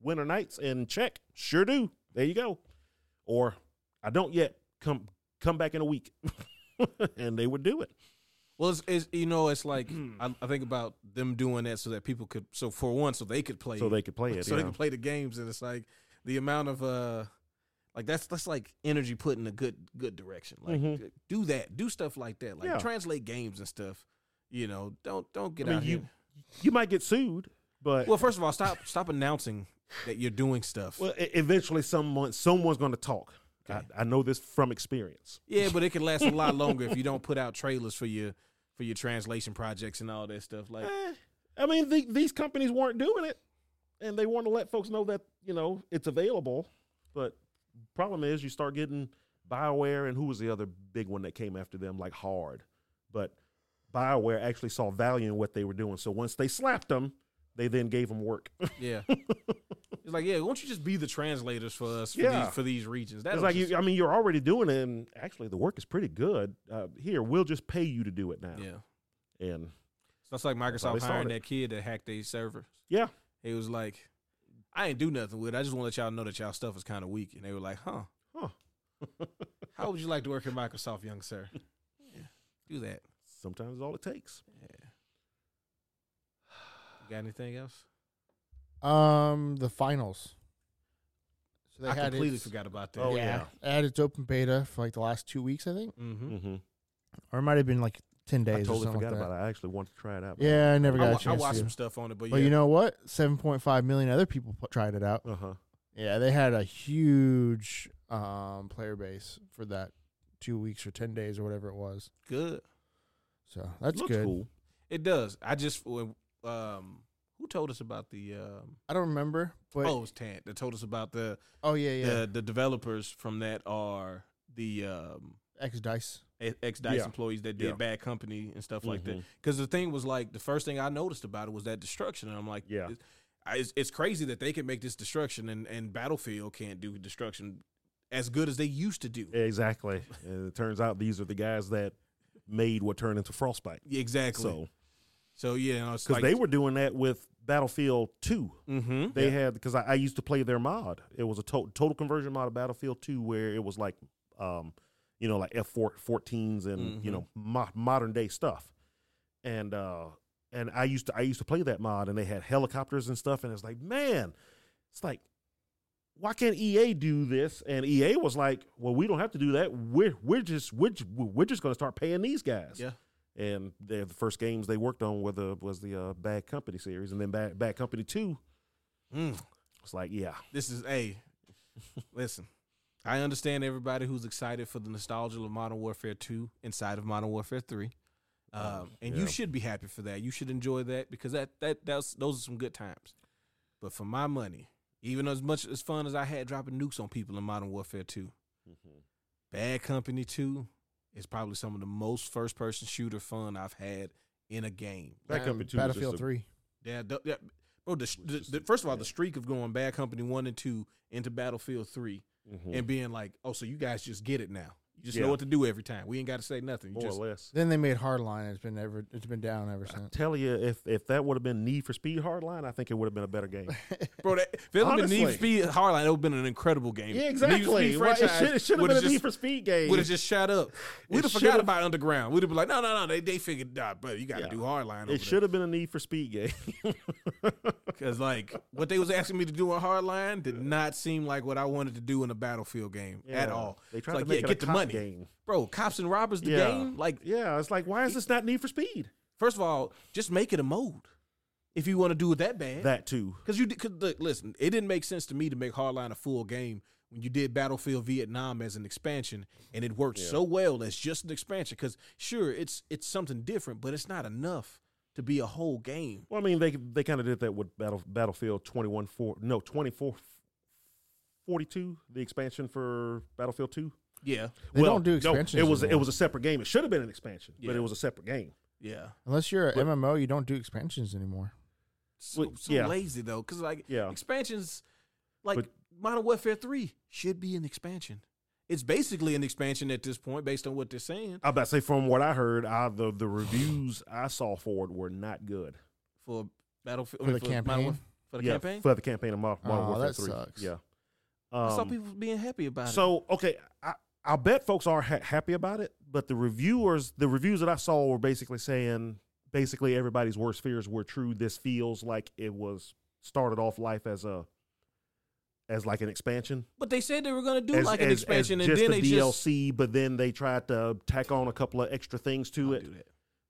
[SPEAKER 3] winter nights and check sure do. There you go. Or I don't yet. Come come back in a week, *laughs* and they would do it.
[SPEAKER 2] well, it's, it's you know, it's like
[SPEAKER 3] Mm-hmm.
[SPEAKER 2] I, I think about them doing that so that people could, so for one, so they could play,
[SPEAKER 3] So they could play
[SPEAKER 2] *laughs*
[SPEAKER 3] it.
[SPEAKER 2] so
[SPEAKER 3] yeah.
[SPEAKER 2] they can play the games, and it's like the amount of uh, like that's that's like energy put in a good good direction. Like
[SPEAKER 3] Mhm.
[SPEAKER 2] do that, do stuff like that, like
[SPEAKER 3] Yeah.
[SPEAKER 2] translate games and stuff. You know, don't don't get
[SPEAKER 3] I mean,
[SPEAKER 2] out
[SPEAKER 3] you-
[SPEAKER 2] here.
[SPEAKER 3] you might get sued, but
[SPEAKER 2] Well, first of all, stop stop announcing that you're doing stuff.
[SPEAKER 3] Well, e- eventually, someone someone's going to talk.
[SPEAKER 2] Okay.
[SPEAKER 3] I, I know this from experience.
[SPEAKER 2] yeah, but it can last a lot longer
[SPEAKER 3] *laughs*
[SPEAKER 2] if you don't put out trailers for your for your translation projects and all that stuff. Like,
[SPEAKER 3] Eh, I mean, the, these companies weren't doing it, and they want to let folks know that you know it's available. But problem is, you start getting Bioware, and who was the other big one that came after them, like Hard. But Bioware actually saw value in what they were doing, so once they slapped them, they then gave them work.
[SPEAKER 2] yeah, it's like, yeah, won't you just be the translators for us for,
[SPEAKER 3] Yeah.
[SPEAKER 2] these, for these regions? That's
[SPEAKER 3] it's like you, I mean, you're already doing it, and actually, the work is pretty good. Uh, here, we'll just pay you to do it now,
[SPEAKER 2] yeah.
[SPEAKER 3] and
[SPEAKER 2] So that's like
[SPEAKER 3] how they
[SPEAKER 2] Microsoft hiring
[SPEAKER 3] started.
[SPEAKER 2] that kid that hacked their servers.
[SPEAKER 3] yeah.
[SPEAKER 2] He was like, I ain't do nothing with it. I just want to let y'all know that y'all stuff is kind of weak. And they were like, huh.
[SPEAKER 3] Huh.
[SPEAKER 2] *laughs* How would you like to work at Microsoft, young sir? Do that.
[SPEAKER 3] sometimes it's all it takes.
[SPEAKER 2] You got anything else?
[SPEAKER 4] Um, the finals. So they
[SPEAKER 2] I
[SPEAKER 4] had
[SPEAKER 2] completely
[SPEAKER 4] its,
[SPEAKER 2] forgot about that.
[SPEAKER 3] Oh,
[SPEAKER 4] yeah, They had its open beta for like the last two weeks, I think,
[SPEAKER 2] Mm-hmm.
[SPEAKER 3] Mm-hmm.
[SPEAKER 4] or it might have been like ten days.
[SPEAKER 3] I totally
[SPEAKER 4] or something
[SPEAKER 3] forgot
[SPEAKER 4] like
[SPEAKER 3] about it. I actually wanted to try it out.
[SPEAKER 4] that. Yeah, I never
[SPEAKER 2] I,
[SPEAKER 4] got a
[SPEAKER 2] wa- I
[SPEAKER 4] chance.
[SPEAKER 2] watched
[SPEAKER 4] to.
[SPEAKER 2] some stuff on it, but,
[SPEAKER 4] But
[SPEAKER 2] yeah.
[SPEAKER 4] you know what? Seven point five million other people pu- tried it out.
[SPEAKER 3] Uh huh.
[SPEAKER 4] Yeah, they had a huge um, player base for that two weeks or ten days or whatever it was.
[SPEAKER 2] good.
[SPEAKER 4] So that's
[SPEAKER 3] Looks
[SPEAKER 4] good.
[SPEAKER 3] cool.
[SPEAKER 2] It does. I just, when, um, who told us about the, um,
[SPEAKER 4] I don't remember, but
[SPEAKER 2] oh, it
[SPEAKER 4] oh,
[SPEAKER 2] was Tant that told us about the,
[SPEAKER 4] yeah, yeah,
[SPEAKER 2] the, the developers from that are the, um, e,
[SPEAKER 4] X Dice.
[SPEAKER 2] ex Dice
[SPEAKER 3] Yeah.
[SPEAKER 2] employees that did
[SPEAKER 3] Yeah.
[SPEAKER 2] bad company and stuff like that.
[SPEAKER 3] Mhm.
[SPEAKER 2] Because the thing was like the first thing I noticed about it was that destruction, and I'm like,
[SPEAKER 3] Yeah.
[SPEAKER 2] it- I- it's, it's crazy that they can make this destruction, and and Battlefield can't do destruction as good as they used to do.
[SPEAKER 3] Exactly. and it turns out these are the guys that made what turned into Frostbite.
[SPEAKER 2] Exactly. So,
[SPEAKER 3] So
[SPEAKER 2] yeah, you know, it's
[SPEAKER 3] because
[SPEAKER 2] like,
[SPEAKER 3] they were doing that with Battlefield Two.
[SPEAKER 2] hmm
[SPEAKER 3] They had because I, I used to play their mod. It was a to- total conversion mod of Battlefield Two, where it was like, um, you know, like F 14s and you
[SPEAKER 2] Mhm.
[SPEAKER 3] know mo- modern day stuff. And uh, and I used to I used to play that mod, and they had helicopters and stuff. And it's like, man, it's like, why can't EA do this? And EA was like, well, we don't have to do that. We're we're just we're ju- we're just going to start paying these guys.
[SPEAKER 2] Yeah.
[SPEAKER 3] And they're the first games they worked on were the, was the uh, Bad Company series, and then Bad, Bad Company Two
[SPEAKER 2] Mm,
[SPEAKER 3] it's like, yeah,
[SPEAKER 2] this is a listen. I understand everybody who's excited for the nostalgia of Modern Warfare 2 inside of Modern Warfare 3. Um, and you
[SPEAKER 3] Oh, yeah.
[SPEAKER 2] should be happy for that. You should enjoy that because that that that's those are some good times. But for my money, even as much as fun as I had dropping nukes on people in Modern Warfare 2,
[SPEAKER 3] Mm-hmm.
[SPEAKER 2] Bad Company 2 is probably some of the most first person shooter fun I've had in a game.
[SPEAKER 3] Bad Company 2 was
[SPEAKER 4] Battlefield
[SPEAKER 3] just a-
[SPEAKER 4] Three.
[SPEAKER 2] Yeah, the, yeah bro. The,
[SPEAKER 3] Which
[SPEAKER 2] the,
[SPEAKER 3] is-
[SPEAKER 2] the, first of all, the
[SPEAKER 3] yeah.
[SPEAKER 2] streak of going Bad Company one and two into Battlefield 3
[SPEAKER 3] Mm-hmm.
[SPEAKER 2] and being like, oh, so you guys just get it now. You just know
[SPEAKER 3] Yeah.
[SPEAKER 2] what to do every time. We ain't got to say nothing. You
[SPEAKER 3] more
[SPEAKER 2] just,
[SPEAKER 3] or less.
[SPEAKER 4] Then they made Hardline. It's been ever. It's been down ever
[SPEAKER 3] I
[SPEAKER 4] since.
[SPEAKER 3] tell you, if if that would have been Need for Speed Hardline, I think it would have been a better game.
[SPEAKER 2] bro, that, if it had been Need for
[SPEAKER 3] Honestly.
[SPEAKER 2] Speed Hardline, it would have been an incredible game. The Need for Speed
[SPEAKER 3] Right,
[SPEAKER 2] franchise
[SPEAKER 3] it should have
[SPEAKER 2] would've
[SPEAKER 3] been a Need
[SPEAKER 2] just-
[SPEAKER 3] for Speed game.
[SPEAKER 2] Would have just shut up. We'd have forgot
[SPEAKER 3] should've-
[SPEAKER 2] about Underground. We'd have been like, no, no, no. They, they figured, nah, bro, you got to
[SPEAKER 3] Yeah.
[SPEAKER 2] do Hardline. Over
[SPEAKER 3] it should have been a Need for Speed game.
[SPEAKER 2] Because, like, what they was asking me to do on Hardline did not seem like what I wanted to do in a Battlefield game at
[SPEAKER 3] Yeah.
[SPEAKER 2] all.
[SPEAKER 3] They
[SPEAKER 2] It's
[SPEAKER 3] tried
[SPEAKER 2] like,
[SPEAKER 3] to
[SPEAKER 2] yeah,
[SPEAKER 3] make it a
[SPEAKER 2] get the
[SPEAKER 3] cop
[SPEAKER 2] money.
[SPEAKER 3] game.
[SPEAKER 2] Bro, Cops and Robbers, the
[SPEAKER 3] Yeah.
[SPEAKER 2] game? Like,
[SPEAKER 3] Yeah, it's like, why is this not Need for Speed?
[SPEAKER 2] First of all, just make it a mode if you want to do it that bad.
[SPEAKER 3] That too.
[SPEAKER 2] Because you did- cause look, listen, it didn't make sense to me to make Hardline a full game when you did Battlefield Vietnam as an expansion, and it worked so well as just an expansion. Because sure, it's it's something different, but it's not enough to be a whole game.
[SPEAKER 3] Well, I mean, they they kind of did that with Battle Battlefield twenty one four no twenty four forty two the expansion for Battlefield two.
[SPEAKER 2] Yeah,
[SPEAKER 4] They don't do expansions
[SPEAKER 3] it was it
[SPEAKER 4] anymore.
[SPEAKER 3] was a separate game. It should have been an expansion, but
[SPEAKER 2] Yeah.
[SPEAKER 3] it was a separate game.
[SPEAKER 2] yeah.
[SPEAKER 4] Unless you're a
[SPEAKER 3] But-
[SPEAKER 4] MMO, you don't do expansions anymore.
[SPEAKER 2] so,
[SPEAKER 3] Well,
[SPEAKER 2] so
[SPEAKER 3] yeah.
[SPEAKER 2] lazy though, because like
[SPEAKER 3] Yeah.
[SPEAKER 2] expansions, like
[SPEAKER 3] But-
[SPEAKER 2] Modern Warfare Three should be an expansion. It's basically an expansion at this point, based on what they're saying
[SPEAKER 3] I about to say from what I heard, I, the the reviews I saw for it were not good.
[SPEAKER 2] for Battlefield
[SPEAKER 4] For
[SPEAKER 2] I mean,
[SPEAKER 4] the
[SPEAKER 2] Modern
[SPEAKER 4] campaign?
[SPEAKER 2] Warf- for the
[SPEAKER 3] yeah,
[SPEAKER 2] campaign.
[SPEAKER 3] for the campaign of Mod- Modern
[SPEAKER 4] Oh,
[SPEAKER 3] Warfare
[SPEAKER 4] that
[SPEAKER 3] Three.
[SPEAKER 4] sucks.
[SPEAKER 3] Yeah.
[SPEAKER 2] I saw
[SPEAKER 3] Um,
[SPEAKER 2] people being happy about it.
[SPEAKER 3] So okay, I, I bet folks are ha- happy about it, but the reviewers, the reviews that I saw were basically saying basically everybody's worst fears were true. This feels like it was started off life as a as like an expansion,
[SPEAKER 2] But they said they were going to do
[SPEAKER 3] as,
[SPEAKER 2] like
[SPEAKER 3] as-
[SPEAKER 2] an
[SPEAKER 3] as
[SPEAKER 2] expansion, and
[SPEAKER 3] just
[SPEAKER 2] then
[SPEAKER 3] the
[SPEAKER 2] they just
[SPEAKER 3] DLC. But then they tried to tack on a couple of extra things to
[SPEAKER 2] Don't
[SPEAKER 3] it
[SPEAKER 2] do that.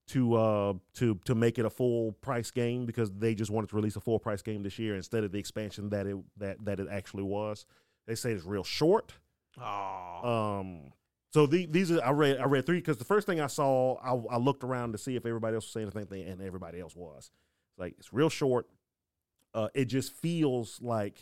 [SPEAKER 3] to uh to to make it a full price game because they just wanted to release a full price game this year instead of the expansion that it that that it actually was. They say it's real short.
[SPEAKER 2] Aw.
[SPEAKER 3] Um, so the, these are I read I read three because the first thing I saw I, I looked around to see if everybody else was saying the same thing and everybody else was like it's real short. Uh, it just feels like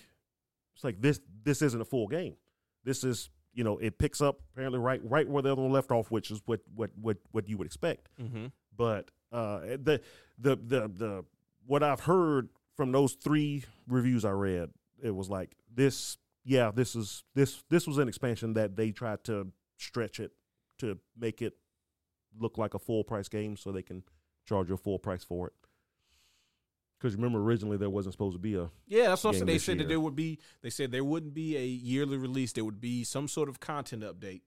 [SPEAKER 3] it's like this this isn't a full game. This is you know it picks up apparently right right where the other one left off, which is what what what what you would expect.
[SPEAKER 2] Mhm.
[SPEAKER 3] But uh, the the the the what I've heard from those three reviews I read, it was like this. Yeah, this is this this was an expansion that they tried to stretch it to make it look like a full price game, so they can charge you a full price for it. Because remember, originally there wasn't supposed to be a
[SPEAKER 2] Yeah, that's what I'm
[SPEAKER 3] game
[SPEAKER 2] saying. They
[SPEAKER 3] this
[SPEAKER 2] said that
[SPEAKER 3] year.
[SPEAKER 2] there would be. They said there wouldn't be a yearly release. There would be some sort of content update,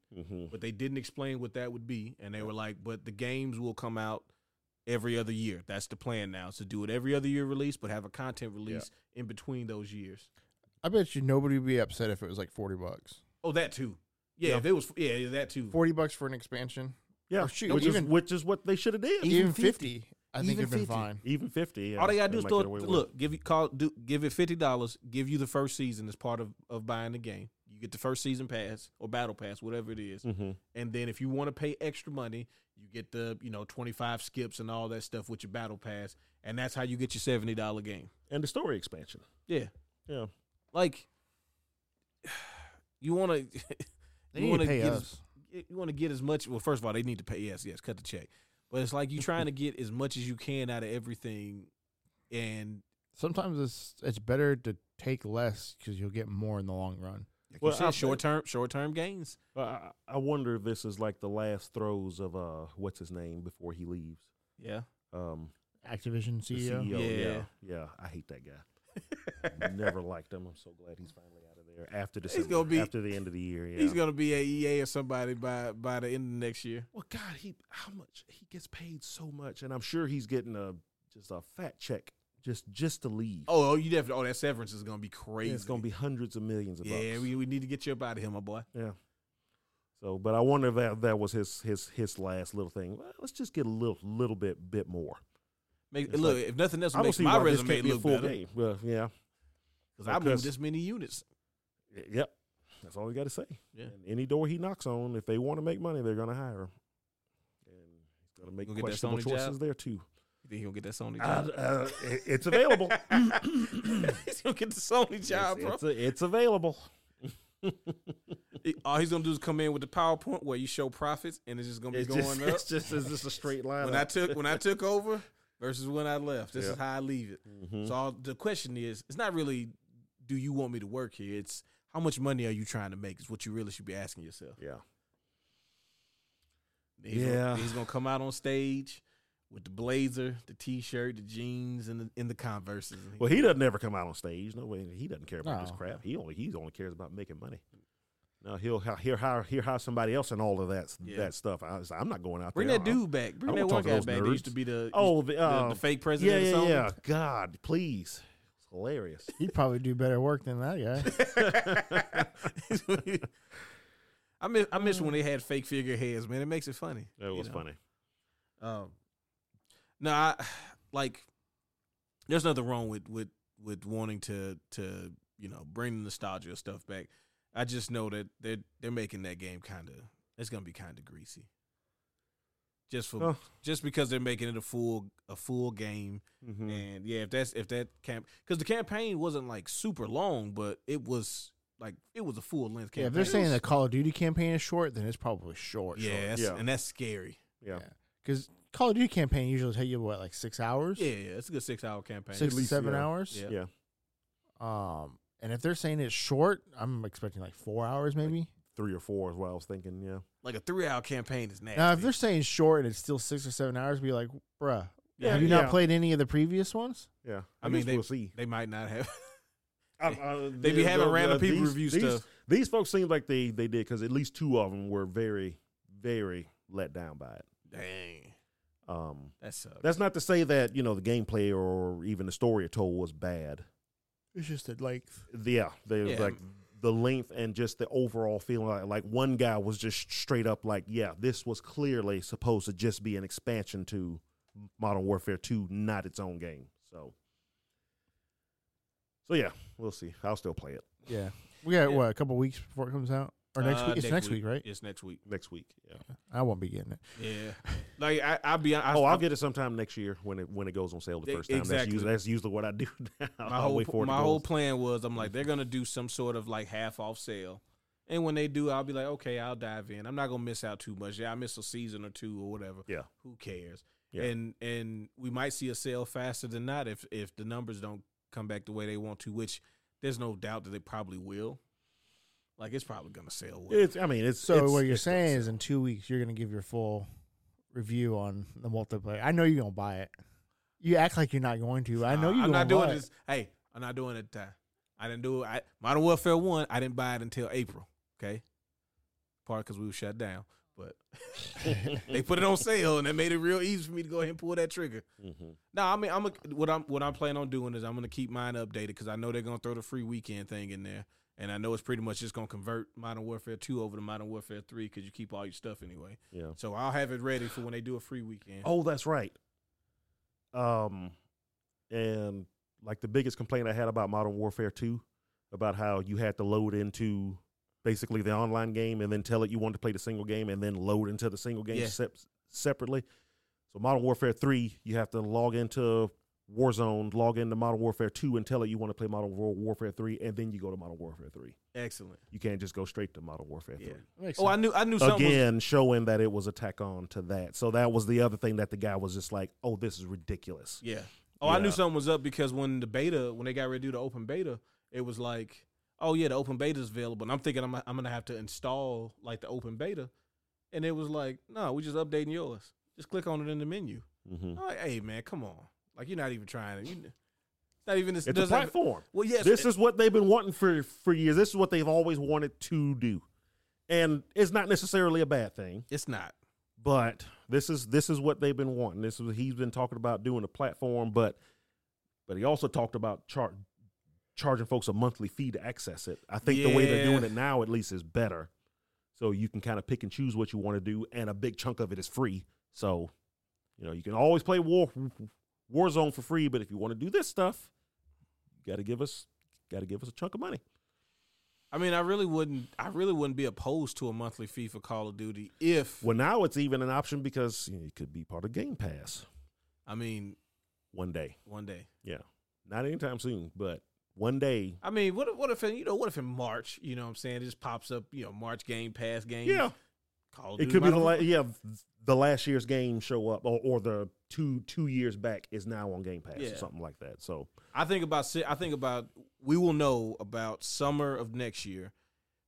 [SPEAKER 2] but they didn't explain what that would be. And they were like, "But the games will come out every other year. That's the plan now. So do it every other year release, but have a content release in between those years.
[SPEAKER 4] I bet you nobody would be upset if it was like forty bucks.
[SPEAKER 2] Oh, that too. Yeah,
[SPEAKER 3] Yeah.
[SPEAKER 2] if it was. Yeah, yeah, that too.
[SPEAKER 4] Forty bucks for an expansion,
[SPEAKER 3] yeah,
[SPEAKER 4] Oh, shoot,
[SPEAKER 3] which
[SPEAKER 4] even-
[SPEAKER 3] is which is what they should have did.
[SPEAKER 4] even,
[SPEAKER 2] Even
[SPEAKER 4] fifty. I think
[SPEAKER 2] Even
[SPEAKER 4] it'd been
[SPEAKER 2] 50.
[SPEAKER 4] fine.
[SPEAKER 3] Even fifty. yeah,
[SPEAKER 2] All they gotta do is
[SPEAKER 3] might
[SPEAKER 2] throw,
[SPEAKER 3] get away with
[SPEAKER 2] look, give you call, do, give it fifty dollars, give you the first season as part of, of buying the game. You get the first season pass or battle pass, whatever it is.
[SPEAKER 3] it.
[SPEAKER 4] Mm.
[SPEAKER 3] Mhm.
[SPEAKER 2] and then if you want to pay extra money you get the you know 25 skips and all that stuff with your battle pass and that's how you get your $70 game
[SPEAKER 3] and the story expansion.
[SPEAKER 2] yeah
[SPEAKER 3] Yeah.
[SPEAKER 2] like *sighs* you *laughs* want to
[SPEAKER 4] They
[SPEAKER 2] You
[SPEAKER 4] need
[SPEAKER 2] wanna
[SPEAKER 4] to pay
[SPEAKER 2] get
[SPEAKER 4] us.
[SPEAKER 2] you want to get as much well first of all they need to pay yes yes cut the check but it's like you trying to get as much as you can out of everything and
[SPEAKER 4] Sometimes it's it's better to take less because you'll get more in the long run.
[SPEAKER 2] like
[SPEAKER 3] Well,
[SPEAKER 2] you
[SPEAKER 3] I'll-
[SPEAKER 2] said, short term short term gains
[SPEAKER 3] Well, I, I wonder if this is like the last throes of uh, what's his name before he leaves.
[SPEAKER 2] yeah
[SPEAKER 3] Um,
[SPEAKER 4] Activision E
[SPEAKER 3] the
[SPEAKER 4] CEO.
[SPEAKER 3] CEO, yeah. yeah,
[SPEAKER 2] Yeah.
[SPEAKER 3] I hate that guy. Never liked him. I'm so glad he's finally out of there after December,
[SPEAKER 2] gonna be-
[SPEAKER 3] after the end of the year. Yeah.
[SPEAKER 2] he's gonna be E a ea or somebody by by the end of next year
[SPEAKER 3] well, God, he how much he gets paid so much, and I'm sure he's getting a just a fat check just just to leave.
[SPEAKER 2] oh oh, you definitely oh that severance is gonna be crazy
[SPEAKER 3] it's gonna be hundreds of millions of
[SPEAKER 2] yeah
[SPEAKER 3] bucks.
[SPEAKER 2] we, we need to get you up out of here my boy
[SPEAKER 3] yeah. So, but I wonder if that that was his his his last little thing. Well, let's just get a little little bit bit more.
[SPEAKER 2] Make,
[SPEAKER 3] It's
[SPEAKER 2] look,
[SPEAKER 3] like-
[SPEAKER 2] if nothing else,
[SPEAKER 3] I don't
[SPEAKER 2] makes
[SPEAKER 3] see
[SPEAKER 2] my
[SPEAKER 3] why this
[SPEAKER 2] resume
[SPEAKER 3] can't be a
[SPEAKER 2] look
[SPEAKER 3] full
[SPEAKER 2] better
[SPEAKER 3] game. Well, yeah,
[SPEAKER 2] because I moved
[SPEAKER 3] Because-
[SPEAKER 2] this many units.
[SPEAKER 3] Y- Yep. That's all you got to say.
[SPEAKER 2] Yeah.
[SPEAKER 3] And any door he knocks on, if they want to make money, they're going to hire him. And he's going to make
[SPEAKER 2] Gonna get that
[SPEAKER 3] questionable
[SPEAKER 2] Sony
[SPEAKER 3] choices
[SPEAKER 2] job?
[SPEAKER 3] there, too.
[SPEAKER 2] You think he'll get that Sony
[SPEAKER 3] Uh,
[SPEAKER 2] job?
[SPEAKER 3] uh, it- it's available.
[SPEAKER 2] *laughs* he's gonna get the Sony *laughs* job,
[SPEAKER 3] it's,
[SPEAKER 2] bro.
[SPEAKER 3] It's, a- it's available.
[SPEAKER 2] He- all he's gonna do is come in with the PowerPoint where you show profits, and it's just gonna be
[SPEAKER 3] It's
[SPEAKER 2] going
[SPEAKER 3] just, *laughs*
[SPEAKER 2] up.
[SPEAKER 3] it's just it's just
[SPEAKER 2] *laughs*
[SPEAKER 3] a straight line.
[SPEAKER 2] when I took
[SPEAKER 3] *laughs*
[SPEAKER 2] when I took over versus when I left, this
[SPEAKER 3] Yeah.
[SPEAKER 2] is how I leave it.
[SPEAKER 3] Mhm.
[SPEAKER 2] Mm-hmm. So all, the question is, it's not really, do you want me to work here? It's how much money are you trying to make? Is what you really should be asking yourself.
[SPEAKER 3] yeah.
[SPEAKER 2] He's gonna,
[SPEAKER 3] Yeah.
[SPEAKER 2] he's gonna come out on stage with the blazer, the t-shirt, the jeans, and the, and the Converses.
[SPEAKER 3] Well, he doesn't ever come out on stage. No way. He doesn't care about this
[SPEAKER 4] No.
[SPEAKER 3] crap. He only he only cares about making money. No, he'll hi- he'll hire he'll hire somebody else and all of that
[SPEAKER 2] Yeah.
[SPEAKER 3] that stuff. I was, I'm not going out
[SPEAKER 2] bring
[SPEAKER 3] there.
[SPEAKER 2] that
[SPEAKER 3] I'm-
[SPEAKER 2] dude back. Bring
[SPEAKER 3] I
[SPEAKER 2] that
[SPEAKER 3] won't
[SPEAKER 2] one
[SPEAKER 3] talk to
[SPEAKER 2] guy
[SPEAKER 3] those
[SPEAKER 2] back. That
[SPEAKER 3] nerds.
[SPEAKER 2] used to be the
[SPEAKER 3] Oh, the,
[SPEAKER 2] the,
[SPEAKER 3] uh,
[SPEAKER 2] the fake president.
[SPEAKER 3] yeah,
[SPEAKER 2] or
[SPEAKER 3] yeah,
[SPEAKER 2] something.
[SPEAKER 3] yeah. God, please. It's hilarious.
[SPEAKER 4] He'd probably do better work than that guy.
[SPEAKER 2] *laughs* I miss I miss when they had fake figure heads, man. It makes it funny.
[SPEAKER 3] Mm. That
[SPEAKER 2] you
[SPEAKER 3] was
[SPEAKER 2] know?
[SPEAKER 3] funny.
[SPEAKER 2] Um, no, I *sighs* like. There's nothing wrong with with with wanting to to you know bring the nostalgia stuff back. I just know that they're they're making that game kind of it's gonna be kind of greasy. Just for
[SPEAKER 3] Oh.
[SPEAKER 2] just because they're making it a full a full game,
[SPEAKER 3] Mm-hmm.
[SPEAKER 4] Mm.
[SPEAKER 2] and yeah, if that's if that camp because the campaign wasn't like super long, but it was like it was a full length campaign.
[SPEAKER 4] Yeah, if they're saying the Call of Duty campaign is short, then it's probably short.
[SPEAKER 2] yeah, that's-
[SPEAKER 3] Yeah.
[SPEAKER 2] and that's scary.
[SPEAKER 3] Yeah.
[SPEAKER 4] Because Call of Duty campaign usually take you what like six hours,
[SPEAKER 2] Yeah, yeah, it's a good six hour campaign.
[SPEAKER 4] six to
[SPEAKER 3] least,
[SPEAKER 4] seven
[SPEAKER 3] yeah.
[SPEAKER 4] hours.
[SPEAKER 2] Yeah.
[SPEAKER 3] Yeah.
[SPEAKER 4] Um, and if they're saying it's short, I'm expecting like four hours maybe.
[SPEAKER 3] Three or four is what I was thinking. Yeah.
[SPEAKER 2] like a three hour campaign is nasty.
[SPEAKER 4] now, if they're saying short and it's still six or seven hours, be like, bruh,
[SPEAKER 2] Yeah,
[SPEAKER 4] have you not
[SPEAKER 3] yeah.
[SPEAKER 4] played any of the previous ones?
[SPEAKER 3] Yeah.
[SPEAKER 2] I mean,
[SPEAKER 3] guess
[SPEAKER 2] they-
[SPEAKER 3] we'll see.
[SPEAKER 2] they might not have. *laughs*
[SPEAKER 3] I- I-
[SPEAKER 2] They be having random people
[SPEAKER 3] these-
[SPEAKER 2] review
[SPEAKER 3] these-
[SPEAKER 2] stuff.
[SPEAKER 3] These folks seem like they they did because at least two of them were very very let down by it.
[SPEAKER 2] Dang,
[SPEAKER 3] Um,
[SPEAKER 2] that sucks.
[SPEAKER 3] that's not to say that you know the gameplay or even the story it told was bad.
[SPEAKER 4] It's just that like
[SPEAKER 3] Yeah, they was
[SPEAKER 2] Yeah.
[SPEAKER 3] like the length and just the overall feeling. Like, like one guy was just straight up like, yeah, this was clearly supposed to just be an expansion to Modern Warfare Two, not its own game. So, so yeah, we'll see. I'll still play it
[SPEAKER 4] yeah, we got
[SPEAKER 2] Yeah.
[SPEAKER 4] what a couple weeks before it comes out or next
[SPEAKER 2] Uh,
[SPEAKER 4] week. It's next, week, right?
[SPEAKER 2] It's next week.
[SPEAKER 3] next week. Yeah.
[SPEAKER 4] I won't be getting it.
[SPEAKER 2] Yeah, *laughs* like I, I'll be. I,
[SPEAKER 3] oh,
[SPEAKER 2] I,
[SPEAKER 3] I'll get it sometime next year when it when it goes on sale the
[SPEAKER 2] They-
[SPEAKER 3] first time. That's,
[SPEAKER 2] exactly.
[SPEAKER 3] usually, that's usually what I do *laughs* now.
[SPEAKER 2] my
[SPEAKER 3] I'll
[SPEAKER 2] whole
[SPEAKER 3] wait for it
[SPEAKER 2] my
[SPEAKER 3] to go
[SPEAKER 2] whole
[SPEAKER 3] on-
[SPEAKER 2] plan was I'm
[SPEAKER 3] Mm-hmm.
[SPEAKER 2] like they're gonna do some sort of like half off sale, and when they do, I'll be like, okay, I'll dive in. I'm not gonna miss out too much. Yeah, I miss a season or two or whatever.
[SPEAKER 3] Yeah.
[SPEAKER 2] who cares?
[SPEAKER 3] Yeah.
[SPEAKER 2] And and we might see a sale faster than not if if the numbers don't come back the way they want to, which there's no doubt that they probably will. Like it's probably gonna sell well.
[SPEAKER 3] It's, I mean, it's
[SPEAKER 4] So
[SPEAKER 3] it's-
[SPEAKER 4] what you're
[SPEAKER 3] it's gonna
[SPEAKER 4] saying
[SPEAKER 3] sell.
[SPEAKER 4] is, in two weeks, you're gonna give your full review on the multiplayer. I know you're gonna buy it. You act like you're not going to. I know
[SPEAKER 2] Nah,
[SPEAKER 4] you're
[SPEAKER 2] I'm not
[SPEAKER 4] gonna
[SPEAKER 2] doing
[SPEAKER 4] buy
[SPEAKER 2] this. Hey, I'm not doing it. uh, I didn't do it. I, Modern Warfare One. I didn't buy it until April. Okay, part because we were shut down, but *laughs* they put it on sale and that made it real easy for me to go ahead and pull that trigger.
[SPEAKER 3] Mhm.
[SPEAKER 2] No, I mean I'm a, what I'm what I'm planning on doing is I'm gonna keep mine updated because I know they're gonna throw the free weekend thing in there, and I know it's pretty much just gonna convert Modern Warfare Two over to Modern Warfare Three because you keep all your stuff anyway.
[SPEAKER 3] Yeah.
[SPEAKER 2] So I'll have it ready for when they do a free weekend.
[SPEAKER 3] Oh, that's right. Um, and like the biggest complaint I had about Modern Warfare Two, about how you had to load into basically the online game and then tell it you wanted to play the single game and then load into the single game
[SPEAKER 2] Yeah.
[SPEAKER 3] sep- separately. So Modern Warfare Three, you have to log into Warzone, log into Modern Warfare Two, and tell it you want to play Modern War- Warfare Three, and then you go to Modern Warfare Three.
[SPEAKER 2] Excellent.
[SPEAKER 3] You can't just go straight to Modern Warfare
[SPEAKER 2] Yeah.
[SPEAKER 3] Three
[SPEAKER 4] it.
[SPEAKER 2] Oh, I knew I knew something. was-
[SPEAKER 3] again showing that it was a tack on to that. So that was the other thing that the guy was just like, "Oh, this is ridiculous."
[SPEAKER 2] Yeah. Oh, I knew
[SPEAKER 3] Yeah.
[SPEAKER 2] something was up because when the beta, when they got ready to do the open beta, it was like, oh yeah, the open beta is available. And I'm thinking I'm I'm gonna have to install like the open beta, and it was like, no, we just updating yours. Just click on it in the menu.
[SPEAKER 3] Mm-hmm.
[SPEAKER 2] I'm like, hey man, come on. Like you're not even trying. to- You, it's not even. It's,
[SPEAKER 3] It's a
[SPEAKER 2] doesn't have-
[SPEAKER 3] platform.
[SPEAKER 2] well, yes.
[SPEAKER 3] This is what they've been wanting for for years. This is what they've always wanted to do, and it's not necessarily a bad thing.
[SPEAKER 2] it's not.
[SPEAKER 3] But this is this is what they've been wanting. This is what he's been talking about doing a platform, but but he also talked about char- charging folks a monthly fee to access it. I think the way they're
[SPEAKER 2] Yeah.
[SPEAKER 3] doing it now, at least, is better. So you can kind of pick and choose what you want to do, and a big chunk of it is free. So you know you can always play War Warzone for free, but if you want to do this stuff, you got to give us got to give us a chunk of money.
[SPEAKER 2] I mean, I really wouldn't. I really wouldn't be opposed to a monthly fee for Call of Duty if.
[SPEAKER 3] Well, now it's even an option because you know, it could be part of Game Pass
[SPEAKER 2] I mean,
[SPEAKER 3] one day.
[SPEAKER 2] one day.
[SPEAKER 3] Not anytime soon, but one day.
[SPEAKER 2] I mean, what if- what if in, you know what if in March, you know what I'm saying, it just pops up, you know, March game pass game.
[SPEAKER 3] Yeah,
[SPEAKER 2] Call of
[SPEAKER 3] it
[SPEAKER 2] Duty
[SPEAKER 3] could be the
[SPEAKER 2] Modern
[SPEAKER 3] la-
[SPEAKER 2] Warfare.
[SPEAKER 3] yeah the last year's game show up or, or the two two years back is now on Game Pass
[SPEAKER 2] Yeah.
[SPEAKER 3] or something like that. So
[SPEAKER 2] I think about si- I think about we will know about summer of next year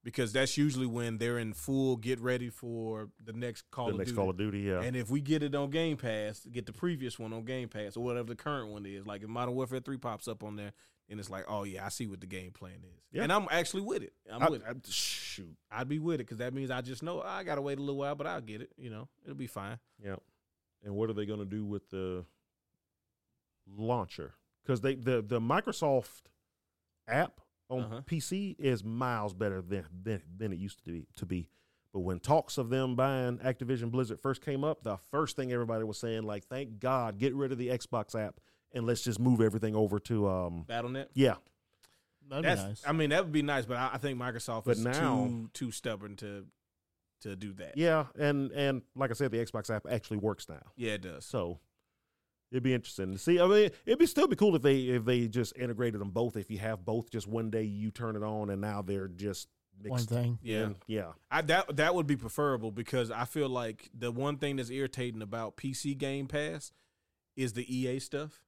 [SPEAKER 2] because that's usually when they're in full get ready for the next Call
[SPEAKER 3] the
[SPEAKER 2] of
[SPEAKER 3] next
[SPEAKER 2] Duty.
[SPEAKER 3] Call of Duty, yeah,
[SPEAKER 2] And if we get it on Game Pass, get the previous one on Game Pass or whatever the current one is, like if Modern Warfare 3 pops up on there and it's like, "Oh yeah, I see what the game plan is."
[SPEAKER 3] Yeah.
[SPEAKER 2] And I'm actually with it. I'm
[SPEAKER 3] I-
[SPEAKER 2] with it.
[SPEAKER 3] I- shoot,
[SPEAKER 2] I'd be with it cuz that means I just know "Ah, I got to wait a little while, but I'll get it, you know. It'll be fine.
[SPEAKER 3] yeah. And what are they going to do with the launcher? Because they the the Microsoft app on
[SPEAKER 2] Uh-huh.
[SPEAKER 3] PC is miles better than, than than it used to be to be. But when talks of them buying Activision Blizzard first came up, the first thing everybody was saying, like, thank God, get rid of the Xbox app and let's just move everything over to um
[SPEAKER 2] BattleNet
[SPEAKER 3] yeah.
[SPEAKER 4] That'd
[SPEAKER 2] That's,
[SPEAKER 4] be nice.
[SPEAKER 2] I mean, that would be nice, but I, I think Microsoft
[SPEAKER 3] But
[SPEAKER 2] is
[SPEAKER 3] now-
[SPEAKER 2] too too stubborn to to do that.
[SPEAKER 3] Yeah, and and like I said, the Xbox app actually works now.
[SPEAKER 2] Yeah, it does.
[SPEAKER 3] So it'd be interesting to see. I mean, it'd be still be cool if they if they just integrated them both. If you have both, just one day you turn it on, and now they're just
[SPEAKER 4] one
[SPEAKER 3] mixed.
[SPEAKER 4] thing.
[SPEAKER 2] Yeah.
[SPEAKER 3] in. yeah.
[SPEAKER 2] I that that would be preferable because I feel like the one thing that's irritating about PC Game Pass is the EA stuff.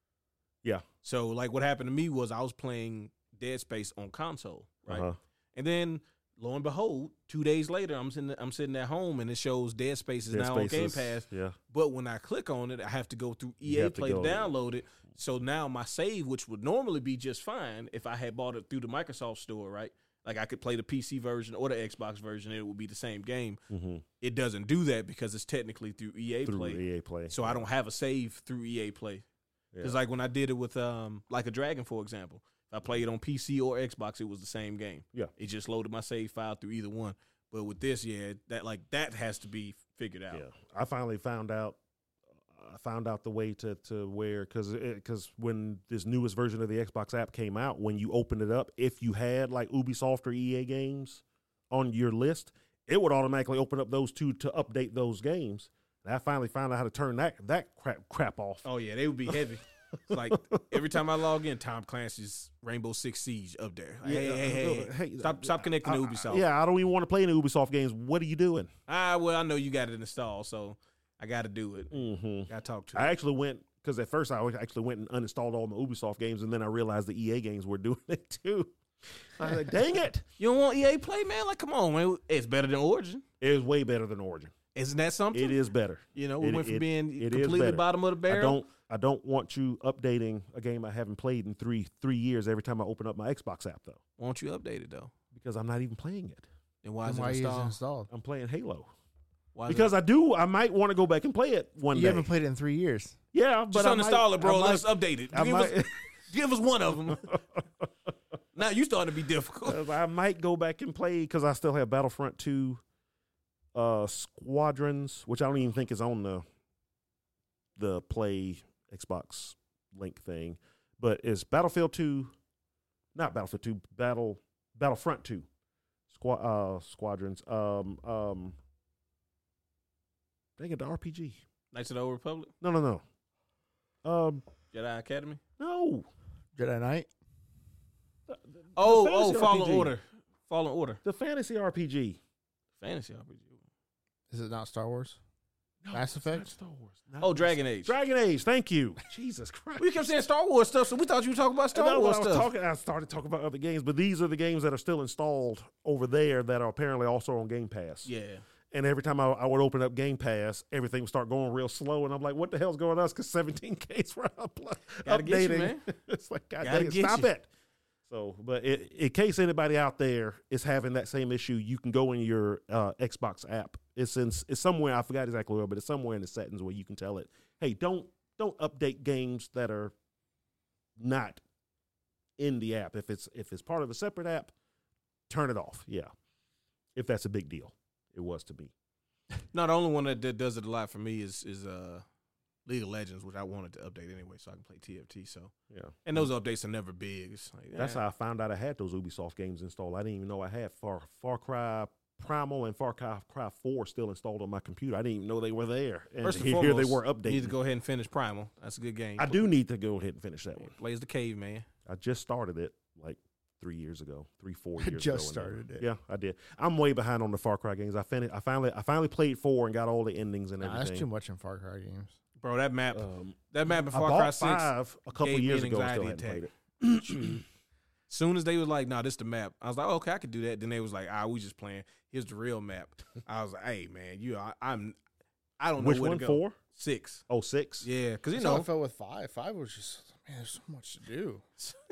[SPEAKER 3] Yeah.
[SPEAKER 2] So like what happened to me was I was playing Dead Space on console, right?
[SPEAKER 3] Uh-huh.
[SPEAKER 2] And then lo and behold, two days later I'm sitting I'm sitting at home and it shows Dead Space is
[SPEAKER 3] Dead
[SPEAKER 2] now on Game
[SPEAKER 3] Space is-
[SPEAKER 2] Pass.
[SPEAKER 3] Yeah.
[SPEAKER 2] But when I click on it, I have to go through
[SPEAKER 3] You
[SPEAKER 2] EA
[SPEAKER 3] have to
[SPEAKER 2] Play to
[SPEAKER 3] go there.
[SPEAKER 2] download it. So now my save, which would normally be just fine if I had bought it through the Microsoft Store, right? Like I could play the PC version or the Xbox version, and it would be the same game.
[SPEAKER 3] Mm-hmm.
[SPEAKER 2] It doesn't do that because it's technically through EA
[SPEAKER 3] Through
[SPEAKER 2] Play.
[SPEAKER 3] EA Play.
[SPEAKER 2] So I don't have a save through EA Play.
[SPEAKER 3] Yeah.
[SPEAKER 2] Because like when I did it with um like a Dragon, for example, if I played it on PC or Xbox, it was the same game.
[SPEAKER 3] Yeah.
[SPEAKER 2] it just loaded my save file through either one. But with this, yeah, that like that has to be figured out.
[SPEAKER 3] Yeah, I finally found out. I found out the way to to where because because when this newest version of the Xbox app came out, when you opened it up, if you had like Ubisoft or EA games on your list, it would automatically open up those two to update those games. And I finally found out how to turn that that crap crap off. *laughs*
[SPEAKER 2] Oh yeah, they would be heavy. It's like every time I log in, Tom Clancy's Rainbow Six Siege up there. Like, hey, hey, hey,
[SPEAKER 3] *laughs*
[SPEAKER 2] hey, stop, stop connecting
[SPEAKER 3] I,
[SPEAKER 2] to Ubisoft.
[SPEAKER 3] Yeah, I don't even want to play any Ubisoft games. What are you doing?
[SPEAKER 2] Ah, well, I know you got it installed, so I got to do it.
[SPEAKER 3] Mm-hmm.
[SPEAKER 2] Got to talk to.
[SPEAKER 3] I
[SPEAKER 2] it.
[SPEAKER 3] actually went because at first I always- actually went and uninstalled all my Ubisoft games, and then I realized the EA games were *laughs* doing it too. I was like, "Dang it!
[SPEAKER 2] *laughs* You don't want EA Play, man? Like, come on, man. It's better than Origin.
[SPEAKER 3] It is way better than Origin.
[SPEAKER 2] Isn't that something?
[SPEAKER 3] It is better.
[SPEAKER 2] You know, we
[SPEAKER 3] it-
[SPEAKER 2] went from
[SPEAKER 3] it-
[SPEAKER 2] being
[SPEAKER 3] it is
[SPEAKER 2] completely
[SPEAKER 3] better.
[SPEAKER 2] bottom of the
[SPEAKER 3] I
[SPEAKER 2] barrel.
[SPEAKER 3] don't. I don't want you updating a game I haven't played in three three years every time I open up my Xbox app though,
[SPEAKER 2] Won't you update it though?
[SPEAKER 3] because I'm not even playing it.
[SPEAKER 2] Then why is
[SPEAKER 4] Then why
[SPEAKER 2] it
[SPEAKER 4] is it
[SPEAKER 2] installed?
[SPEAKER 4] installed?
[SPEAKER 3] I'm playing Halo
[SPEAKER 2] Why is it-
[SPEAKER 3] because I do. I might want to go back and play it one
[SPEAKER 4] You
[SPEAKER 3] day.
[SPEAKER 4] haven't played it in three years.
[SPEAKER 3] yeah, but
[SPEAKER 2] just
[SPEAKER 3] I might-
[SPEAKER 2] uninstall it, bro.
[SPEAKER 3] I might-
[SPEAKER 2] Let's update it.
[SPEAKER 3] I
[SPEAKER 2] Give
[SPEAKER 3] might,
[SPEAKER 2] us, give us one of
[SPEAKER 3] *laughs*
[SPEAKER 2] them. now you starting to be difficult.
[SPEAKER 3] Uh, I might go back and play because I still have Battlefront Two, uh, Squadrons, which I don't even think is on the the play Xbox Link thing, but it's Battlefield Two, not Battlefield Two, Battle Battlefront Two, Squa- uh, Squadrons. Um, um, dang it, the RPG.
[SPEAKER 2] Knights of the Old Republic,
[SPEAKER 3] No, no, no. Um,
[SPEAKER 2] Jedi Academy.
[SPEAKER 3] no.
[SPEAKER 4] Jedi Knight.
[SPEAKER 3] The- the- the
[SPEAKER 2] Oh, oh,
[SPEAKER 3] fantasy
[SPEAKER 2] Fallen
[SPEAKER 3] RPG.
[SPEAKER 2] Order. Fallen Order.
[SPEAKER 3] The fantasy RPG.
[SPEAKER 2] Fantasy RPG.
[SPEAKER 4] Is it not Star Wars?
[SPEAKER 3] No,
[SPEAKER 4] Mass
[SPEAKER 3] it's not
[SPEAKER 4] Effect?
[SPEAKER 3] Star Wars. Not
[SPEAKER 2] Oh,
[SPEAKER 3] Mass-
[SPEAKER 2] Dragon Age.
[SPEAKER 3] Dragon Age. Thank you. Jesus Christ.
[SPEAKER 2] we kept saying Star Wars stuff, so we thought you were talking about
[SPEAKER 3] I know
[SPEAKER 2] Star Wars
[SPEAKER 3] I was
[SPEAKER 2] stuff.
[SPEAKER 3] talking. I started talking about other games, but these are the games that are still installed over there that are apparently also on Game Pass.
[SPEAKER 2] yeah.
[SPEAKER 3] And every time I, I would open up Game Pass, everything would start going real slow, and I'm like, "What the hell's going on?" Because 17 Ks were up,
[SPEAKER 2] Gotta
[SPEAKER 3] updating.
[SPEAKER 2] get you, man.
[SPEAKER 3] *laughs* it's like, God
[SPEAKER 2] Gotta
[SPEAKER 3] dang it,
[SPEAKER 2] get
[SPEAKER 3] stop
[SPEAKER 2] you.
[SPEAKER 3] it. So, but it, in case anybody out there is having that same issue, you can go in your uh, Xbox app. It's in it's somewhere I forgot exactly where, but it's somewhere in the settings where you can tell it, "Hey, don't don't update games that are not in the app. If it's if it's part of a separate app, turn it off. Yeah, if that's a big deal, it was to me.
[SPEAKER 2] No, the only one that, that does it a lot for me is is uh League of Legends, which I wanted to update anyway, so I can play TFT. So
[SPEAKER 3] Yeah,
[SPEAKER 2] and those updates are never big. It's like,
[SPEAKER 3] that's
[SPEAKER 2] eh.
[SPEAKER 3] how I found out I had those Ubisoft games installed. I didn't even know I had Far Far Cry Primal and Far Cry, Cry Four still installed on my computer. I didn't even know they were there. And
[SPEAKER 2] First and
[SPEAKER 3] here,
[SPEAKER 2] foremost,
[SPEAKER 3] here they were
[SPEAKER 2] you Need to
[SPEAKER 3] updated.
[SPEAKER 2] go ahead and finish Primal. That's a good game.
[SPEAKER 3] I do need to go ahead and finish that one.
[SPEAKER 2] Plays the caveman.
[SPEAKER 3] I just started it like three years ago,
[SPEAKER 2] *laughs*
[SPEAKER 3] three four
[SPEAKER 4] I
[SPEAKER 3] years. ago
[SPEAKER 4] just
[SPEAKER 3] and never-
[SPEAKER 4] started it.
[SPEAKER 3] Yeah, I did. I'm way behind on the Far Cry games. I finished. I finally, I finally played four and got all the endings and
[SPEAKER 4] Nah, that's too
[SPEAKER 3] everything.
[SPEAKER 4] much in Far Cry games.
[SPEAKER 2] Bro, that map
[SPEAKER 3] Um,
[SPEAKER 2] that map in Far
[SPEAKER 3] I bought
[SPEAKER 2] Cry Six.
[SPEAKER 3] five a couple
[SPEAKER 2] gave me
[SPEAKER 3] years
[SPEAKER 2] an
[SPEAKER 3] ago. and Still
[SPEAKER 2] anxiety
[SPEAKER 3] hadn't played
[SPEAKER 2] attack. *clears throat*
[SPEAKER 3] it.
[SPEAKER 2] Soon as they was like, "Nah, this the map," I was like, oh, "Okay, I could do that." Then they was like, "Ah, we just playing. Here's the real map." I was like, "Hey, man, you, I, I'm, I don't know
[SPEAKER 3] Which
[SPEAKER 2] where
[SPEAKER 3] one?
[SPEAKER 2] to go."
[SPEAKER 3] Four?
[SPEAKER 2] Six.
[SPEAKER 3] Oh, six.
[SPEAKER 2] Yeah, because you
[SPEAKER 4] That's how I
[SPEAKER 2] know,
[SPEAKER 4] felt with five. Five was just man, there's so much to do,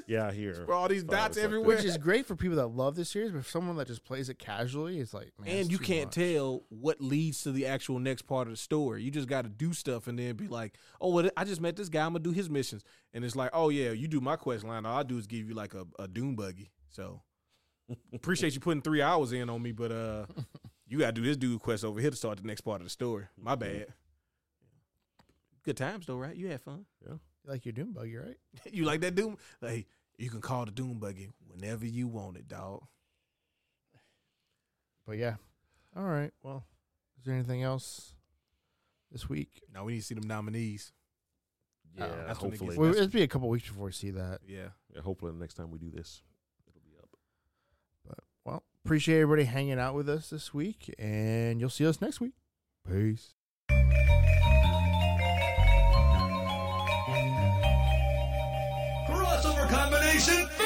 [SPEAKER 3] Yeah, I hear.
[SPEAKER 2] bro, all these
[SPEAKER 3] Five
[SPEAKER 2] dots
[SPEAKER 3] is like
[SPEAKER 2] everywhere,
[SPEAKER 4] *laughs* which is great for people that love this series. But for someone that just plays it casually, it's like man,
[SPEAKER 2] and
[SPEAKER 4] it's
[SPEAKER 2] you
[SPEAKER 4] too
[SPEAKER 2] can't
[SPEAKER 4] much.
[SPEAKER 2] tell what leads to the actual next part of the story. You just got to do stuff and then be like, "Oh, well, I just met this guy. I'm gonna do his missions." And it's like, "Oh yeah, you do my quest line. All I do is give you like a, a doom buggy." *laughs* So appreciate you putting three hours in on me, but uh, you gotta do this dude quest over here to start the next part of the story. My bad. Good times though, right? You had fun. *laughs*
[SPEAKER 4] You like your Doom buggy, right?
[SPEAKER 2] you like that doom? Like you can call the doom buggy whenever you want it, dog.
[SPEAKER 4] But yeah, all right. Well, is there anything else this week?
[SPEAKER 2] Now we need to see them nominees.
[SPEAKER 3] Yeah,
[SPEAKER 4] Oh,
[SPEAKER 2] that's when it
[SPEAKER 3] hopefully.
[SPEAKER 2] gets-
[SPEAKER 4] Well,
[SPEAKER 2] that's-
[SPEAKER 4] it'll be a couple weeks before we see that.
[SPEAKER 2] Yeah.
[SPEAKER 3] yeah, hopefully the next time we do this, it'll be up.
[SPEAKER 4] Well, Appreciate everybody hanging out with us this week, and you'll see us next week. Peace.
[SPEAKER 5] Crossover combination